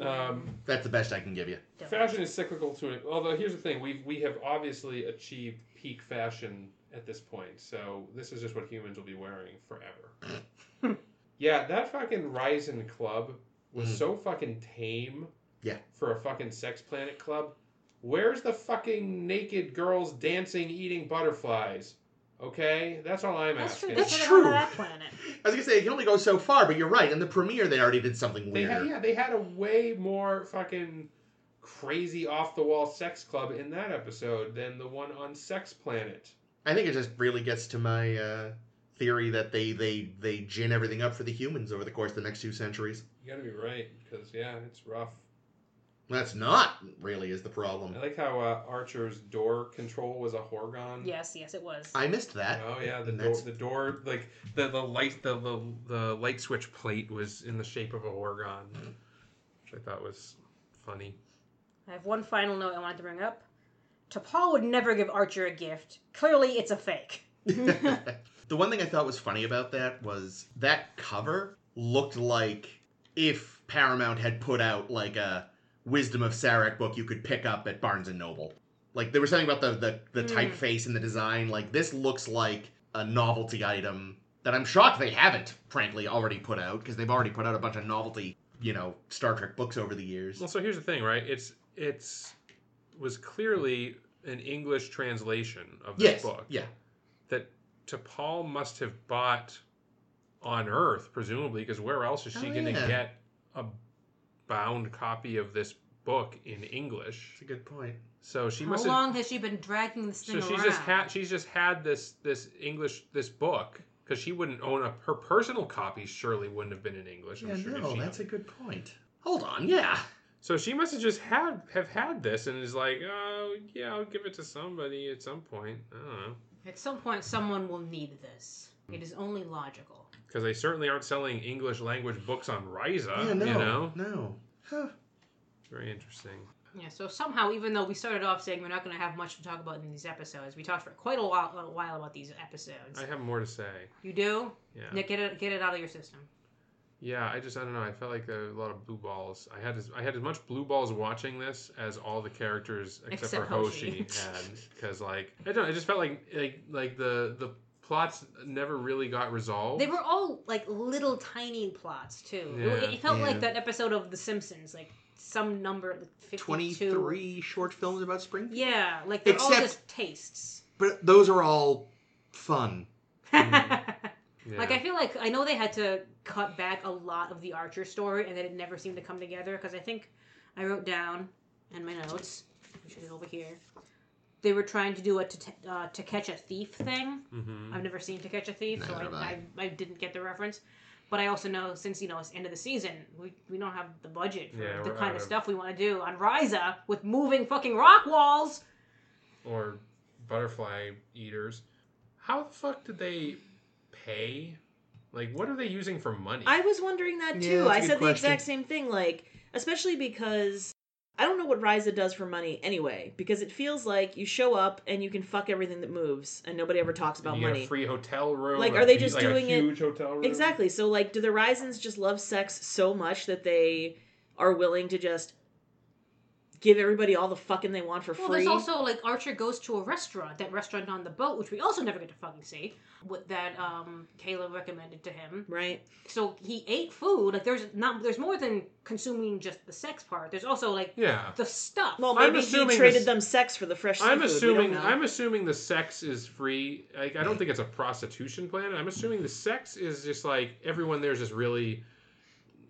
Speaker 4: um,
Speaker 3: that's the best i can give you
Speaker 1: Don't.
Speaker 4: fashion is cyclical to it. Although here's the thing, we we have obviously achieved peak fashion at this point, so this is just what humans will be wearing forever. yeah, that fucking Ryzen club was
Speaker 3: Mhm.
Speaker 4: so fucking tame.
Speaker 3: Yeah.
Speaker 4: For a fucking sex planet club, where's the fucking naked girls dancing, eating butterflies? Okay, that's all I'm
Speaker 1: That's true.
Speaker 4: asking.
Speaker 1: That's
Speaker 3: That's
Speaker 1: true.
Speaker 3: true.
Speaker 1: That planet.
Speaker 3: i was gonna say it can only go so far but you're right in the premiere they already did something
Speaker 4: They
Speaker 3: weird
Speaker 4: had, yeah, they had a way more fucking crazy off the wall sex club in that episode than the one on Sex Planet.
Speaker 3: i think it just really gets to my uh theory that they they they gin everything up for the humans over the course of the next two centuries
Speaker 4: You gotta be right because yeah, it's rough.
Speaker 3: that's not really is the problem
Speaker 4: I like how uh, Archer's door control was a horgon.
Speaker 1: Yes, yes, it was.
Speaker 3: i missed that
Speaker 4: Oh yeah, the
Speaker 3: And
Speaker 4: door,
Speaker 3: that's-
Speaker 4: the door, like the the light, the, the the light switch plate was in the shape of a horgon, which I thought was funny.
Speaker 1: I have one final note I wanted to bring up. T'Pol would never give Archer a gift. Clearly, it's a fake.
Speaker 3: the one thing I thought was funny about that was that cover looked like if Paramount had put out like a Wisdom of Sarek book you could pick up at Barnes and Noble. Like there was something about the the, the
Speaker 1: Mm.
Speaker 3: typeface and the design. Like this looks like a novelty item that I'm shocked they haven't, frankly, already put out because they've already put out a bunch of novelty, you know, Star Trek books over the years.
Speaker 4: Well, so here's the thing, right? It's it's was clearly an English translation of this
Speaker 3: yes,
Speaker 4: book.
Speaker 3: yeah,
Speaker 4: that T'Pol must have bought on Earth, presumably, because where else is she
Speaker 3: Oh,
Speaker 4: going to
Speaker 3: yeah.
Speaker 4: get a bound copy of this book in English?
Speaker 3: that's a good point.
Speaker 4: So she
Speaker 1: How
Speaker 4: must have.
Speaker 1: long has she been dragging this
Speaker 4: So
Speaker 1: thing
Speaker 4: she's
Speaker 1: around?
Speaker 4: just had she's just had this this English this book because she wouldn't own a her personal copy. Surely wouldn't have been in English. I'm
Speaker 3: Yeah,
Speaker 4: sure if
Speaker 3: no,
Speaker 4: she-
Speaker 3: that's a good point. Hold on, yeah.
Speaker 4: So she must have just had have had this and is like, oh yeah, I'll give it to somebody at some point. I don't know.
Speaker 1: At some point, someone will need this. It is only logical.
Speaker 4: Because they certainly aren't selling English language books on Ryza,
Speaker 3: yeah, no,
Speaker 4: Uh, you know.
Speaker 3: no. Huh.
Speaker 4: Very interesting.
Speaker 1: Yeah, so somehow, even though we started off saying we're not going to have much to talk about in these episodes, we talked for quite a while, a while about these episodes.
Speaker 4: I have more to say.
Speaker 1: You do?
Speaker 4: Yeah.
Speaker 1: Nick, get it, get it out of your system.
Speaker 4: Yeah, I just I don't know. I felt like there were a lot of blue balls. I had as I had as much blue balls watching this as all the characters except,
Speaker 1: Except
Speaker 4: for Hoshi
Speaker 1: Hoshi.
Speaker 4: had because like I don't. I just felt like like like the the plots never really got
Speaker 3: Oh.
Speaker 4: resolved.
Speaker 1: They were all like little tiny plots too. It-
Speaker 4: Yeah.
Speaker 1: it felt
Speaker 3: Yeah.
Speaker 1: like that episode of The Simpsons, like some number like 52.
Speaker 3: 23 short films about Springfield.
Speaker 1: Yeah, like they're all
Speaker 3: Except-
Speaker 1: just tastes.
Speaker 3: But those are all fun. Hmm.
Speaker 4: Yeah.
Speaker 1: Like I feel like I know they had to cut back a lot of the Archer story, and that it never seemed to come together. Because I think I wrote down in my notes, which is over here, they were trying to do a to, uh, to catch a thief thing.
Speaker 4: Mhm.
Speaker 1: I've never seen To Catch a Thief, so
Speaker 3: Neither
Speaker 1: I,
Speaker 3: have
Speaker 1: I,
Speaker 3: I.
Speaker 1: I didn't get the reference. But I also know since you know it's end of the season, we, we don't have the budget for
Speaker 4: Yeah,
Speaker 1: the
Speaker 4: we're
Speaker 1: kind of
Speaker 4: out of-
Speaker 1: stuff we want to do on Ryza with moving fucking rock walls.
Speaker 4: or butterfly eaters. How the fuck did they pay? Like, what are they using for money?
Speaker 2: I was wondering that
Speaker 3: Yeah,
Speaker 2: too.
Speaker 3: that's a
Speaker 2: I
Speaker 3: good
Speaker 2: said the
Speaker 3: question.
Speaker 2: exact same thing, like, especially because I don't know what Ryza does for money anyway, because it feels like you show up and you can fuck everything that moves and nobody ever talks about
Speaker 4: you get
Speaker 2: money.
Speaker 4: a free hotel room.
Speaker 2: Like,
Speaker 4: a
Speaker 2: are they
Speaker 4: hu-
Speaker 2: just
Speaker 4: like a
Speaker 2: doing it-
Speaker 4: huge hotel room?
Speaker 2: Exactly. So, like, do the Ryzans just love sex so much that they are willing to just give everybody all the fucking they want for
Speaker 1: Well,
Speaker 2: free?
Speaker 1: there's also like Archer goes to a restaurant, that restaurant on the boat, which we also never get to fucking see. What that um Kayla recommended to him.
Speaker 2: right?
Speaker 1: So he ate food. Like there's not there's more than consuming just the sex part. There's also like
Speaker 4: Yeah.
Speaker 1: the stuff.
Speaker 2: Well,
Speaker 4: I'm
Speaker 2: maybe he
Speaker 4: assuming
Speaker 2: traded
Speaker 4: this-
Speaker 2: them sex for the fresh seafood.
Speaker 4: I'm
Speaker 2: We don't
Speaker 4: assuming
Speaker 2: know.
Speaker 4: I'm assuming the sex is free. Like I don't think it's a prostitution plan. I'm assuming the sex is just like everyone there's just really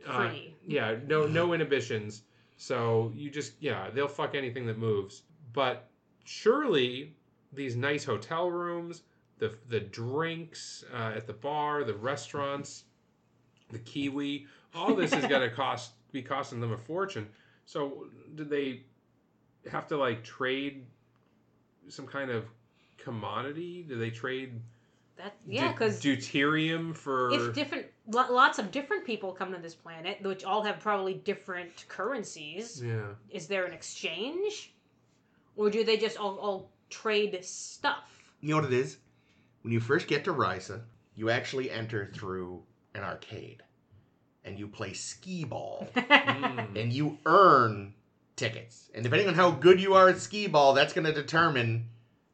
Speaker 4: uh,
Speaker 1: Free.
Speaker 4: Yeah, no no inhibitions. So you just yeah, they'll fuck anything that moves. But surely these nice hotel rooms, the the drinks uh, at the bar, the restaurants, the kiwi, all this is going to cost be costing them a fortune. So do they have to like trade some kind of commodity? Do they trade
Speaker 1: That yeah,
Speaker 4: deut-
Speaker 1: because
Speaker 4: deuterium for
Speaker 1: if different lo- lots of different people come to this planet, which all have probably different currencies,
Speaker 4: yeah.
Speaker 1: is there an exchange, or do they just all, all trade stuff?
Speaker 3: You know what it is? When you first get to Risa, you actually enter through an arcade and you play skee ball
Speaker 4: Mm.
Speaker 3: and you earn tickets. And depending on how good you are at skee ball, that's going to determine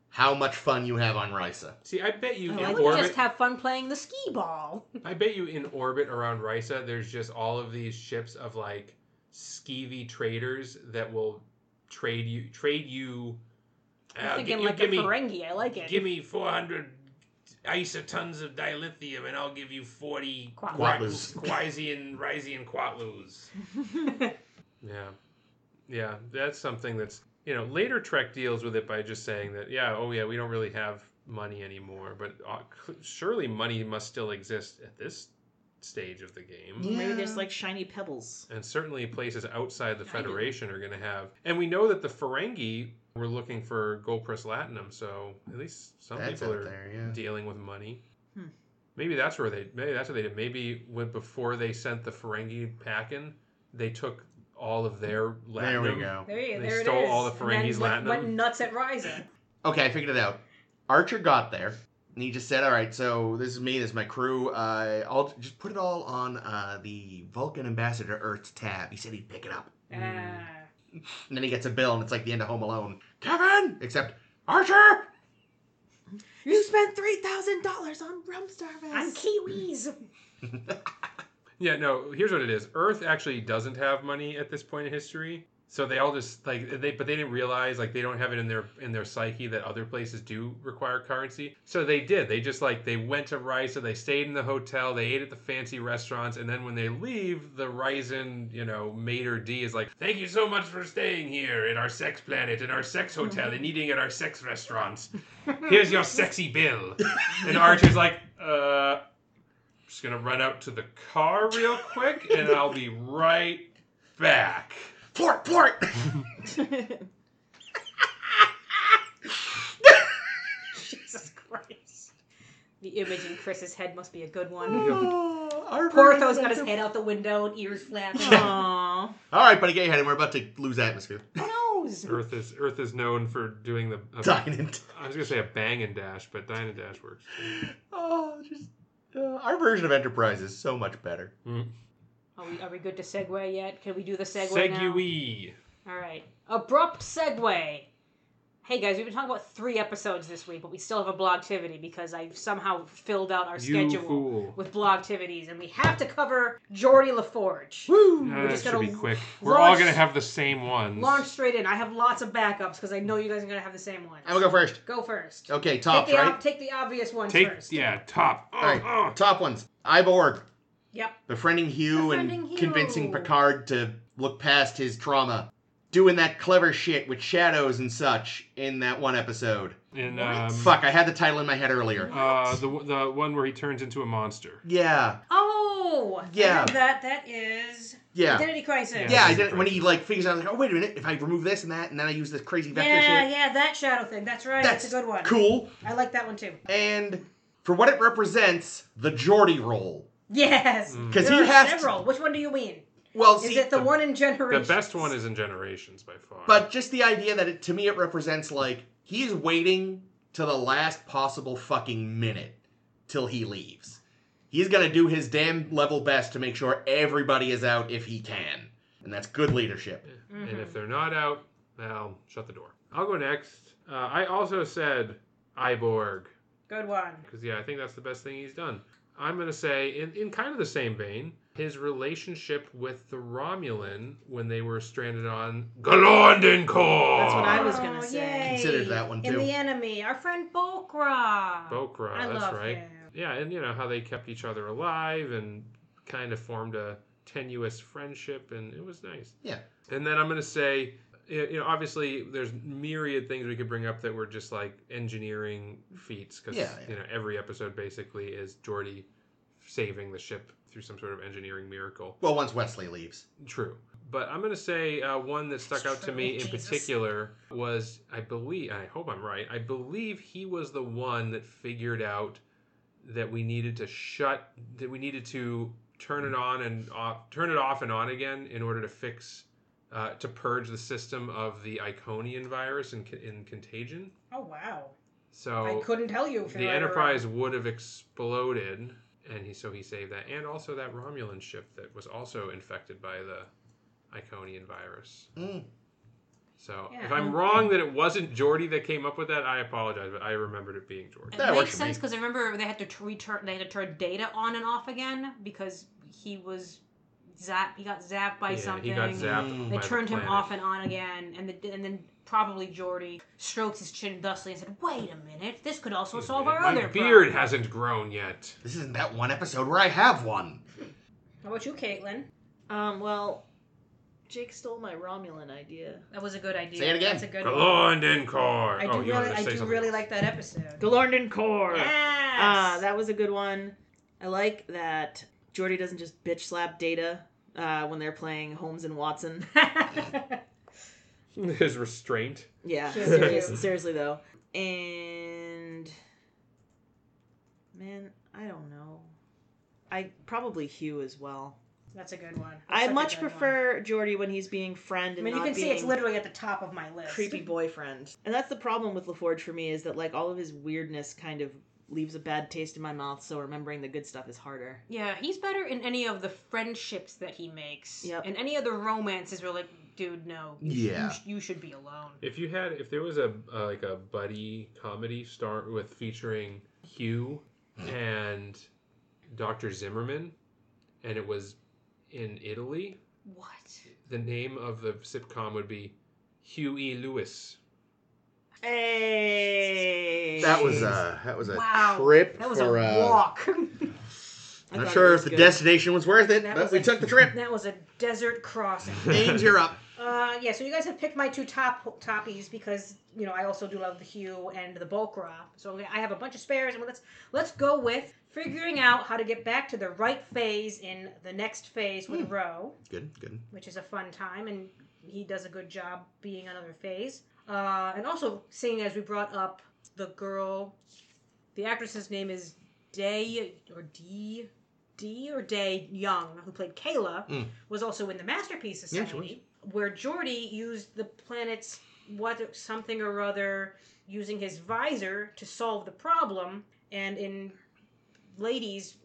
Speaker 3: how much fun you have on Risa.
Speaker 4: See, I bet you
Speaker 2: I
Speaker 4: in
Speaker 1: Oh, I
Speaker 2: like
Speaker 1: would
Speaker 4: orbit.
Speaker 1: just have fun playing the skee ball.
Speaker 4: I bet you in orbit around Risa, there's just all of these ships of like skeevy traders that will trade you trade you.
Speaker 1: I'm
Speaker 4: uh,
Speaker 1: thinking
Speaker 4: gi- you
Speaker 1: like a
Speaker 4: give me
Speaker 1: Ferengi. I like it.
Speaker 4: give me four hundred isotons of dilithium, and I'll give you forty
Speaker 1: Quat-
Speaker 3: Quatlus.
Speaker 4: Quasian, Risian Quatlus. Yeah. Yeah, that's something that's, you know, later Trek deals with it by just saying that, yeah, oh yeah, we don't really have money anymore, but uh, c- surely money must still exist at this stage of the game.
Speaker 3: Yeah.
Speaker 2: Maybe there's like shiny pebbles.
Speaker 4: And certainly places outside the
Speaker 2: I do.
Speaker 4: Federation are going to have. And we know that the Ferengi were looking for gold press latinum, so at least some
Speaker 3: that's
Speaker 4: people
Speaker 3: out
Speaker 4: are
Speaker 3: there, yeah.
Speaker 4: dealing with money.
Speaker 2: Hmm.
Speaker 4: Maybe that's where they maybe that's what they did. Maybe when before they sent the Ferengi packing, they took all of their Latinum.
Speaker 3: There we go.
Speaker 1: There, you,
Speaker 4: They
Speaker 1: there
Speaker 4: stole
Speaker 1: it is.
Speaker 4: all the
Speaker 1: and
Speaker 4: Ferengi's
Speaker 1: then went-
Speaker 4: Latinum.
Speaker 1: Went, nuts at Ryza.
Speaker 3: Okay, I figured it out. Archer got there, and he just said, "All right, so this is me, this is my crew. Uh, I'll just put it all on uh, the Vulcan Ambassador Earth's tab." He said he'd pick it up,
Speaker 4: Mm.
Speaker 1: Ah.
Speaker 3: and then he gets a bill, and it's like the end of Home Alone. Kevin, except Archer.
Speaker 2: You spent three thousand dollars on rum service.
Speaker 1: I'm Kiwis.
Speaker 4: Yeah, no. Here's what it is. Earth actually doesn't have money at this point in history, so they all just like they, but they didn't realize like they don't have it in their in their psyche that other places do require currency. So they did. They just like they went to Risa, they stayed in the hotel, they ate at the fancy restaurants, and then when they leave, the Ryzen, you know, Mater D is like, "Thank you so much for staying here in our sex planet, in our sex hotel, and eating at our sex restaurants. Here's your sexy bill." And Archer's like, "Uh." just gonna run out to the car real quick and I'll be right back.
Speaker 3: Port, port.
Speaker 1: Jesus Christ. The image in Chris's head must be a good one.
Speaker 3: oh, Archer
Speaker 1: Porto's
Speaker 3: is
Speaker 1: got his
Speaker 3: so-
Speaker 1: head out the window and ears flapping.
Speaker 2: Aww.
Speaker 3: All right, buddy, get your head in. We're about to lose atmosphere.
Speaker 1: Who knows?
Speaker 4: Earth is Earth is known for doing the a-
Speaker 3: Dinant.
Speaker 4: I was gonna say a bang and dash, but dine and dash works.
Speaker 3: Oh, just uh, our version of Enterprise is so much better.
Speaker 1: Are we, are we good to segue yet? Can we do the segue now?
Speaker 4: Segway.
Speaker 1: All right. Abrupt segue. Hey guys, we've been talking about three episodes this week, but we still have a blogtivity because I somehow filled out our
Speaker 4: You
Speaker 1: schedule
Speaker 4: fool.
Speaker 1: with blogtivities, and we have to cover Geordie LaForge.
Speaker 3: Woo!
Speaker 4: Nah, that
Speaker 1: just
Speaker 4: should
Speaker 1: gotta
Speaker 4: be quick.
Speaker 1: launch-
Speaker 4: We're all gonna have the same ones.
Speaker 1: Launch straight in. I have lots of backups because I know you guys are gonna have the same one.
Speaker 3: I'm gonna go first.
Speaker 1: Go first.
Speaker 3: Okay,
Speaker 1: Take
Speaker 3: tops,
Speaker 1: the, ob-
Speaker 3: right?
Speaker 1: take the obvious one first.
Speaker 4: Take yeah, top. Oh,
Speaker 3: All right.
Speaker 4: oh.
Speaker 3: Top ones. Iborg.
Speaker 1: Yep.
Speaker 3: befriending Hugh
Speaker 1: Befriending
Speaker 3: and
Speaker 1: Hugh.
Speaker 3: convincing Picard to look past his trauma, doing that clever shit with shadows and such in that one episode.
Speaker 4: And
Speaker 1: What?
Speaker 4: um,
Speaker 3: Fuck, I had the title in my head earlier.
Speaker 4: uh, the the one where he turns into a monster.
Speaker 3: Yeah,
Speaker 1: Oh. I
Speaker 3: Yeah.
Speaker 1: know That that is
Speaker 3: yeah.
Speaker 1: Identity Crisis.
Speaker 3: Yeah, I did it when he like figures out like, oh wait a minute, if I remove this and that, and then I use this crazy vector
Speaker 1: Yeah,
Speaker 3: shit.
Speaker 1: yeah, that shadow thing. That's right. That's,
Speaker 3: That's
Speaker 1: a good one.
Speaker 3: Cool.
Speaker 1: I like that one too.
Speaker 3: And for what it represents, the Geordie role.
Speaker 1: Yes.
Speaker 4: Mm.
Speaker 3: Because
Speaker 1: There
Speaker 3: you
Speaker 1: are
Speaker 3: have to-
Speaker 1: several. Which one do you mean?
Speaker 3: Well,
Speaker 1: Is
Speaker 3: see,
Speaker 1: it the, one in
Speaker 4: The
Speaker 1: generation?
Speaker 4: best one is in Generations by far.
Speaker 3: But just the idea that it, to me it represents like he's waiting to the last possible fucking minute till he leaves. He's gonna do his damn level best to make sure everybody is out if he can, and that's good leadership.
Speaker 1: Mm-hmm.
Speaker 4: And
Speaker 2: Mm-hmm.
Speaker 4: if they're not out, well, shut the door. I'll go next. Uh, I also said Iborg
Speaker 1: Good one.
Speaker 4: because yeah, I think that's the best thing he's done. I'm gonna say in, in kind of the same vein, his relationship with the Romulan when they were stranded on Galandencor.
Speaker 2: That's what I was
Speaker 1: Oh,
Speaker 2: gonna say.
Speaker 1: yay.
Speaker 3: Considered that one,
Speaker 1: In
Speaker 3: too.
Speaker 1: the enemy, our friend Bokra.
Speaker 4: Bokra,
Speaker 1: I
Speaker 4: that's
Speaker 1: love
Speaker 4: right.
Speaker 1: him.
Speaker 4: Yeah, and you know how they kept each other alive and kind of formed a tenuous friendship, and it was nice.
Speaker 3: Yeah.
Speaker 4: And then I'm gonna say you know, obviously there's myriad things we could bring up that were just like engineering feats because
Speaker 3: Yeah, yeah.
Speaker 4: you know every episode basically is Geordi saving the ship through some sort of engineering miracle.
Speaker 3: Well, once Wesley leaves.
Speaker 4: True. But I'm going to say uh, one that stuck out to me in
Speaker 1: Jesus.
Speaker 4: particular was I believe, I hope I'm right, I believe he was the one that figured out that we needed to shut, that we needed to turn it on and off, turn it off and on again in order to fix, uh, to purge the system of the Iconian virus and, con- and contagion.
Speaker 1: Oh wow! I
Speaker 4: So
Speaker 1: couldn't tell you. If
Speaker 4: the
Speaker 1: you're right or wrong.
Speaker 4: Enterprise would have exploded, and he so he saved that, and also that Romulan ship that was also infected by the Iconian virus.
Speaker 3: Mm.
Speaker 4: So
Speaker 1: Yeah.
Speaker 4: if I'm wrong that it wasn't Geordi that came up with that, I apologize, but I remembered it being Geordi.
Speaker 1: It
Speaker 3: That works
Speaker 1: makes
Speaker 3: for me.
Speaker 1: sense because I remember they had to t- return. They had to turn data on and off again because he was zapped. He got zapped by
Speaker 4: Yeah,
Speaker 1: something.
Speaker 4: He got zapped.
Speaker 3: Mm.
Speaker 1: They
Speaker 4: by the
Speaker 1: turned him
Speaker 4: planet.
Speaker 1: off and on again, and the, and then probably Geordi stroked his chin thustly and said, "Wait a minute, this could also solve our
Speaker 4: My
Speaker 1: other
Speaker 4: beard
Speaker 1: problem."
Speaker 4: hasn't grown yet.
Speaker 3: This isn't that one episode where I have one.
Speaker 1: How about you, Caitlin?
Speaker 2: Um, well, Jake stole my Romulan idea.
Speaker 1: That was a good idea.
Speaker 3: Say it again.
Speaker 1: That's a good. one.
Speaker 4: Glordencore.
Speaker 1: I do
Speaker 4: oh, you wanted
Speaker 1: really,
Speaker 4: to
Speaker 1: I do
Speaker 4: say something
Speaker 1: really
Speaker 4: else.
Speaker 1: like that episode.
Speaker 2: Galornin Core.
Speaker 1: Yes.
Speaker 2: Ah, that was a good one. I like that Jordy doesn't just bitch slap Data uh, when they're playing Holmes and Watson.
Speaker 4: his restraint.
Speaker 2: Yeah,
Speaker 1: Sure
Speaker 2: serious-
Speaker 1: do.
Speaker 2: seriously though. And man, I don't know. I probably Hugh as well.
Speaker 1: That's a good one. That's
Speaker 2: I
Speaker 1: such a
Speaker 2: much
Speaker 1: good one.
Speaker 2: prefer Jordy when he's being friend
Speaker 1: I
Speaker 2: and
Speaker 1: mean, you
Speaker 2: not
Speaker 1: can see it's
Speaker 2: being
Speaker 1: literally at the top of my list.
Speaker 2: creepy boyfriend. And that's the problem with LaForge for me is that like all of his weirdness kind of leaves a bad taste in my mouth. So remembering the good stuff is harder.
Speaker 1: Yeah, he's better in any of the friendships that he makes.
Speaker 2: Yep.
Speaker 1: And any of the romances where, like, dude, no. You sh-
Speaker 3: Yeah.
Speaker 1: You, sh- you should be alone.
Speaker 4: If you had, if there was a, a like a buddy comedy start with featuring Hugh and Dr. Zimmerman, and it was in Italy,
Speaker 1: What?
Speaker 4: the name of the sitcom would be Hugh E. Lewis.
Speaker 2: Hey,
Speaker 3: That was uh, a that was a
Speaker 1: Wow.
Speaker 3: trip
Speaker 1: That was
Speaker 3: for uh,
Speaker 1: a walk.
Speaker 2: I
Speaker 3: not
Speaker 2: thought
Speaker 3: sure
Speaker 2: it
Speaker 3: if
Speaker 2: was
Speaker 3: the
Speaker 2: good.
Speaker 3: destination was worth it,
Speaker 1: That
Speaker 3: but
Speaker 1: was
Speaker 3: we
Speaker 1: a-
Speaker 3: took the trip.
Speaker 1: that was a desert crossing.
Speaker 3: Ames, you're up.
Speaker 1: Uh, yeah, so you guys have picked my two top toppies because you know I also do love the hue and the bulk rock. So I have a bunch of spares, and let's let's go with figuring out how to get back to the right phase in the next phase
Speaker 3: Hmm.
Speaker 1: with Roe.
Speaker 3: Good, good.
Speaker 1: which is a fun time, and he does a good job being another phase. Uh, and also, seeing as we brought up the girl, the actress's name is Day or D, D or Day Young, who played Kayla,
Speaker 3: Mm.
Speaker 1: was also in the Masterpiece
Speaker 3: Yeah, she
Speaker 1: Society, where Geordi used the planet's what something or other using his visor to solve the problem, and in ladies'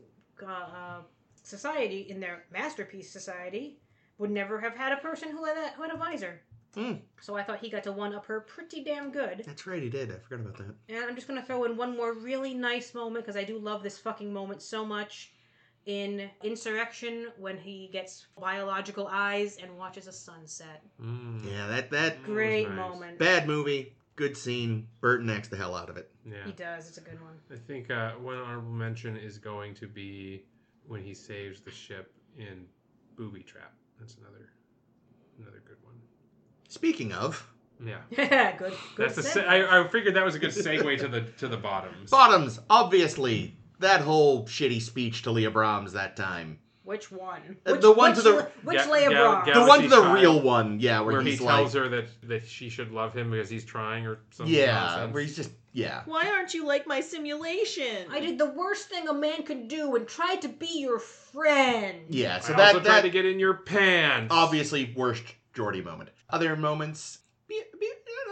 Speaker 1: uh, uh, society, in their Masterpiece Society, would never have had a person who had a, who had a visor.
Speaker 3: Hmm.
Speaker 1: So I thought he got to one up her pretty damn good.
Speaker 3: That's right, he did. I forgot about that.
Speaker 1: And I'm just gonna throw in one more really nice moment because I do love this fucking moment so much. In Insurrection, when he gets biological eyes and watches a sunset,
Speaker 4: Mm.
Speaker 3: Yeah, that that
Speaker 4: That was
Speaker 1: great
Speaker 4: nice.
Speaker 1: moment.
Speaker 3: bad movie, good scene. Burton acts the hell out of it.
Speaker 4: Yeah.
Speaker 1: He does. It's a good one.
Speaker 4: I think uh, one honorable mention is going to be when he saves the ship in Booby Trap. That's another another good one.
Speaker 3: Speaking of
Speaker 4: Yeah.
Speaker 1: good. good
Speaker 4: That's the.
Speaker 1: set.
Speaker 4: Se- I, I figured that was a good segue to the to the bottoms.
Speaker 3: bottoms, obviously that whole shitty speech to Leah Brahms that time.
Speaker 1: Which one?
Speaker 3: Uh,
Speaker 1: Which,
Speaker 3: the one to
Speaker 1: which
Speaker 3: the-
Speaker 1: Le- which
Speaker 4: Ga-
Speaker 1: Leia
Speaker 4: Ga-
Speaker 1: Braun?
Speaker 4: Ga-
Speaker 3: The one,
Speaker 4: Galaxy
Speaker 3: the
Speaker 4: Child.
Speaker 3: real one, yeah, where,
Speaker 4: where he
Speaker 3: he's like,
Speaker 4: tells her that that she should love him because he's trying or something.
Speaker 3: yeah,
Speaker 4: nonsense.
Speaker 3: where he's just, yeah,
Speaker 2: Why aren't you like my simulation?
Speaker 1: I did the worst thing a man could do and tried to be your friend.
Speaker 3: yeah. So
Speaker 4: I
Speaker 3: that
Speaker 4: also tried
Speaker 3: that
Speaker 4: to get in your pants.
Speaker 3: obviously worst Geordie moment. Other moments, be, be,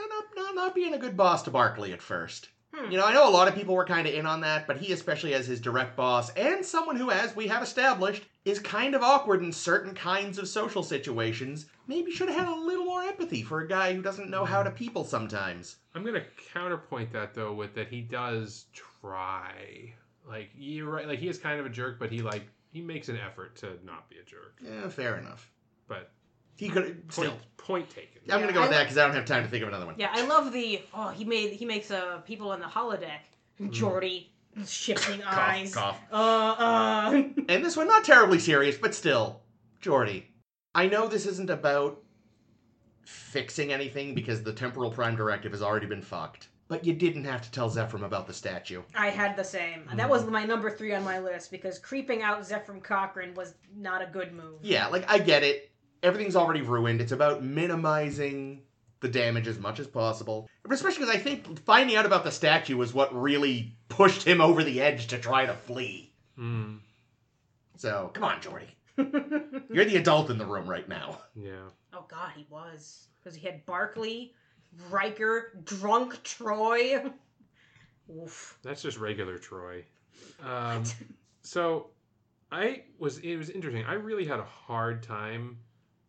Speaker 3: not, not, not being a good boss to Barkley at first.
Speaker 1: Hmm.
Speaker 3: You know, I know a lot of people were kind of in on that, but he, especially as his direct boss and someone who, as we have established, is kind of awkward in certain kinds of social situations, maybe should have had a little more empathy for a guy who doesn't know
Speaker 1: Hmm.
Speaker 3: how to people sometimes.
Speaker 4: I'm gonna counterpoint that though with that he does try. Like you're right. Like he is kind of a jerk, but he like he makes an effort to not be a jerk.
Speaker 3: Yeah, fair enough.
Speaker 4: But
Speaker 3: He could
Speaker 4: point
Speaker 3: still.
Speaker 4: point taken.
Speaker 3: I'm gonna
Speaker 1: Yeah,
Speaker 3: go
Speaker 1: I
Speaker 3: with that
Speaker 1: like-
Speaker 3: because I don't have time to think of another one.
Speaker 1: Yeah, I love the oh he made he makes uh people on the holodeck. Jordy shifting eyes.
Speaker 3: Mm. Cough, cough.
Speaker 1: Uh uh
Speaker 3: And this one, not terribly serious, but still, Jordy. I know this isn't about fixing anything because the temporal prime directive has already been fucked. But you didn't have to tell Zephyrim about the statue.
Speaker 1: I had the same.
Speaker 3: Mm.
Speaker 1: That was my number three on my list because creeping out Zephyr Cochrane was not a good move.
Speaker 3: Yeah, like I get it. Everything's already ruined. It's about minimizing the damage as much as possible. Especially because I think finding out about the statue was what really pushed him over the edge to try to flee.
Speaker 4: Hmm.
Speaker 3: So come on, Jordy. You're the adult in the room right now.
Speaker 4: Yeah.
Speaker 1: Oh God, he was because he had Barkley, Riker, drunk Troy. Oof.
Speaker 4: That's just regular Troy. Um, so I was it was interesting. I really had a hard time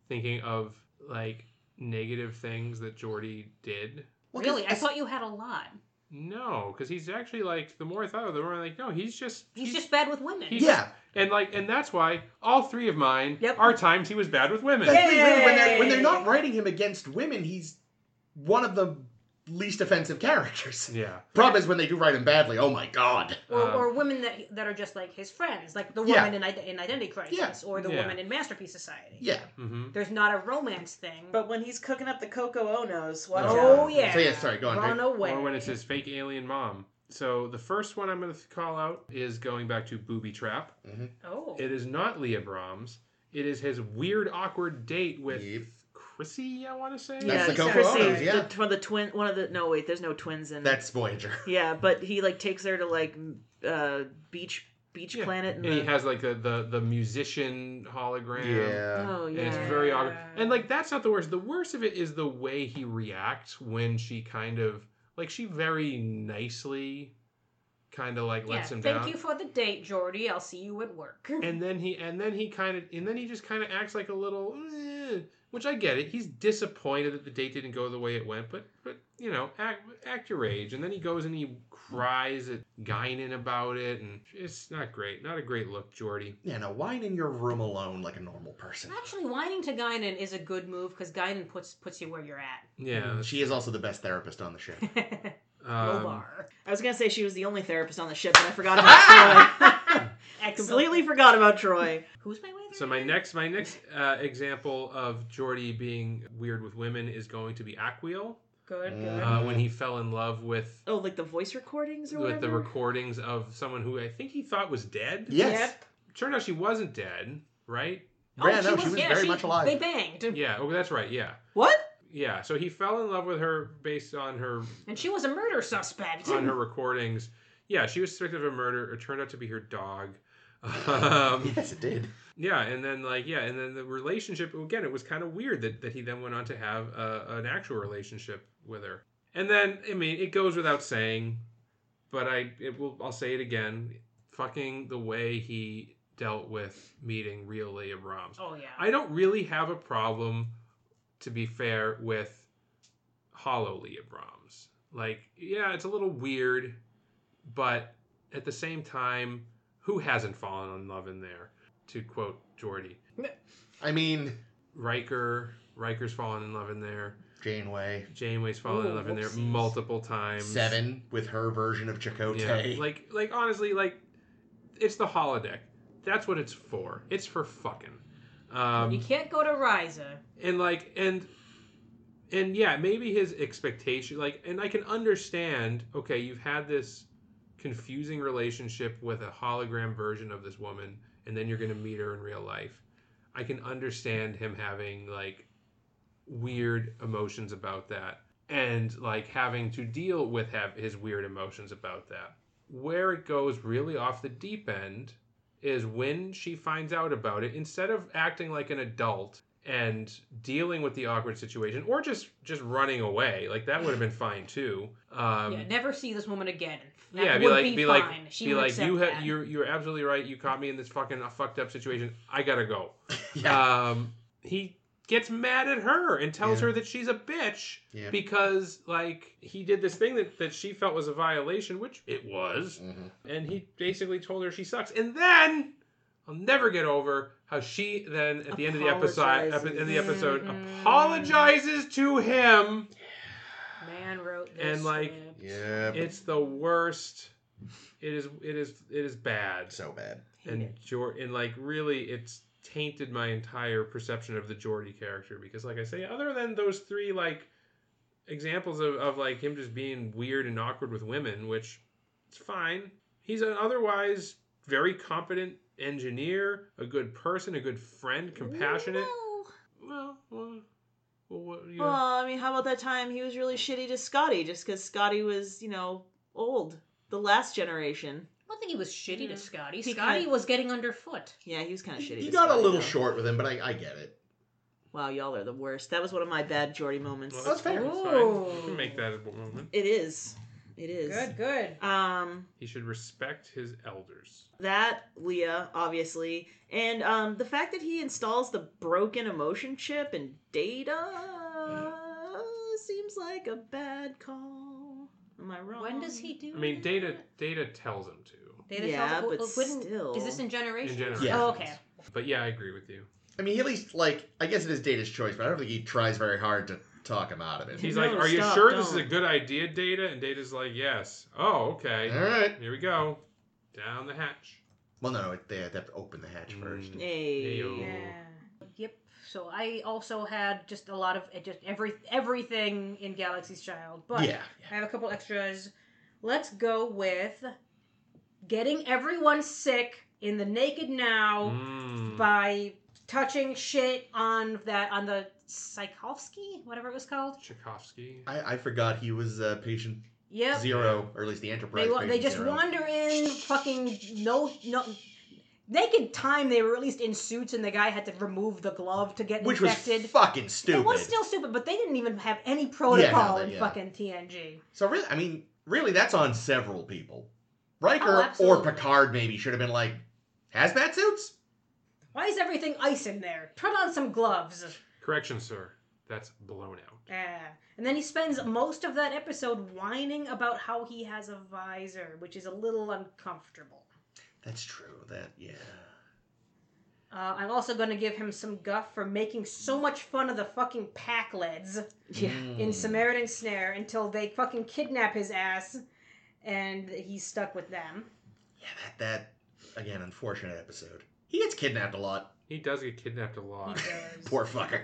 Speaker 4: thinking of like negative things that Jordy did.
Speaker 3: Well, 'cause
Speaker 1: really, I thought you had a lot.
Speaker 4: No, because he's actually like the more I thought of it, the more I'm like, no, he's just
Speaker 1: He's, just bad with women.
Speaker 4: he's-
Speaker 3: Yeah,
Speaker 4: and like and that's why all three of mine
Speaker 1: Yep.
Speaker 4: are times he was bad with women.
Speaker 3: that's the thing, when, they're, when
Speaker 1: Yay!
Speaker 3: they're not writing him against women, he's one of the least offensive characters.
Speaker 4: Yeah.
Speaker 3: Problem is when they do write him badly. Oh my god.
Speaker 1: or,
Speaker 4: Um,
Speaker 1: or women that that are just like his friends, like the
Speaker 3: Yeah.
Speaker 1: woman in, Ide- in Identity Crisis,
Speaker 3: Yeah.
Speaker 1: or the
Speaker 4: Yeah.
Speaker 1: woman in Masterpiece Society.
Speaker 3: Yeah.
Speaker 4: Mm-hmm.
Speaker 1: There's not a romance thing.
Speaker 2: But when he's cooking up the Coco Onos, watch
Speaker 1: oh
Speaker 2: out.
Speaker 1: yeah.
Speaker 3: So, yeah, sorry, go on,
Speaker 1: Run
Speaker 3: Drake.
Speaker 1: away.
Speaker 4: Or when it's his fake alien mom. So the first one I'm going to call out is going back to Booby Trap.
Speaker 1: oh.
Speaker 4: It is not Leah Brahms. It is his weird, awkward date with
Speaker 3: Yep.
Speaker 4: Chrissy. I want to say.
Speaker 3: That's
Speaker 2: yeah,
Speaker 3: the Coco
Speaker 2: Chrissy,
Speaker 1: Onos,
Speaker 3: yeah.
Speaker 2: the- one of the twin, one of the no wait, there's no twins in.
Speaker 3: That's Voyager.
Speaker 2: yeah, but he like takes her to like m- uh beach beach
Speaker 4: Yeah.
Speaker 2: planet and,
Speaker 4: And he
Speaker 2: the-
Speaker 4: has like the the, the musician hologram.
Speaker 2: oh
Speaker 4: And
Speaker 2: yeah,
Speaker 4: it's very awkward. And like that's not the worst. The worst of it is the way he reacts when she kind of like she very nicely kind of like
Speaker 1: yeah.
Speaker 4: lets him
Speaker 1: Thank
Speaker 4: down.
Speaker 1: you for the date, Jordy. I'll see you at work.
Speaker 4: and then he and then he kind of and then he just kind of acts like a little "Eh," which i get it he's disappointed that the date didn't go the way it went but but you know act, act your age and then he goes and he cries at guinan about it and it's not great not a great look jordy
Speaker 3: Yeah, no, whine in your room alone like a normal person.
Speaker 1: Actually, whining to Guinan is a good move because Guinan puts puts you where you're at.
Speaker 4: yeah
Speaker 3: She is also the best therapist on the ship.
Speaker 1: Low
Speaker 4: um,
Speaker 1: bar.
Speaker 2: I was gonna say she was the only therapist on the ship, but I forgot about Troy. Completely
Speaker 1: Excellent.
Speaker 2: forgot about Troy.
Speaker 1: Who's my waiter?
Speaker 4: so my next my next uh, example of jordy being weird with women is going to be aquil
Speaker 1: Good. Oh, Good.
Speaker 3: Mm.
Speaker 4: uh, when he fell in love with
Speaker 2: Oh, like the voice recordings or
Speaker 4: with the
Speaker 2: whatever.
Speaker 4: recordings of someone who i think he thought was dead
Speaker 3: yes.
Speaker 4: turned out she wasn't dead right
Speaker 1: Oh,
Speaker 3: Yeah, no, she was very much alive.
Speaker 1: They banged,
Speaker 4: Yeah, oh, that's right. Yeah,
Speaker 2: what?
Speaker 4: yeah. So he fell in love with her based on her
Speaker 1: and she was a murder suspect.
Speaker 4: on her recordings. Yeah, she was suspected of a murder. It turned out to be her dog. Um,
Speaker 3: Yes, it did.
Speaker 4: yeah, and then like yeah, and then the relationship again. It was kind of weird that, that he then went on to have a, an actual relationship with her. And then I mean, it goes without saying, but I it will I'll say it again. Fucking the way he dealt with meeting real Leah Brahms.
Speaker 1: Oh yeah.
Speaker 4: I don't really have a problem, to be fair, with Hollow Leah Brahms. Like, yeah, it's a little weird, but at the same time, who hasn't fallen in love in there? To quote Geordie,
Speaker 3: I mean,
Speaker 4: Riker, Riker's fallen in love in there.
Speaker 3: Janeway,
Speaker 4: Janeway's fallen in
Speaker 1: Ooh,
Speaker 4: love in there
Speaker 1: whoopsies.
Speaker 4: multiple times.
Speaker 3: Seven with her version of Chakotay.
Speaker 4: Yeah, like, like honestly, like it's the holodeck. That's what it's for. It's for fucking. Um,
Speaker 1: you can't go to Riza.
Speaker 4: and like and and yeah maybe his expectation like and i can understand okay you've had this confusing relationship with a hologram version of this woman and then you're going to meet her in real life i can understand him having like weird emotions about that and like having to deal with have his weird emotions about that where it goes really off the deep end is when she finds out about it instead of acting like an adult and dealing with the awkward situation or just just running away like that would have been fine too um
Speaker 1: yeah, never see this woman again. That
Speaker 4: yeah, be
Speaker 1: would
Speaker 4: like,
Speaker 1: be,
Speaker 4: be
Speaker 1: fine.
Speaker 4: like,
Speaker 1: she
Speaker 4: be
Speaker 1: would
Speaker 4: like,
Speaker 1: accept
Speaker 4: you
Speaker 1: that.
Speaker 4: have, you're, you're absolutely right. You caught me in this fucking uh, fucked up situation. I gotta go.
Speaker 3: Yeah.
Speaker 4: Um, he gets mad at her and tells
Speaker 3: Yeah.
Speaker 4: her that she's a bitch
Speaker 3: Yeah.
Speaker 4: because, like, he did this thing that, that she felt was a violation, which it was,
Speaker 3: Mhm.
Speaker 4: and he basically told her she sucks. And then I'll never get over how she then at the end of the episode, at the end of the episode,
Speaker 1: Mhm.
Speaker 4: apologizes to him.
Speaker 1: Man wrote this.
Speaker 4: And, like,
Speaker 1: script.
Speaker 3: Yeah.
Speaker 4: It's the worst. It is. It is. It is bad.
Speaker 3: so bad.
Speaker 1: Hate
Speaker 4: and
Speaker 1: it.
Speaker 4: Jor- and like really it's tainted my entire perception of the Geordie character because, like I say, other than those three like examples of, of like him just being weird and awkward with women, which it's fine. He's an otherwise very competent engineer, a good person, a good friend, compassionate.
Speaker 2: Well,
Speaker 4: Well, well, well what, you know.
Speaker 2: well, I mean, how about that time he was really shitty to Scotty just because Scotty was, you know, old, the last generation.
Speaker 1: I don't think he was shitty
Speaker 4: Yeah.
Speaker 1: to Scotty.
Speaker 2: He
Speaker 1: Scotty
Speaker 2: kinda-
Speaker 1: was getting underfoot.
Speaker 2: Yeah, he was kind of shitty.
Speaker 3: He
Speaker 2: to
Speaker 3: got a
Speaker 2: Scotty,
Speaker 3: little
Speaker 2: though.
Speaker 3: short with him, but I, I get it.
Speaker 2: Wow, y'all are the worst. That was one of my bad Jordy moments.
Speaker 4: Well,
Speaker 3: That's fair.
Speaker 4: It's fine. You can make that a moment.
Speaker 2: It is. It is.
Speaker 1: Good, good.
Speaker 2: Um,
Speaker 4: He should respect his elders.
Speaker 2: that Leah, obviously, and um, the fact that he installs the broken emotion chip and data
Speaker 1: Mm.
Speaker 2: seems like a bad call. Am I wrong?
Speaker 1: When does he do?
Speaker 4: I mean,
Speaker 1: it?
Speaker 4: Data Data tells him to.
Speaker 1: Data
Speaker 2: Yeah,
Speaker 1: tells-
Speaker 2: but
Speaker 1: oh, wouldn't-
Speaker 2: still.
Speaker 1: Is this in
Speaker 4: In
Speaker 1: generation?
Speaker 4: general.
Speaker 3: Yeah.
Speaker 1: Oh, okay.
Speaker 4: But yeah, I agree with you.
Speaker 3: I mean, he at least like I guess it is Data's choice, but I don't think he tries very hard to talk him out of it.
Speaker 4: He's
Speaker 2: No,
Speaker 4: like, "Are you
Speaker 2: stop,
Speaker 4: sure this is a
Speaker 2: don't."
Speaker 4: good idea, Data?" And Data's like, "Yes." Oh, okay.
Speaker 3: All right.
Speaker 4: Here we go. Down the hatch.
Speaker 3: Well, no, no, they have to open the hatch first.
Speaker 4: Mm.
Speaker 2: Hey.
Speaker 4: Ayo.
Speaker 1: Yeah. Yep. So I also had just a lot of it just every everything in Galaxy's Child, but
Speaker 3: Yeah.
Speaker 1: I have a couple extras. Let's go with getting everyone sick in the Naked Now
Speaker 4: Mm.
Speaker 1: by touching shit on that on the Psychovsky, whatever it was called.
Speaker 4: Tchaikovsky.
Speaker 3: I, I forgot he was uh, patient
Speaker 1: Yep.
Speaker 3: zero, or at least the Enterprise.
Speaker 1: They wa-
Speaker 3: patient
Speaker 1: they just
Speaker 3: zero.
Speaker 1: wander in fucking no no. Naked time they were at least in suits and the guy had to remove the glove to get
Speaker 3: which was
Speaker 1: infected.
Speaker 3: fucking stupid.
Speaker 1: It was still stupid, but they didn't even have any protocol
Speaker 3: they-
Speaker 1: in
Speaker 3: yeah.
Speaker 1: fucking TNG.
Speaker 3: So really, I mean, really, that's on several people.
Speaker 1: Oh,
Speaker 3: Riker or
Speaker 1: absolutely.
Speaker 3: Picard maybe should have been like hazmat suits.
Speaker 1: Why is everything ice in there? Put on some gloves.
Speaker 4: Correction, sir. That's blown out.
Speaker 1: Yeah. And then he spends most of that episode whining about how he has a visor, which is a little uncomfortable.
Speaker 3: That's true. That yeah.
Speaker 1: Uh, I'm also going to give him some guff for making so much fun of the fucking pack leads
Speaker 2: Yeah.
Speaker 1: in
Speaker 3: Mm.
Speaker 1: Samaritan Snare until they fucking kidnap his ass and he's stuck with them.
Speaker 3: Yeah, that that again, unfortunate episode. He gets kidnapped a lot.
Speaker 4: He does get kidnapped a
Speaker 1: He
Speaker 4: lot.
Speaker 1: does.
Speaker 3: Poor fucker.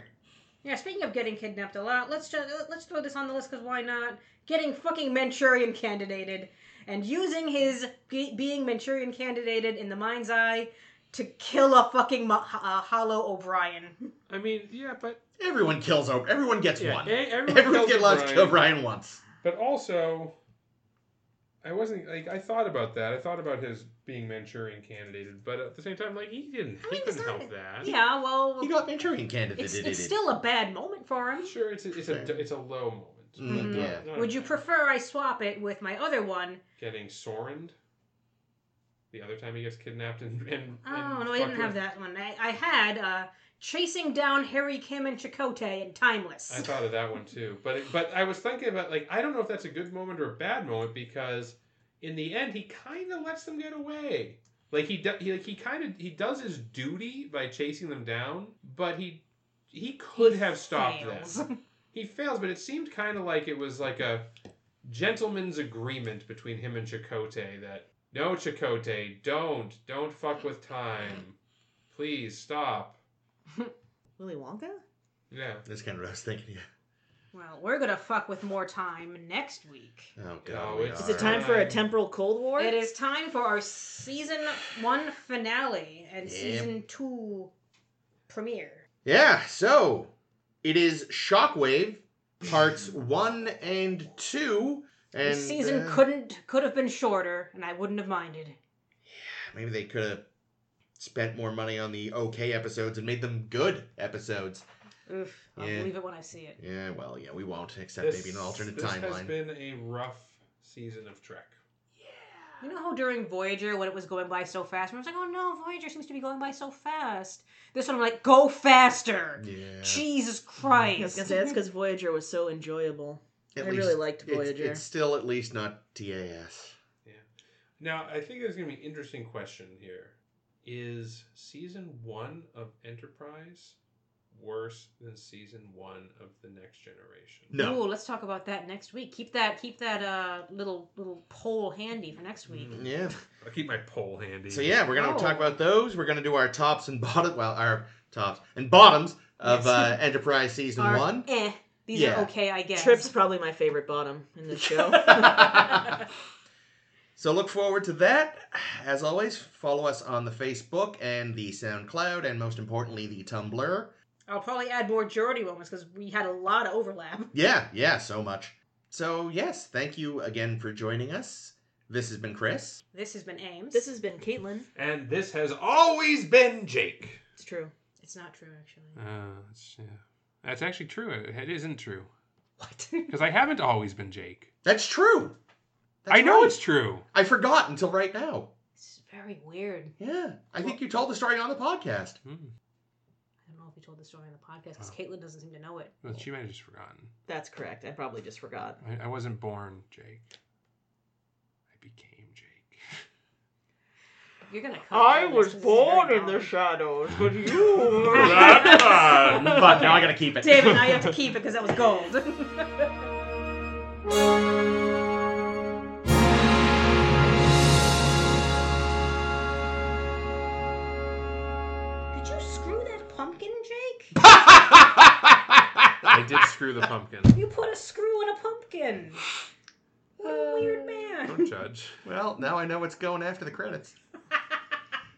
Speaker 1: Yeah, speaking of getting kidnapped a lot, let's just let's throw this on the list because why not? Getting fucking Manchurian candidated and using his be- being Manchurian candidated in the mind's eye to kill a fucking mo- uh, Hollow O'Brien.
Speaker 4: I mean, yeah, but
Speaker 3: Everyone kills. O- Everyone gets
Speaker 4: yeah,
Speaker 3: one.
Speaker 4: e- everyone,
Speaker 3: Everyone
Speaker 4: kills
Speaker 3: gets loves
Speaker 4: O'Brien.
Speaker 3: to O'Brien once.
Speaker 4: But also, I wasn't like I thought about that. I thought about his being Manchurian candidated, but at the same time, like he didn't,
Speaker 1: I
Speaker 4: he
Speaker 1: mean, it's
Speaker 4: couldn't
Speaker 1: not-
Speaker 4: help that.
Speaker 1: Yeah, well,
Speaker 3: He got Manchurian candidate.
Speaker 1: it's, it's still a bad moment for him.
Speaker 4: sure, it's a, it's a it's a low moment.
Speaker 3: Mm,
Speaker 4: but
Speaker 3: yeah.
Speaker 4: not- not
Speaker 1: Would you prefer I swap it with my other one?
Speaker 4: getting Sorened? The other time he gets kidnapped and and
Speaker 1: Oh
Speaker 4: and
Speaker 1: no, I didn't
Speaker 4: fucked
Speaker 1: have
Speaker 4: with-
Speaker 1: that one. I, I had uh, chasing down Harry Kim and Chakotay and Timeless.
Speaker 4: I thought of that one too, but it, but I was thinking about like I don't know if that's a good moment or a bad moment because in the end he kind of lets them get away. Like he, do, he like he kind of he does his duty by chasing them down, but he he could
Speaker 1: He
Speaker 4: have stopped
Speaker 1: fails.
Speaker 4: them. He fails, but it seemed kind of like it was like a gentleman's agreement between him and Chakotay that no Chakotay, don't don't fuck with time. Please stop.
Speaker 2: Willy Wonka?
Speaker 4: Yeah.
Speaker 3: That's kind of what I was thinking. Yeah.
Speaker 1: Well, we're gonna fuck with more time next week.
Speaker 3: Oh
Speaker 4: No,
Speaker 3: god. we
Speaker 4: it's-
Speaker 2: Is
Speaker 3: are.
Speaker 2: it time for a
Speaker 4: Alright.
Speaker 2: temporal Cold War?
Speaker 1: It is time for our season one finale and
Speaker 3: Yep.
Speaker 1: season two premiere.
Speaker 3: Yeah, so it is Shockwave parts one and two. And
Speaker 1: this season
Speaker 3: uh,
Speaker 1: couldn't could have been shorter, and I wouldn't have minded.
Speaker 3: maybe they could have spent more money on the okay episodes and made them good episodes.
Speaker 1: Oof, I'll
Speaker 3: Yeah.
Speaker 1: believe it when I see it.
Speaker 3: Yeah, well, yeah, we won't, except maybe in an alternate
Speaker 4: this has
Speaker 3: timeline.
Speaker 4: been a rough season of Trek.
Speaker 1: You know how during Voyager, when it was going by so fast, I was like, "Oh no, Voyager seems to be going by so fast." This one, I'm like, "Go faster!"
Speaker 3: Yeah.
Speaker 1: Jesus
Speaker 2: I was
Speaker 1: Christ!
Speaker 2: gonna say that's because Voyager was so enjoyable.
Speaker 3: At
Speaker 2: I
Speaker 3: least
Speaker 2: really liked
Speaker 3: it's-
Speaker 2: Voyager.
Speaker 3: It's, still at least not TAS.
Speaker 4: Now, I think there's going to be an interesting question here. Is season one of Enterprise worse than season one of the Next Generation.
Speaker 3: No.
Speaker 1: Ooh, let's talk about that next week. Keep that keep that uh little little poll handy for next week.
Speaker 4: Mm.
Speaker 3: Yeah.
Speaker 4: I'll keep my poll handy.
Speaker 3: So yeah, we're gonna
Speaker 1: Oh.
Speaker 3: talk about those. We're gonna do our tops and bottom. Well, our tops and bottoms of
Speaker 2: Yes.
Speaker 3: uh, Enterprise season
Speaker 1: Are
Speaker 3: one.
Speaker 1: Eh, these
Speaker 3: Yeah.
Speaker 1: are okay, I guess.
Speaker 2: Trip's probably my favorite bottom in the show.
Speaker 3: so look forward to that. As always, follow us on the Facebook and the SoundCloud, and most importantly, the Tumblr.
Speaker 1: I'll probably add more Geordie moments because we had a lot of overlap.
Speaker 3: Yeah, yeah, so much. So yes, thank you again for joining us. This has been Chris.
Speaker 1: This has been Ames.
Speaker 2: this has been Caitlin.
Speaker 4: And this has always been Jake.
Speaker 2: It's true.
Speaker 1: it's not true actually.
Speaker 4: Uh, it's, yeah. That's actually true. It, it isn't true.
Speaker 3: What?
Speaker 4: Because I haven't always been Jake.
Speaker 3: That's true.
Speaker 4: I know
Speaker 3: right.
Speaker 4: it's true.
Speaker 3: I forgot until right now.
Speaker 1: This is very weird.
Speaker 3: Yeah, I think you told the story on the podcast.
Speaker 4: Mm.
Speaker 1: I don't know if we told the story on the podcast because
Speaker 4: Wow.
Speaker 1: Caitlin doesn't seem to know it.
Speaker 4: Well, she might have just forgotten.
Speaker 2: That's correct. I probably just forgot.
Speaker 4: I, I wasn't born Jake. I became Jake.
Speaker 1: You're gonna. Cut all this 'cause this is very dumb.
Speaker 2: shadows, but
Speaker 1: That man.
Speaker 3: But now I gotta keep it.
Speaker 1: Damn it! Now you have to keep it because that was gold. Did you screw that pumpkin, Jake?
Speaker 4: I did screw the pumpkin.
Speaker 1: You put a screw in a pumpkin. What a weird man.
Speaker 4: Don't judge.
Speaker 3: Well, now I know what's going after the credits.